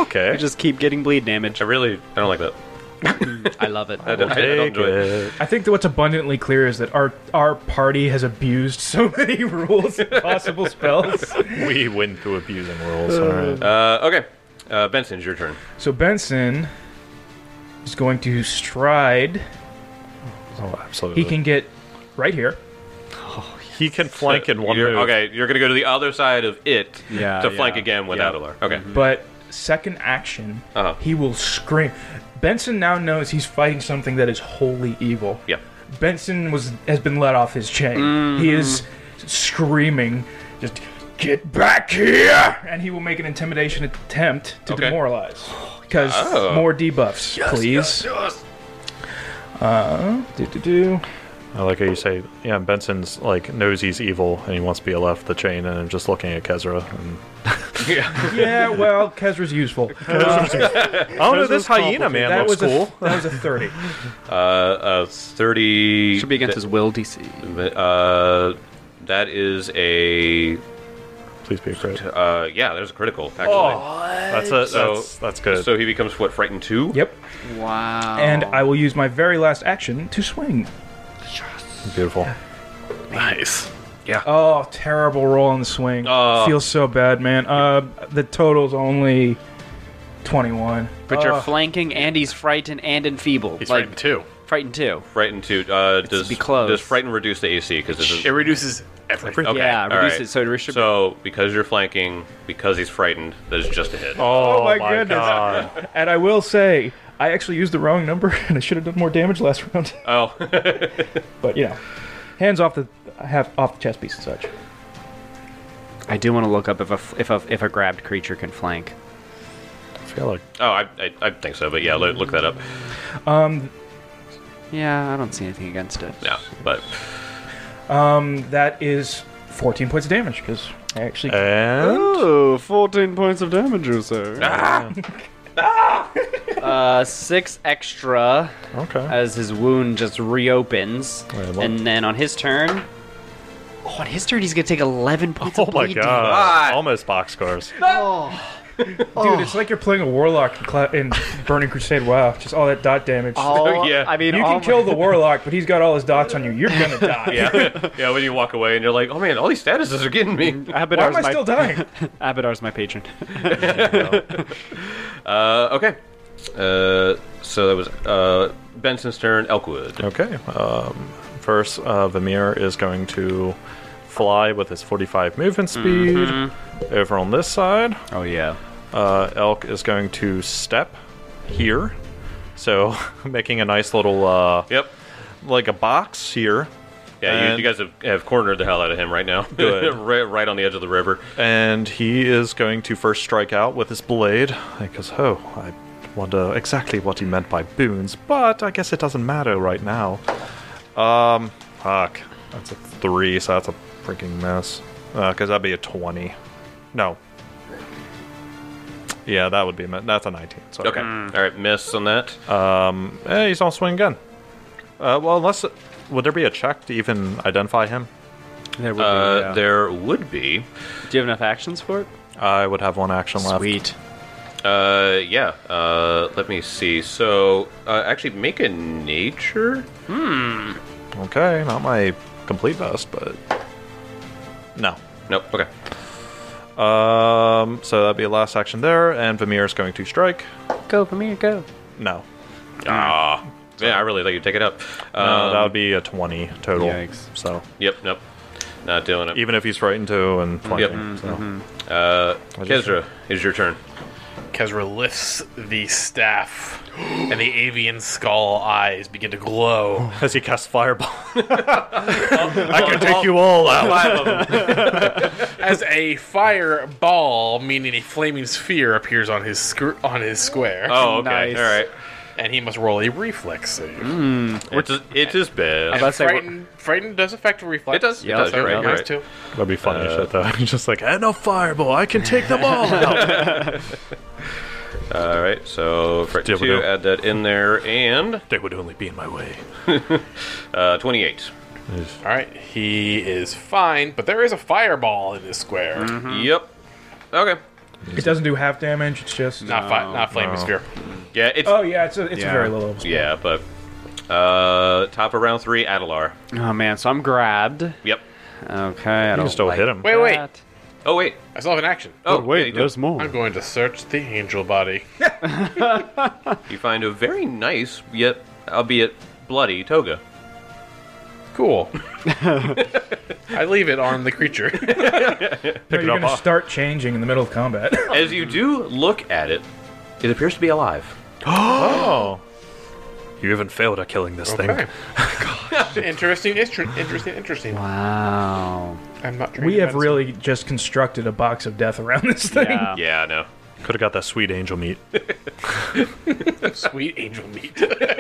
[SPEAKER 3] okay.
[SPEAKER 5] I just keep getting bleed damage.
[SPEAKER 1] I really I don't like that.
[SPEAKER 5] I love it.
[SPEAKER 1] I don't, I don't
[SPEAKER 3] Take
[SPEAKER 1] enjoy it.
[SPEAKER 3] it.
[SPEAKER 2] I think that what's abundantly clear is that our our party has abused so many rules and possible spells.
[SPEAKER 3] We win through abusing rules. All right.
[SPEAKER 1] Uh, okay, uh, Benson's your turn.
[SPEAKER 2] So Benson is going to stride.
[SPEAKER 3] oh, absolutely.
[SPEAKER 2] He can get right here.
[SPEAKER 3] he can flank in one
[SPEAKER 1] You're-
[SPEAKER 3] move.
[SPEAKER 1] Okay, you're gonna go to the other side of it
[SPEAKER 5] Yeah,
[SPEAKER 1] to flank
[SPEAKER 5] yeah.
[SPEAKER 1] again with
[SPEAKER 5] Yeah.
[SPEAKER 1] Adelar. Okay.
[SPEAKER 3] Mm-hmm.
[SPEAKER 2] But second action,
[SPEAKER 3] Oh.
[SPEAKER 1] Uh-huh.
[SPEAKER 2] he will scream. Benson now knows he's fighting something that is wholly evil.
[SPEAKER 1] Yeah.
[SPEAKER 2] Benson was has been let off his chain.
[SPEAKER 3] Mm-hmm.
[SPEAKER 2] He is screaming, just get back here, and he will make an intimidation attempt to
[SPEAKER 1] Okay.
[SPEAKER 2] demoralize. Because
[SPEAKER 1] Oh.
[SPEAKER 2] more debuffs, please. Uh, do do do.
[SPEAKER 3] I Uh, like how you say, yeah, Benson's like knows he's evil and he wants to be left the chain and just looking at Kezra. And,
[SPEAKER 1] Yeah.
[SPEAKER 2] Yeah, well, Kezra's useful.
[SPEAKER 3] oh no, this hyena man
[SPEAKER 2] that was
[SPEAKER 3] looks cool.
[SPEAKER 2] a that was a thirty.
[SPEAKER 1] Uh, uh, thirty.
[SPEAKER 5] Should be against his will DC.
[SPEAKER 1] Uh, that is a
[SPEAKER 3] Please be a crit.
[SPEAKER 1] uh, yeah. There's a critical actually.
[SPEAKER 3] That's it.
[SPEAKER 1] So-
[SPEAKER 3] that's, that's good.
[SPEAKER 1] So he becomes what frightened two.
[SPEAKER 2] Yep.
[SPEAKER 5] Wow.
[SPEAKER 2] And
[SPEAKER 3] Oh.
[SPEAKER 2] I will use my very last action to swing.
[SPEAKER 3] Beautiful.
[SPEAKER 4] Nice.
[SPEAKER 2] Oh, terrible roll on the swing.
[SPEAKER 5] Uh,
[SPEAKER 1] Oh.
[SPEAKER 2] Feels so bad, man. Uh, the total's only 21.
[SPEAKER 5] but you're
[SPEAKER 2] Oh.
[SPEAKER 5] flanking, and he's frightened and enfeebled.
[SPEAKER 4] He's
[SPEAKER 5] like,
[SPEAKER 4] frightened too.
[SPEAKER 5] frightened too.
[SPEAKER 1] Frightened two. Uh, does
[SPEAKER 5] be close.
[SPEAKER 1] does frightened reduce the AC because this is
[SPEAKER 4] It reduces everything.
[SPEAKER 1] okay.
[SPEAKER 5] Yeah,
[SPEAKER 1] all
[SPEAKER 5] reduce
[SPEAKER 1] right.
[SPEAKER 5] it, so it restricts-
[SPEAKER 1] So because you're flanking, because he's frightened, that is just a hit.
[SPEAKER 3] Oh,
[SPEAKER 2] my
[SPEAKER 3] my,
[SPEAKER 2] goodness.
[SPEAKER 3] god.
[SPEAKER 2] And I will say, I actually used the wrong number, and I should have done more damage last round.
[SPEAKER 1] Oh,
[SPEAKER 2] But you know, hands off the half off the chest piece and such.
[SPEAKER 5] I do want to look up if a if a if a grabbed creature can flank.
[SPEAKER 3] I feel like
[SPEAKER 1] oh, I, I, I think so. But yeah, look, look that up.
[SPEAKER 5] Yeah, I don't see anything against it.
[SPEAKER 1] Yeah, but
[SPEAKER 2] That is 14 points of damage because I actually
[SPEAKER 3] and
[SPEAKER 5] Ooh, 14 points of damage or so. Ah! uh, six extra
[SPEAKER 3] okay.
[SPEAKER 5] as his wound just reopens.
[SPEAKER 3] I love-
[SPEAKER 5] And then on his turn. Oh, on his turn, he's going to take 11 points
[SPEAKER 3] Oh
[SPEAKER 5] of
[SPEAKER 3] my
[SPEAKER 5] bleed
[SPEAKER 3] god. Almost box scores.
[SPEAKER 5] Uh,
[SPEAKER 2] Dude, it's like you're playing a warlock in, Cla- in Burning Crusade. Wow, just all that dot damage.
[SPEAKER 5] All,
[SPEAKER 1] Yeah.
[SPEAKER 5] I mean,
[SPEAKER 2] you
[SPEAKER 5] all
[SPEAKER 2] can kill the warlock, but he's got all his dots on you. You're gonna die.
[SPEAKER 1] yeah, yeah. When you walk away and you're like, oh man, all these statuses are getting me.
[SPEAKER 2] Why am
[SPEAKER 5] Abadar's
[SPEAKER 2] I
[SPEAKER 5] my,
[SPEAKER 2] still dying?
[SPEAKER 5] Abadar's my patron.
[SPEAKER 1] Uh, okay. Uh, so that was uh, Benson's turn. Elkwood.
[SPEAKER 3] Okay. Um, first, uh, Vamir is going to fly with his 45 movement speed over on this side.
[SPEAKER 5] Oh, yeah.
[SPEAKER 3] Uh, Elk is going to step here. So, making a nice little, uh,
[SPEAKER 1] Yep.
[SPEAKER 3] like a box here.
[SPEAKER 1] Yeah, you,
[SPEAKER 3] And-
[SPEAKER 1] you guys have, have cornered the hell out of him right now.
[SPEAKER 3] Good.
[SPEAKER 1] right, right on the edge of the river.
[SPEAKER 3] And he is going to first strike out with his blade. Because, oh, I wonder exactly what he meant by boons, but I guess it doesn't matter right now. Um, fuck. That's a three, so that's a freaking mess. Because that'd be a 20. No. Yeah, that would be a mi- That's a 19. Sorry.
[SPEAKER 1] Okay. All right, miss on that.
[SPEAKER 3] Eh, he's on swing again. Uh, well, unless. Would there be a check to even identify him?
[SPEAKER 5] There would
[SPEAKER 1] Uh,
[SPEAKER 5] be, yeah.
[SPEAKER 1] There would be.
[SPEAKER 5] Do you have enough actions for it?
[SPEAKER 3] I would have one action left.
[SPEAKER 5] Sweet.
[SPEAKER 1] Uh, yeah. Uh, let me see. So, uh, actually, make a nature.
[SPEAKER 3] Okay, not my complete best, but. No.
[SPEAKER 1] Nope. Okay.
[SPEAKER 3] Um, so that'd be a last action there, and Vamir is going to strike.
[SPEAKER 5] Go, Pamir, go.
[SPEAKER 3] No.
[SPEAKER 1] Ah. Yeah, I really thought you'd take it up.
[SPEAKER 3] Uh, that
[SPEAKER 1] Um,
[SPEAKER 3] would be a 20 total.
[SPEAKER 5] Yikes.
[SPEAKER 3] So,
[SPEAKER 1] Yep. Nope. Not doing it.
[SPEAKER 3] even if he's frightened too and flanking. so.
[SPEAKER 1] Uh,
[SPEAKER 3] just-
[SPEAKER 1] Kezra, is your turn.
[SPEAKER 4] Kezra lifts the staff, and the avian skull eyes begin to glow.
[SPEAKER 3] As he casts Fireball. I can take you all out.
[SPEAKER 1] Five of them.
[SPEAKER 4] As a fireball, meaning a flaming sphere, appears on his scr- on his square,
[SPEAKER 1] Oh, okay.
[SPEAKER 5] Nice.
[SPEAKER 1] All right.
[SPEAKER 4] and he must roll a reflex save.
[SPEAKER 1] It's, it is bad.
[SPEAKER 5] How about-
[SPEAKER 4] And
[SPEAKER 5] Let's say we're-
[SPEAKER 4] frightened, frightened does affect reflex.
[SPEAKER 1] It does, it
[SPEAKER 5] does,
[SPEAKER 4] so
[SPEAKER 5] right,
[SPEAKER 4] it
[SPEAKER 5] right.
[SPEAKER 4] goes to-
[SPEAKER 3] That'd be funny shit, though. He's just like, and a Fireball, I can take them all out.
[SPEAKER 1] All right. So, for
[SPEAKER 3] Dibble
[SPEAKER 1] two,
[SPEAKER 3] do.
[SPEAKER 1] add that in there, and
[SPEAKER 3] they would only be in my way.
[SPEAKER 1] uh, twenty-eight.
[SPEAKER 4] All right, he is fine, but there is a fireball in this square.
[SPEAKER 1] Mm-hmm. Yep. Okay.
[SPEAKER 2] it doesn't do half damage. It's just
[SPEAKER 4] Not fi-
[SPEAKER 1] Oh,
[SPEAKER 4] not flaming sphere.
[SPEAKER 1] Yeah. It's
[SPEAKER 2] oh yeah, it's a, it's
[SPEAKER 5] Yeah.
[SPEAKER 2] a very low level. spell.
[SPEAKER 1] yeah, but uh, top of round three, Adelar.
[SPEAKER 5] Oh, man, so I'm grabbed.
[SPEAKER 1] Yep.
[SPEAKER 5] Okay, I
[SPEAKER 3] You
[SPEAKER 5] don't
[SPEAKER 3] can still
[SPEAKER 5] like
[SPEAKER 3] hit him.
[SPEAKER 4] Wait, wait.
[SPEAKER 5] that.
[SPEAKER 1] Oh wait.
[SPEAKER 4] I still have an action.
[SPEAKER 1] Oh yeah, you, do.
[SPEAKER 5] more.
[SPEAKER 4] I'm going to search the angel body.
[SPEAKER 1] You find a very nice yet albeit bloody toga.
[SPEAKER 4] Cool. I leave it on the creature.
[SPEAKER 2] No,
[SPEAKER 3] Pick
[SPEAKER 2] you're
[SPEAKER 3] it
[SPEAKER 2] gonna
[SPEAKER 3] up.
[SPEAKER 2] start changing in the middle of combat.
[SPEAKER 1] As you do look at it, it appears to be alive.
[SPEAKER 3] Oh. You even failed at killing this
[SPEAKER 4] Okay. interesting, inter- interesting, interesting.
[SPEAKER 5] Wow.
[SPEAKER 4] I'm not drinking
[SPEAKER 2] we have
[SPEAKER 4] medicine.
[SPEAKER 2] really just constructed a box of death around this thing.
[SPEAKER 5] Yeah.
[SPEAKER 1] Yeah, I know.
[SPEAKER 3] Could have got that sweet angel meat.
[SPEAKER 4] sweet angel meat.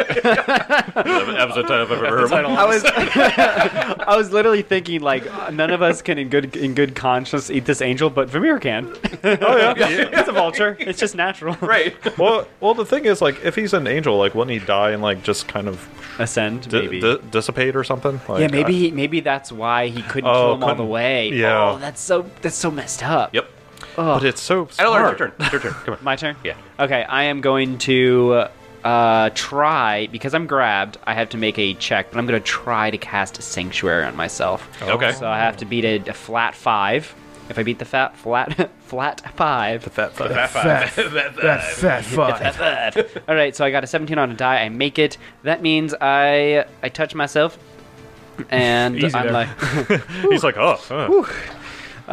[SPEAKER 1] Episode title I've ever heard.
[SPEAKER 5] I was, I was literally thinking like none of us can in good in good conscience eat this angel, but Vamir can. oh yeah. it's a vulture. It's just natural.
[SPEAKER 1] Right.
[SPEAKER 3] well, well, the thing is, like, if he's an angel, like, wouldn't he die and like just kind of
[SPEAKER 5] Ascend
[SPEAKER 3] di-
[SPEAKER 5] maybe.
[SPEAKER 3] di- dissipate or something? Like,
[SPEAKER 5] yeah, maybe
[SPEAKER 3] I-
[SPEAKER 5] he, maybe that's why he couldn't
[SPEAKER 3] Oh,
[SPEAKER 5] kill him all the
[SPEAKER 3] couldn't-
[SPEAKER 5] way.
[SPEAKER 3] yeah.
[SPEAKER 5] Oh, that's so that's so messed up.
[SPEAKER 1] Yep.
[SPEAKER 3] But it's so
[SPEAKER 1] Adelaide, it's
[SPEAKER 3] smart.
[SPEAKER 1] your Oh, turn. It's your turn. Come on.
[SPEAKER 6] My turn?
[SPEAKER 1] Yeah.
[SPEAKER 6] Okay, I am going to uh, try, because I'm grabbed, I have to make a check, but I'm going to try to cast Sanctuary on myself.
[SPEAKER 1] Okay.
[SPEAKER 6] So I have to beat a, a flat five. If I beat the fat, flat, flat five.
[SPEAKER 1] Fat five.
[SPEAKER 2] Fat, that fat five.
[SPEAKER 6] All right, so I got a 17 on a die. I make it. That means I I touch myself, and
[SPEAKER 2] Easy there.
[SPEAKER 6] I'm like,
[SPEAKER 3] He's like, oh, huh.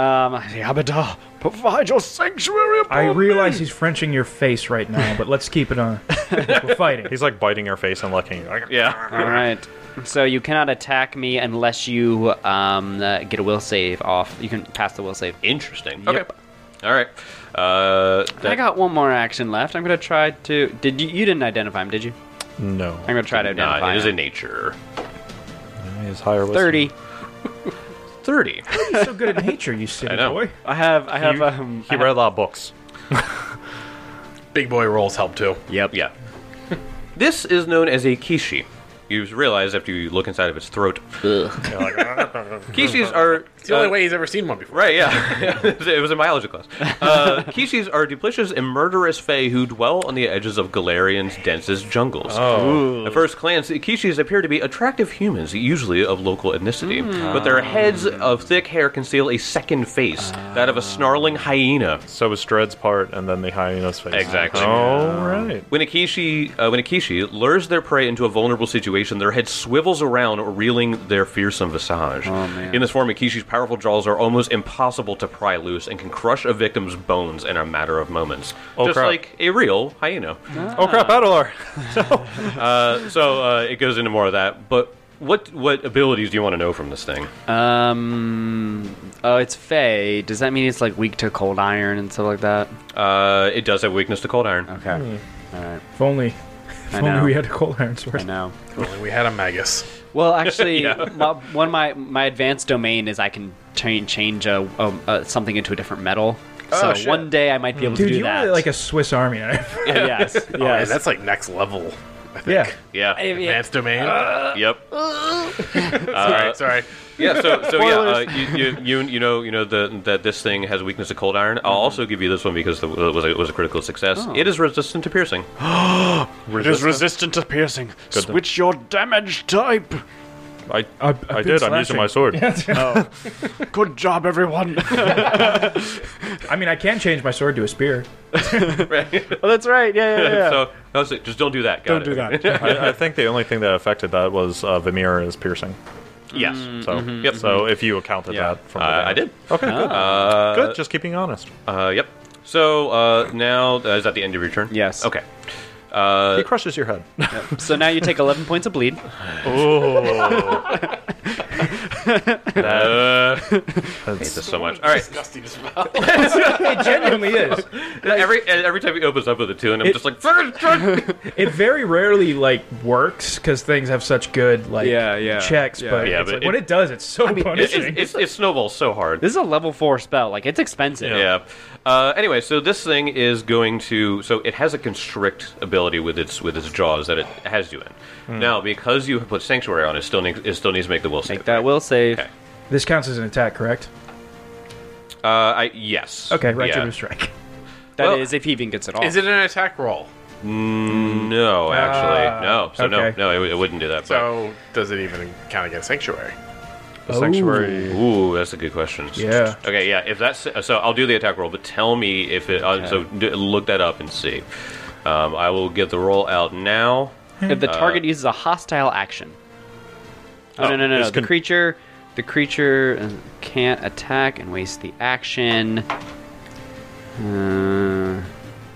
[SPEAKER 6] um, Yabada, provide your sanctuary.
[SPEAKER 2] I
[SPEAKER 6] upon
[SPEAKER 2] realize he's Frenching your face right now, but let's keep it on. We're fighting.
[SPEAKER 3] he's like biting your face and licking. you. Like,
[SPEAKER 1] Yeah.
[SPEAKER 6] All right. So you cannot attack me unless you um, uh, get a will save off. You can pass the will save.
[SPEAKER 1] Interesting.
[SPEAKER 6] Yep.
[SPEAKER 1] Okay. All right. Uh, that-
[SPEAKER 6] I got one more action left. I'm gonna try to. Did you? You didn't identify him, did you?
[SPEAKER 3] no.
[SPEAKER 6] I'm gonna try to
[SPEAKER 1] nah,
[SPEAKER 6] identify
[SPEAKER 1] it is a
[SPEAKER 6] him.
[SPEAKER 1] nature.
[SPEAKER 3] He's higher wisdom.
[SPEAKER 6] Thirty.
[SPEAKER 1] Thirty.
[SPEAKER 2] You're so good at nature, you silly
[SPEAKER 1] I know.
[SPEAKER 2] boy.
[SPEAKER 6] I have. I have.
[SPEAKER 3] He,
[SPEAKER 6] um,
[SPEAKER 3] he
[SPEAKER 6] I
[SPEAKER 3] read
[SPEAKER 6] have-
[SPEAKER 3] a lot of books.
[SPEAKER 4] Big boy rolls help too.
[SPEAKER 1] Yep. Yeah. this is known as a kishi. You realize after you look inside of its throat. Kishis are
[SPEAKER 4] It's the only
[SPEAKER 1] uh,
[SPEAKER 4] way he's ever seen one before.
[SPEAKER 1] Right, yeah. it was a biology class. Uh, Kishis are duplicious and murderous fae who dwell on the edges of Galarian's densest jungles. At first glance, Kishis appear to be attractive humans, usually of local ethnicity, but their heads of thick hair conceal a second face, that of a snarling hyena.
[SPEAKER 3] So was Dred's part, and then the hyena's face.
[SPEAKER 1] Exactly.
[SPEAKER 3] All right.
[SPEAKER 1] When a Kishi, uh, when a Kishi lures their prey into a vulnerable situation, their head swivels around, revealing their fearsome visage.
[SPEAKER 3] Oh,
[SPEAKER 1] In this form, a Kishi's powerful jaws are almost impossible to pry loose and can crush a victim's bones in a matter of moments,
[SPEAKER 3] Oh,
[SPEAKER 1] just
[SPEAKER 3] crap.
[SPEAKER 1] like a real hyena.
[SPEAKER 3] Oh crap, Adelar.
[SPEAKER 1] Uh, so uh, it goes into more of that. But what what abilities do you want to know from this thing?
[SPEAKER 6] Um. Oh, it's Fey. Does that mean it's like weak to cold iron and stuff like that?
[SPEAKER 1] Uh, it does have weakness to cold iron.
[SPEAKER 6] Okay. All right.
[SPEAKER 2] If only,
[SPEAKER 6] I
[SPEAKER 2] if only
[SPEAKER 6] know.
[SPEAKER 2] we had a cold iron
[SPEAKER 6] I
[SPEAKER 2] sword.
[SPEAKER 6] know.
[SPEAKER 4] If only we had a Magus.
[SPEAKER 6] Well, actually, my, one of my my advanced domain is I can cha- change a, a, a something into a different metal. So
[SPEAKER 4] Oh, shit.
[SPEAKER 6] one day I might be able
[SPEAKER 2] Dude,
[SPEAKER 6] to do
[SPEAKER 2] you
[SPEAKER 6] that.
[SPEAKER 2] are like a Swiss Army knife.
[SPEAKER 6] yes, yes.
[SPEAKER 4] Oh, man, that's like next level. I think.
[SPEAKER 2] yeah.
[SPEAKER 1] Yeah.
[SPEAKER 4] Advanced domain.
[SPEAKER 1] Yep. uh,
[SPEAKER 4] sorry, sorry.
[SPEAKER 1] Yeah, so so yeah, uh, you, you you you know you know the, that this thing has weakness to cold iron. I'll also give you this one because the, it was a, it was a critical success. It is resistant to piercing.
[SPEAKER 6] It is resistant to piercing. Switch your damage type.
[SPEAKER 3] I,
[SPEAKER 2] I,
[SPEAKER 3] I,
[SPEAKER 2] I've been
[SPEAKER 3] did. I'm
[SPEAKER 2] slashing.
[SPEAKER 3] using my sword.
[SPEAKER 6] Good job, everyone. oh,
[SPEAKER 2] I mean, I can change my sword to a spear.
[SPEAKER 6] that's right. Yeah, yeah, yeah.
[SPEAKER 1] so that's it. Just don't do that. Got
[SPEAKER 2] Don't do
[SPEAKER 1] it.
[SPEAKER 2] that.
[SPEAKER 3] I, I think the only thing that affected that was uh, Vimira's piercing.
[SPEAKER 1] Yes.
[SPEAKER 3] So, yep. So if you accounted
[SPEAKER 1] Mm, mm-hmm, Yeah.
[SPEAKER 3] that from the
[SPEAKER 1] Uh, I
[SPEAKER 3] damage.
[SPEAKER 1] did.
[SPEAKER 3] Okay. Good. good. Just keeping honest.
[SPEAKER 1] Uh, yep. So uh, now uh, is that the end of your turn?
[SPEAKER 6] Yes.
[SPEAKER 1] Okay. Uh,
[SPEAKER 3] he crushes your head.
[SPEAKER 6] so now you take 11 points of bleed.
[SPEAKER 3] oh.
[SPEAKER 1] uh, I hate this so much. All right.
[SPEAKER 4] Disgusting
[SPEAKER 2] It genuinely is.
[SPEAKER 1] Every every time he opens up with a tune, I'm
[SPEAKER 2] It-
[SPEAKER 1] just like, "First turn!"
[SPEAKER 2] It very rarely like works because things have such good like
[SPEAKER 6] Yeah, yeah.
[SPEAKER 2] checks,
[SPEAKER 6] Yeah.
[SPEAKER 2] but,
[SPEAKER 1] Yeah,
[SPEAKER 2] it's
[SPEAKER 1] but
[SPEAKER 2] like, when
[SPEAKER 1] it-
[SPEAKER 2] it does, it's so
[SPEAKER 1] It's-
[SPEAKER 2] punishing.
[SPEAKER 1] it's- it snowballs so hard.
[SPEAKER 6] This is a level 4 spell. Like, it's expensive.
[SPEAKER 1] Yeah. Uh, anyway, so this thing is going to. So it has a constrict ability with its with its jaws that it has you in.
[SPEAKER 2] Hmm.
[SPEAKER 1] Now, because you have put sanctuary on, it still needs it still needs to make the will save.
[SPEAKER 6] Make that will save.
[SPEAKER 1] Okay.
[SPEAKER 2] this counts as an attack, correct?
[SPEAKER 1] Uh, I yes.
[SPEAKER 2] Okay, right
[SPEAKER 1] Yeah.
[SPEAKER 2] to strike.
[SPEAKER 6] That is
[SPEAKER 1] Well-
[SPEAKER 6] if he even gets it off.
[SPEAKER 4] Is it an attack roll?
[SPEAKER 1] Mm, No, actually,
[SPEAKER 2] Ah,
[SPEAKER 1] no. So
[SPEAKER 2] okay.
[SPEAKER 1] no, no, it, it wouldn't do that.
[SPEAKER 4] So does it even count against sanctuary?
[SPEAKER 3] The sanctuary.
[SPEAKER 1] but, ooh, that's a good question.
[SPEAKER 2] Yeah.
[SPEAKER 1] Okay, yeah. If that's so, I'll do the attack roll, but tell me if it. Uh, so d- look that up and see. Um, I will get the roll out now.
[SPEAKER 6] If
[SPEAKER 3] Uh,
[SPEAKER 6] the target uses a hostile action. Oh, no, no, no, no.
[SPEAKER 3] it's
[SPEAKER 6] The
[SPEAKER 3] con-
[SPEAKER 6] creature, the creature uh, can't attack and waste the action. Uh,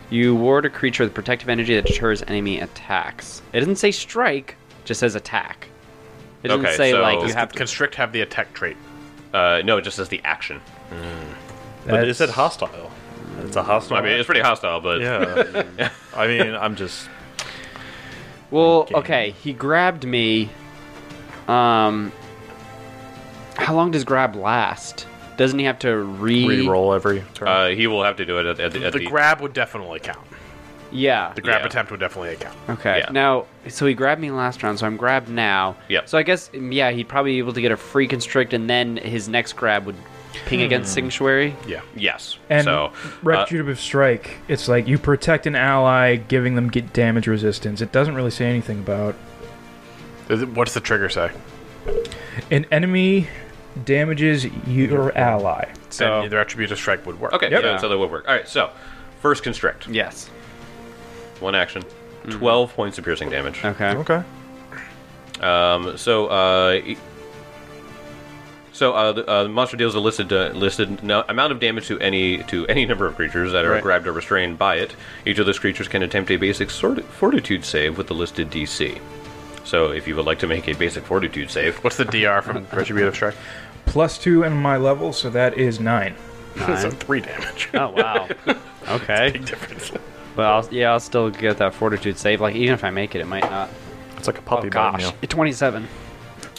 [SPEAKER 6] you ward a creature with protective energy that deters enemy attacks. It doesn't say strike; it just says attack. It doesn't
[SPEAKER 1] Okay,
[SPEAKER 6] say
[SPEAKER 1] so-
[SPEAKER 6] like you
[SPEAKER 1] Does
[SPEAKER 6] have to.
[SPEAKER 4] Constrict have the attack trait.
[SPEAKER 1] Uh, no, it just says the action.
[SPEAKER 3] But is it hostile? It's a hostile.
[SPEAKER 1] I mean, it's pretty hostile, but
[SPEAKER 3] yeah. I mean, I'm just.
[SPEAKER 6] Well,
[SPEAKER 3] game.
[SPEAKER 6] okay. He grabbed me. Um, how long does grab last? Doesn't he have to re
[SPEAKER 3] re-roll every turn.
[SPEAKER 1] Uh, he will have to do it at, at the, at
[SPEAKER 4] The
[SPEAKER 1] the,
[SPEAKER 4] grab would definitely count.
[SPEAKER 6] Yeah.
[SPEAKER 4] The grab
[SPEAKER 1] Yeah.
[SPEAKER 4] attempt would definitely count.
[SPEAKER 6] Okay.
[SPEAKER 1] Yeah.
[SPEAKER 6] Now, so he grabbed me last round, so I'm grabbed now.
[SPEAKER 1] Yep.
[SPEAKER 6] So I guess, yeah, he'd probably be able to get a free constrict, and then his next grab would
[SPEAKER 5] Ping against Sanctuary.
[SPEAKER 1] Yeah. Yes.
[SPEAKER 2] And
[SPEAKER 1] so uh,
[SPEAKER 2] retributive strike, it's like you protect an ally, giving them get damage resistance. It doesn't really say anything about
[SPEAKER 4] Is it- What's the trigger say?
[SPEAKER 2] an enemy damages your ally.
[SPEAKER 4] So the attribute of strike would work.
[SPEAKER 1] okay.
[SPEAKER 2] Yep.
[SPEAKER 1] Yeah. So that would work. All right. So first constrict.
[SPEAKER 5] Yes. Mm-hmm.
[SPEAKER 1] One action. Twelve points of piercing damage.
[SPEAKER 5] Okay.
[SPEAKER 3] Okay.
[SPEAKER 1] Um, so, uh, e- so uh, the uh, the monster deals a listed uh, listed no, amount of damage to any to any number of creatures that are
[SPEAKER 4] Right.
[SPEAKER 1] grabbed or restrained by it. Each of those creatures can attempt a basic sort fortitude save with the listed DC. So, if you would like to make a basic fortitude save,
[SPEAKER 4] What's the DR from retributive strike?
[SPEAKER 2] Plus two in my level, so that is nine.
[SPEAKER 4] so three damage.
[SPEAKER 5] Oh wow. Okay.
[SPEAKER 4] Difference.
[SPEAKER 5] But I'll, yeah, I'll still get that fortitude save. Like even if I make it, it might not.
[SPEAKER 3] It's like a
[SPEAKER 5] Oh
[SPEAKER 3] puppy bite
[SPEAKER 5] gosh,
[SPEAKER 3] meal.
[SPEAKER 5] twenty-seven.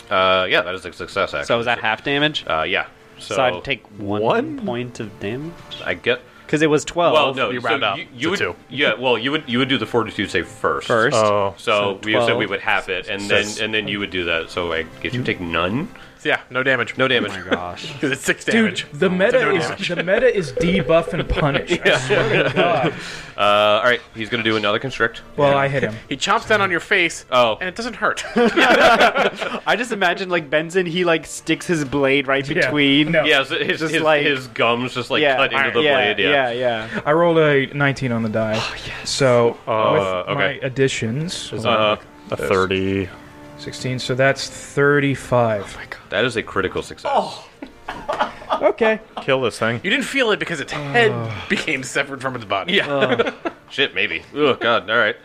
[SPEAKER 1] uh, yeah, that is a success. Actually.
[SPEAKER 5] So is that half damage?
[SPEAKER 1] Uh, yeah. So,
[SPEAKER 5] so, I'd take one, point of damage
[SPEAKER 1] I get.
[SPEAKER 5] because it was twelve.
[SPEAKER 1] Well, no,
[SPEAKER 4] you
[SPEAKER 1] so
[SPEAKER 4] round up
[SPEAKER 1] You,
[SPEAKER 4] to
[SPEAKER 1] you would,
[SPEAKER 4] two.
[SPEAKER 1] Yeah, well, you would you would do the fortitude save first.
[SPEAKER 5] First.
[SPEAKER 3] Oh,
[SPEAKER 1] So, we said we
[SPEAKER 5] 12.
[SPEAKER 1] would half it, and then
[SPEAKER 3] Six.
[SPEAKER 1] and then you would do that. So I guess you take none.
[SPEAKER 4] Yeah, no damage.
[SPEAKER 1] No damage.
[SPEAKER 5] Oh my gosh.
[SPEAKER 4] Because it's six
[SPEAKER 2] Dude,
[SPEAKER 4] damage.
[SPEAKER 2] the meta
[SPEAKER 4] no
[SPEAKER 2] is the meta is debuff and punish. I swear to God.
[SPEAKER 1] uh, all right, he's gonna do another constrict.
[SPEAKER 2] Well, I hit him.
[SPEAKER 4] He chomps down on your face,
[SPEAKER 1] Oh.
[SPEAKER 4] and it doesn't hurt.
[SPEAKER 5] I just imagine like Benson. He like sticks his blade right
[SPEAKER 2] Yeah.
[SPEAKER 5] between.
[SPEAKER 2] No.
[SPEAKER 1] Yeah, so his
[SPEAKER 5] Just
[SPEAKER 1] his,
[SPEAKER 5] like-
[SPEAKER 1] his gums just like
[SPEAKER 5] yeah,
[SPEAKER 1] cut into the
[SPEAKER 5] yeah,
[SPEAKER 1] blade. Yeah.
[SPEAKER 5] yeah, yeah.
[SPEAKER 2] I rolled a 19 on the die. So
[SPEAKER 1] Uh,
[SPEAKER 2] with
[SPEAKER 1] okay.
[SPEAKER 2] my additions,
[SPEAKER 1] Uh,
[SPEAKER 3] A thirty.
[SPEAKER 2] 16. So that's 35.
[SPEAKER 1] that is a critical success.
[SPEAKER 2] Okay.
[SPEAKER 3] Kill this thing.
[SPEAKER 4] you didn't feel it because its head became severed from its body.
[SPEAKER 1] Yeah. Shit, maybe. Oh God. All right.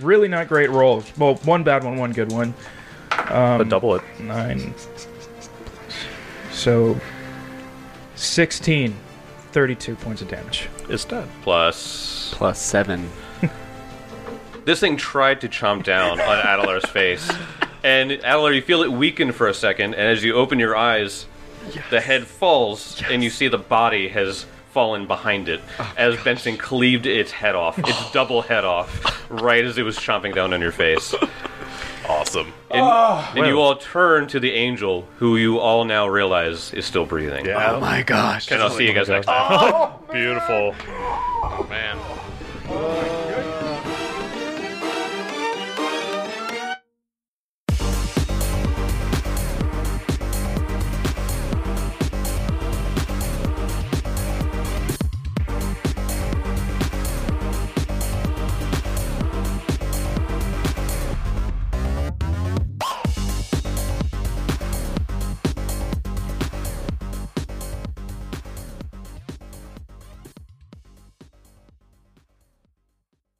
[SPEAKER 2] Really not great rolls. Well, one bad one, one good one.
[SPEAKER 3] but double it.
[SPEAKER 2] Nine. So 16. 32 points of damage.
[SPEAKER 3] It's dead.
[SPEAKER 1] Plus,
[SPEAKER 5] Plus seven.
[SPEAKER 1] this thing tried to chomp down on Adelar's face, and Adelar, you feel it weaken for a second, and as you open your eyes, the head falls, and you see the body has fallen behind it as Benson cleaved its head off, its double head off, right as it was chomping down on your face.
[SPEAKER 4] Awesome.
[SPEAKER 1] And, and you all turn to the angel, who you all now realize is still breathing.
[SPEAKER 4] Yeah.
[SPEAKER 5] my gosh.
[SPEAKER 1] And I'll see you guys next time.
[SPEAKER 3] Beautiful.
[SPEAKER 4] man.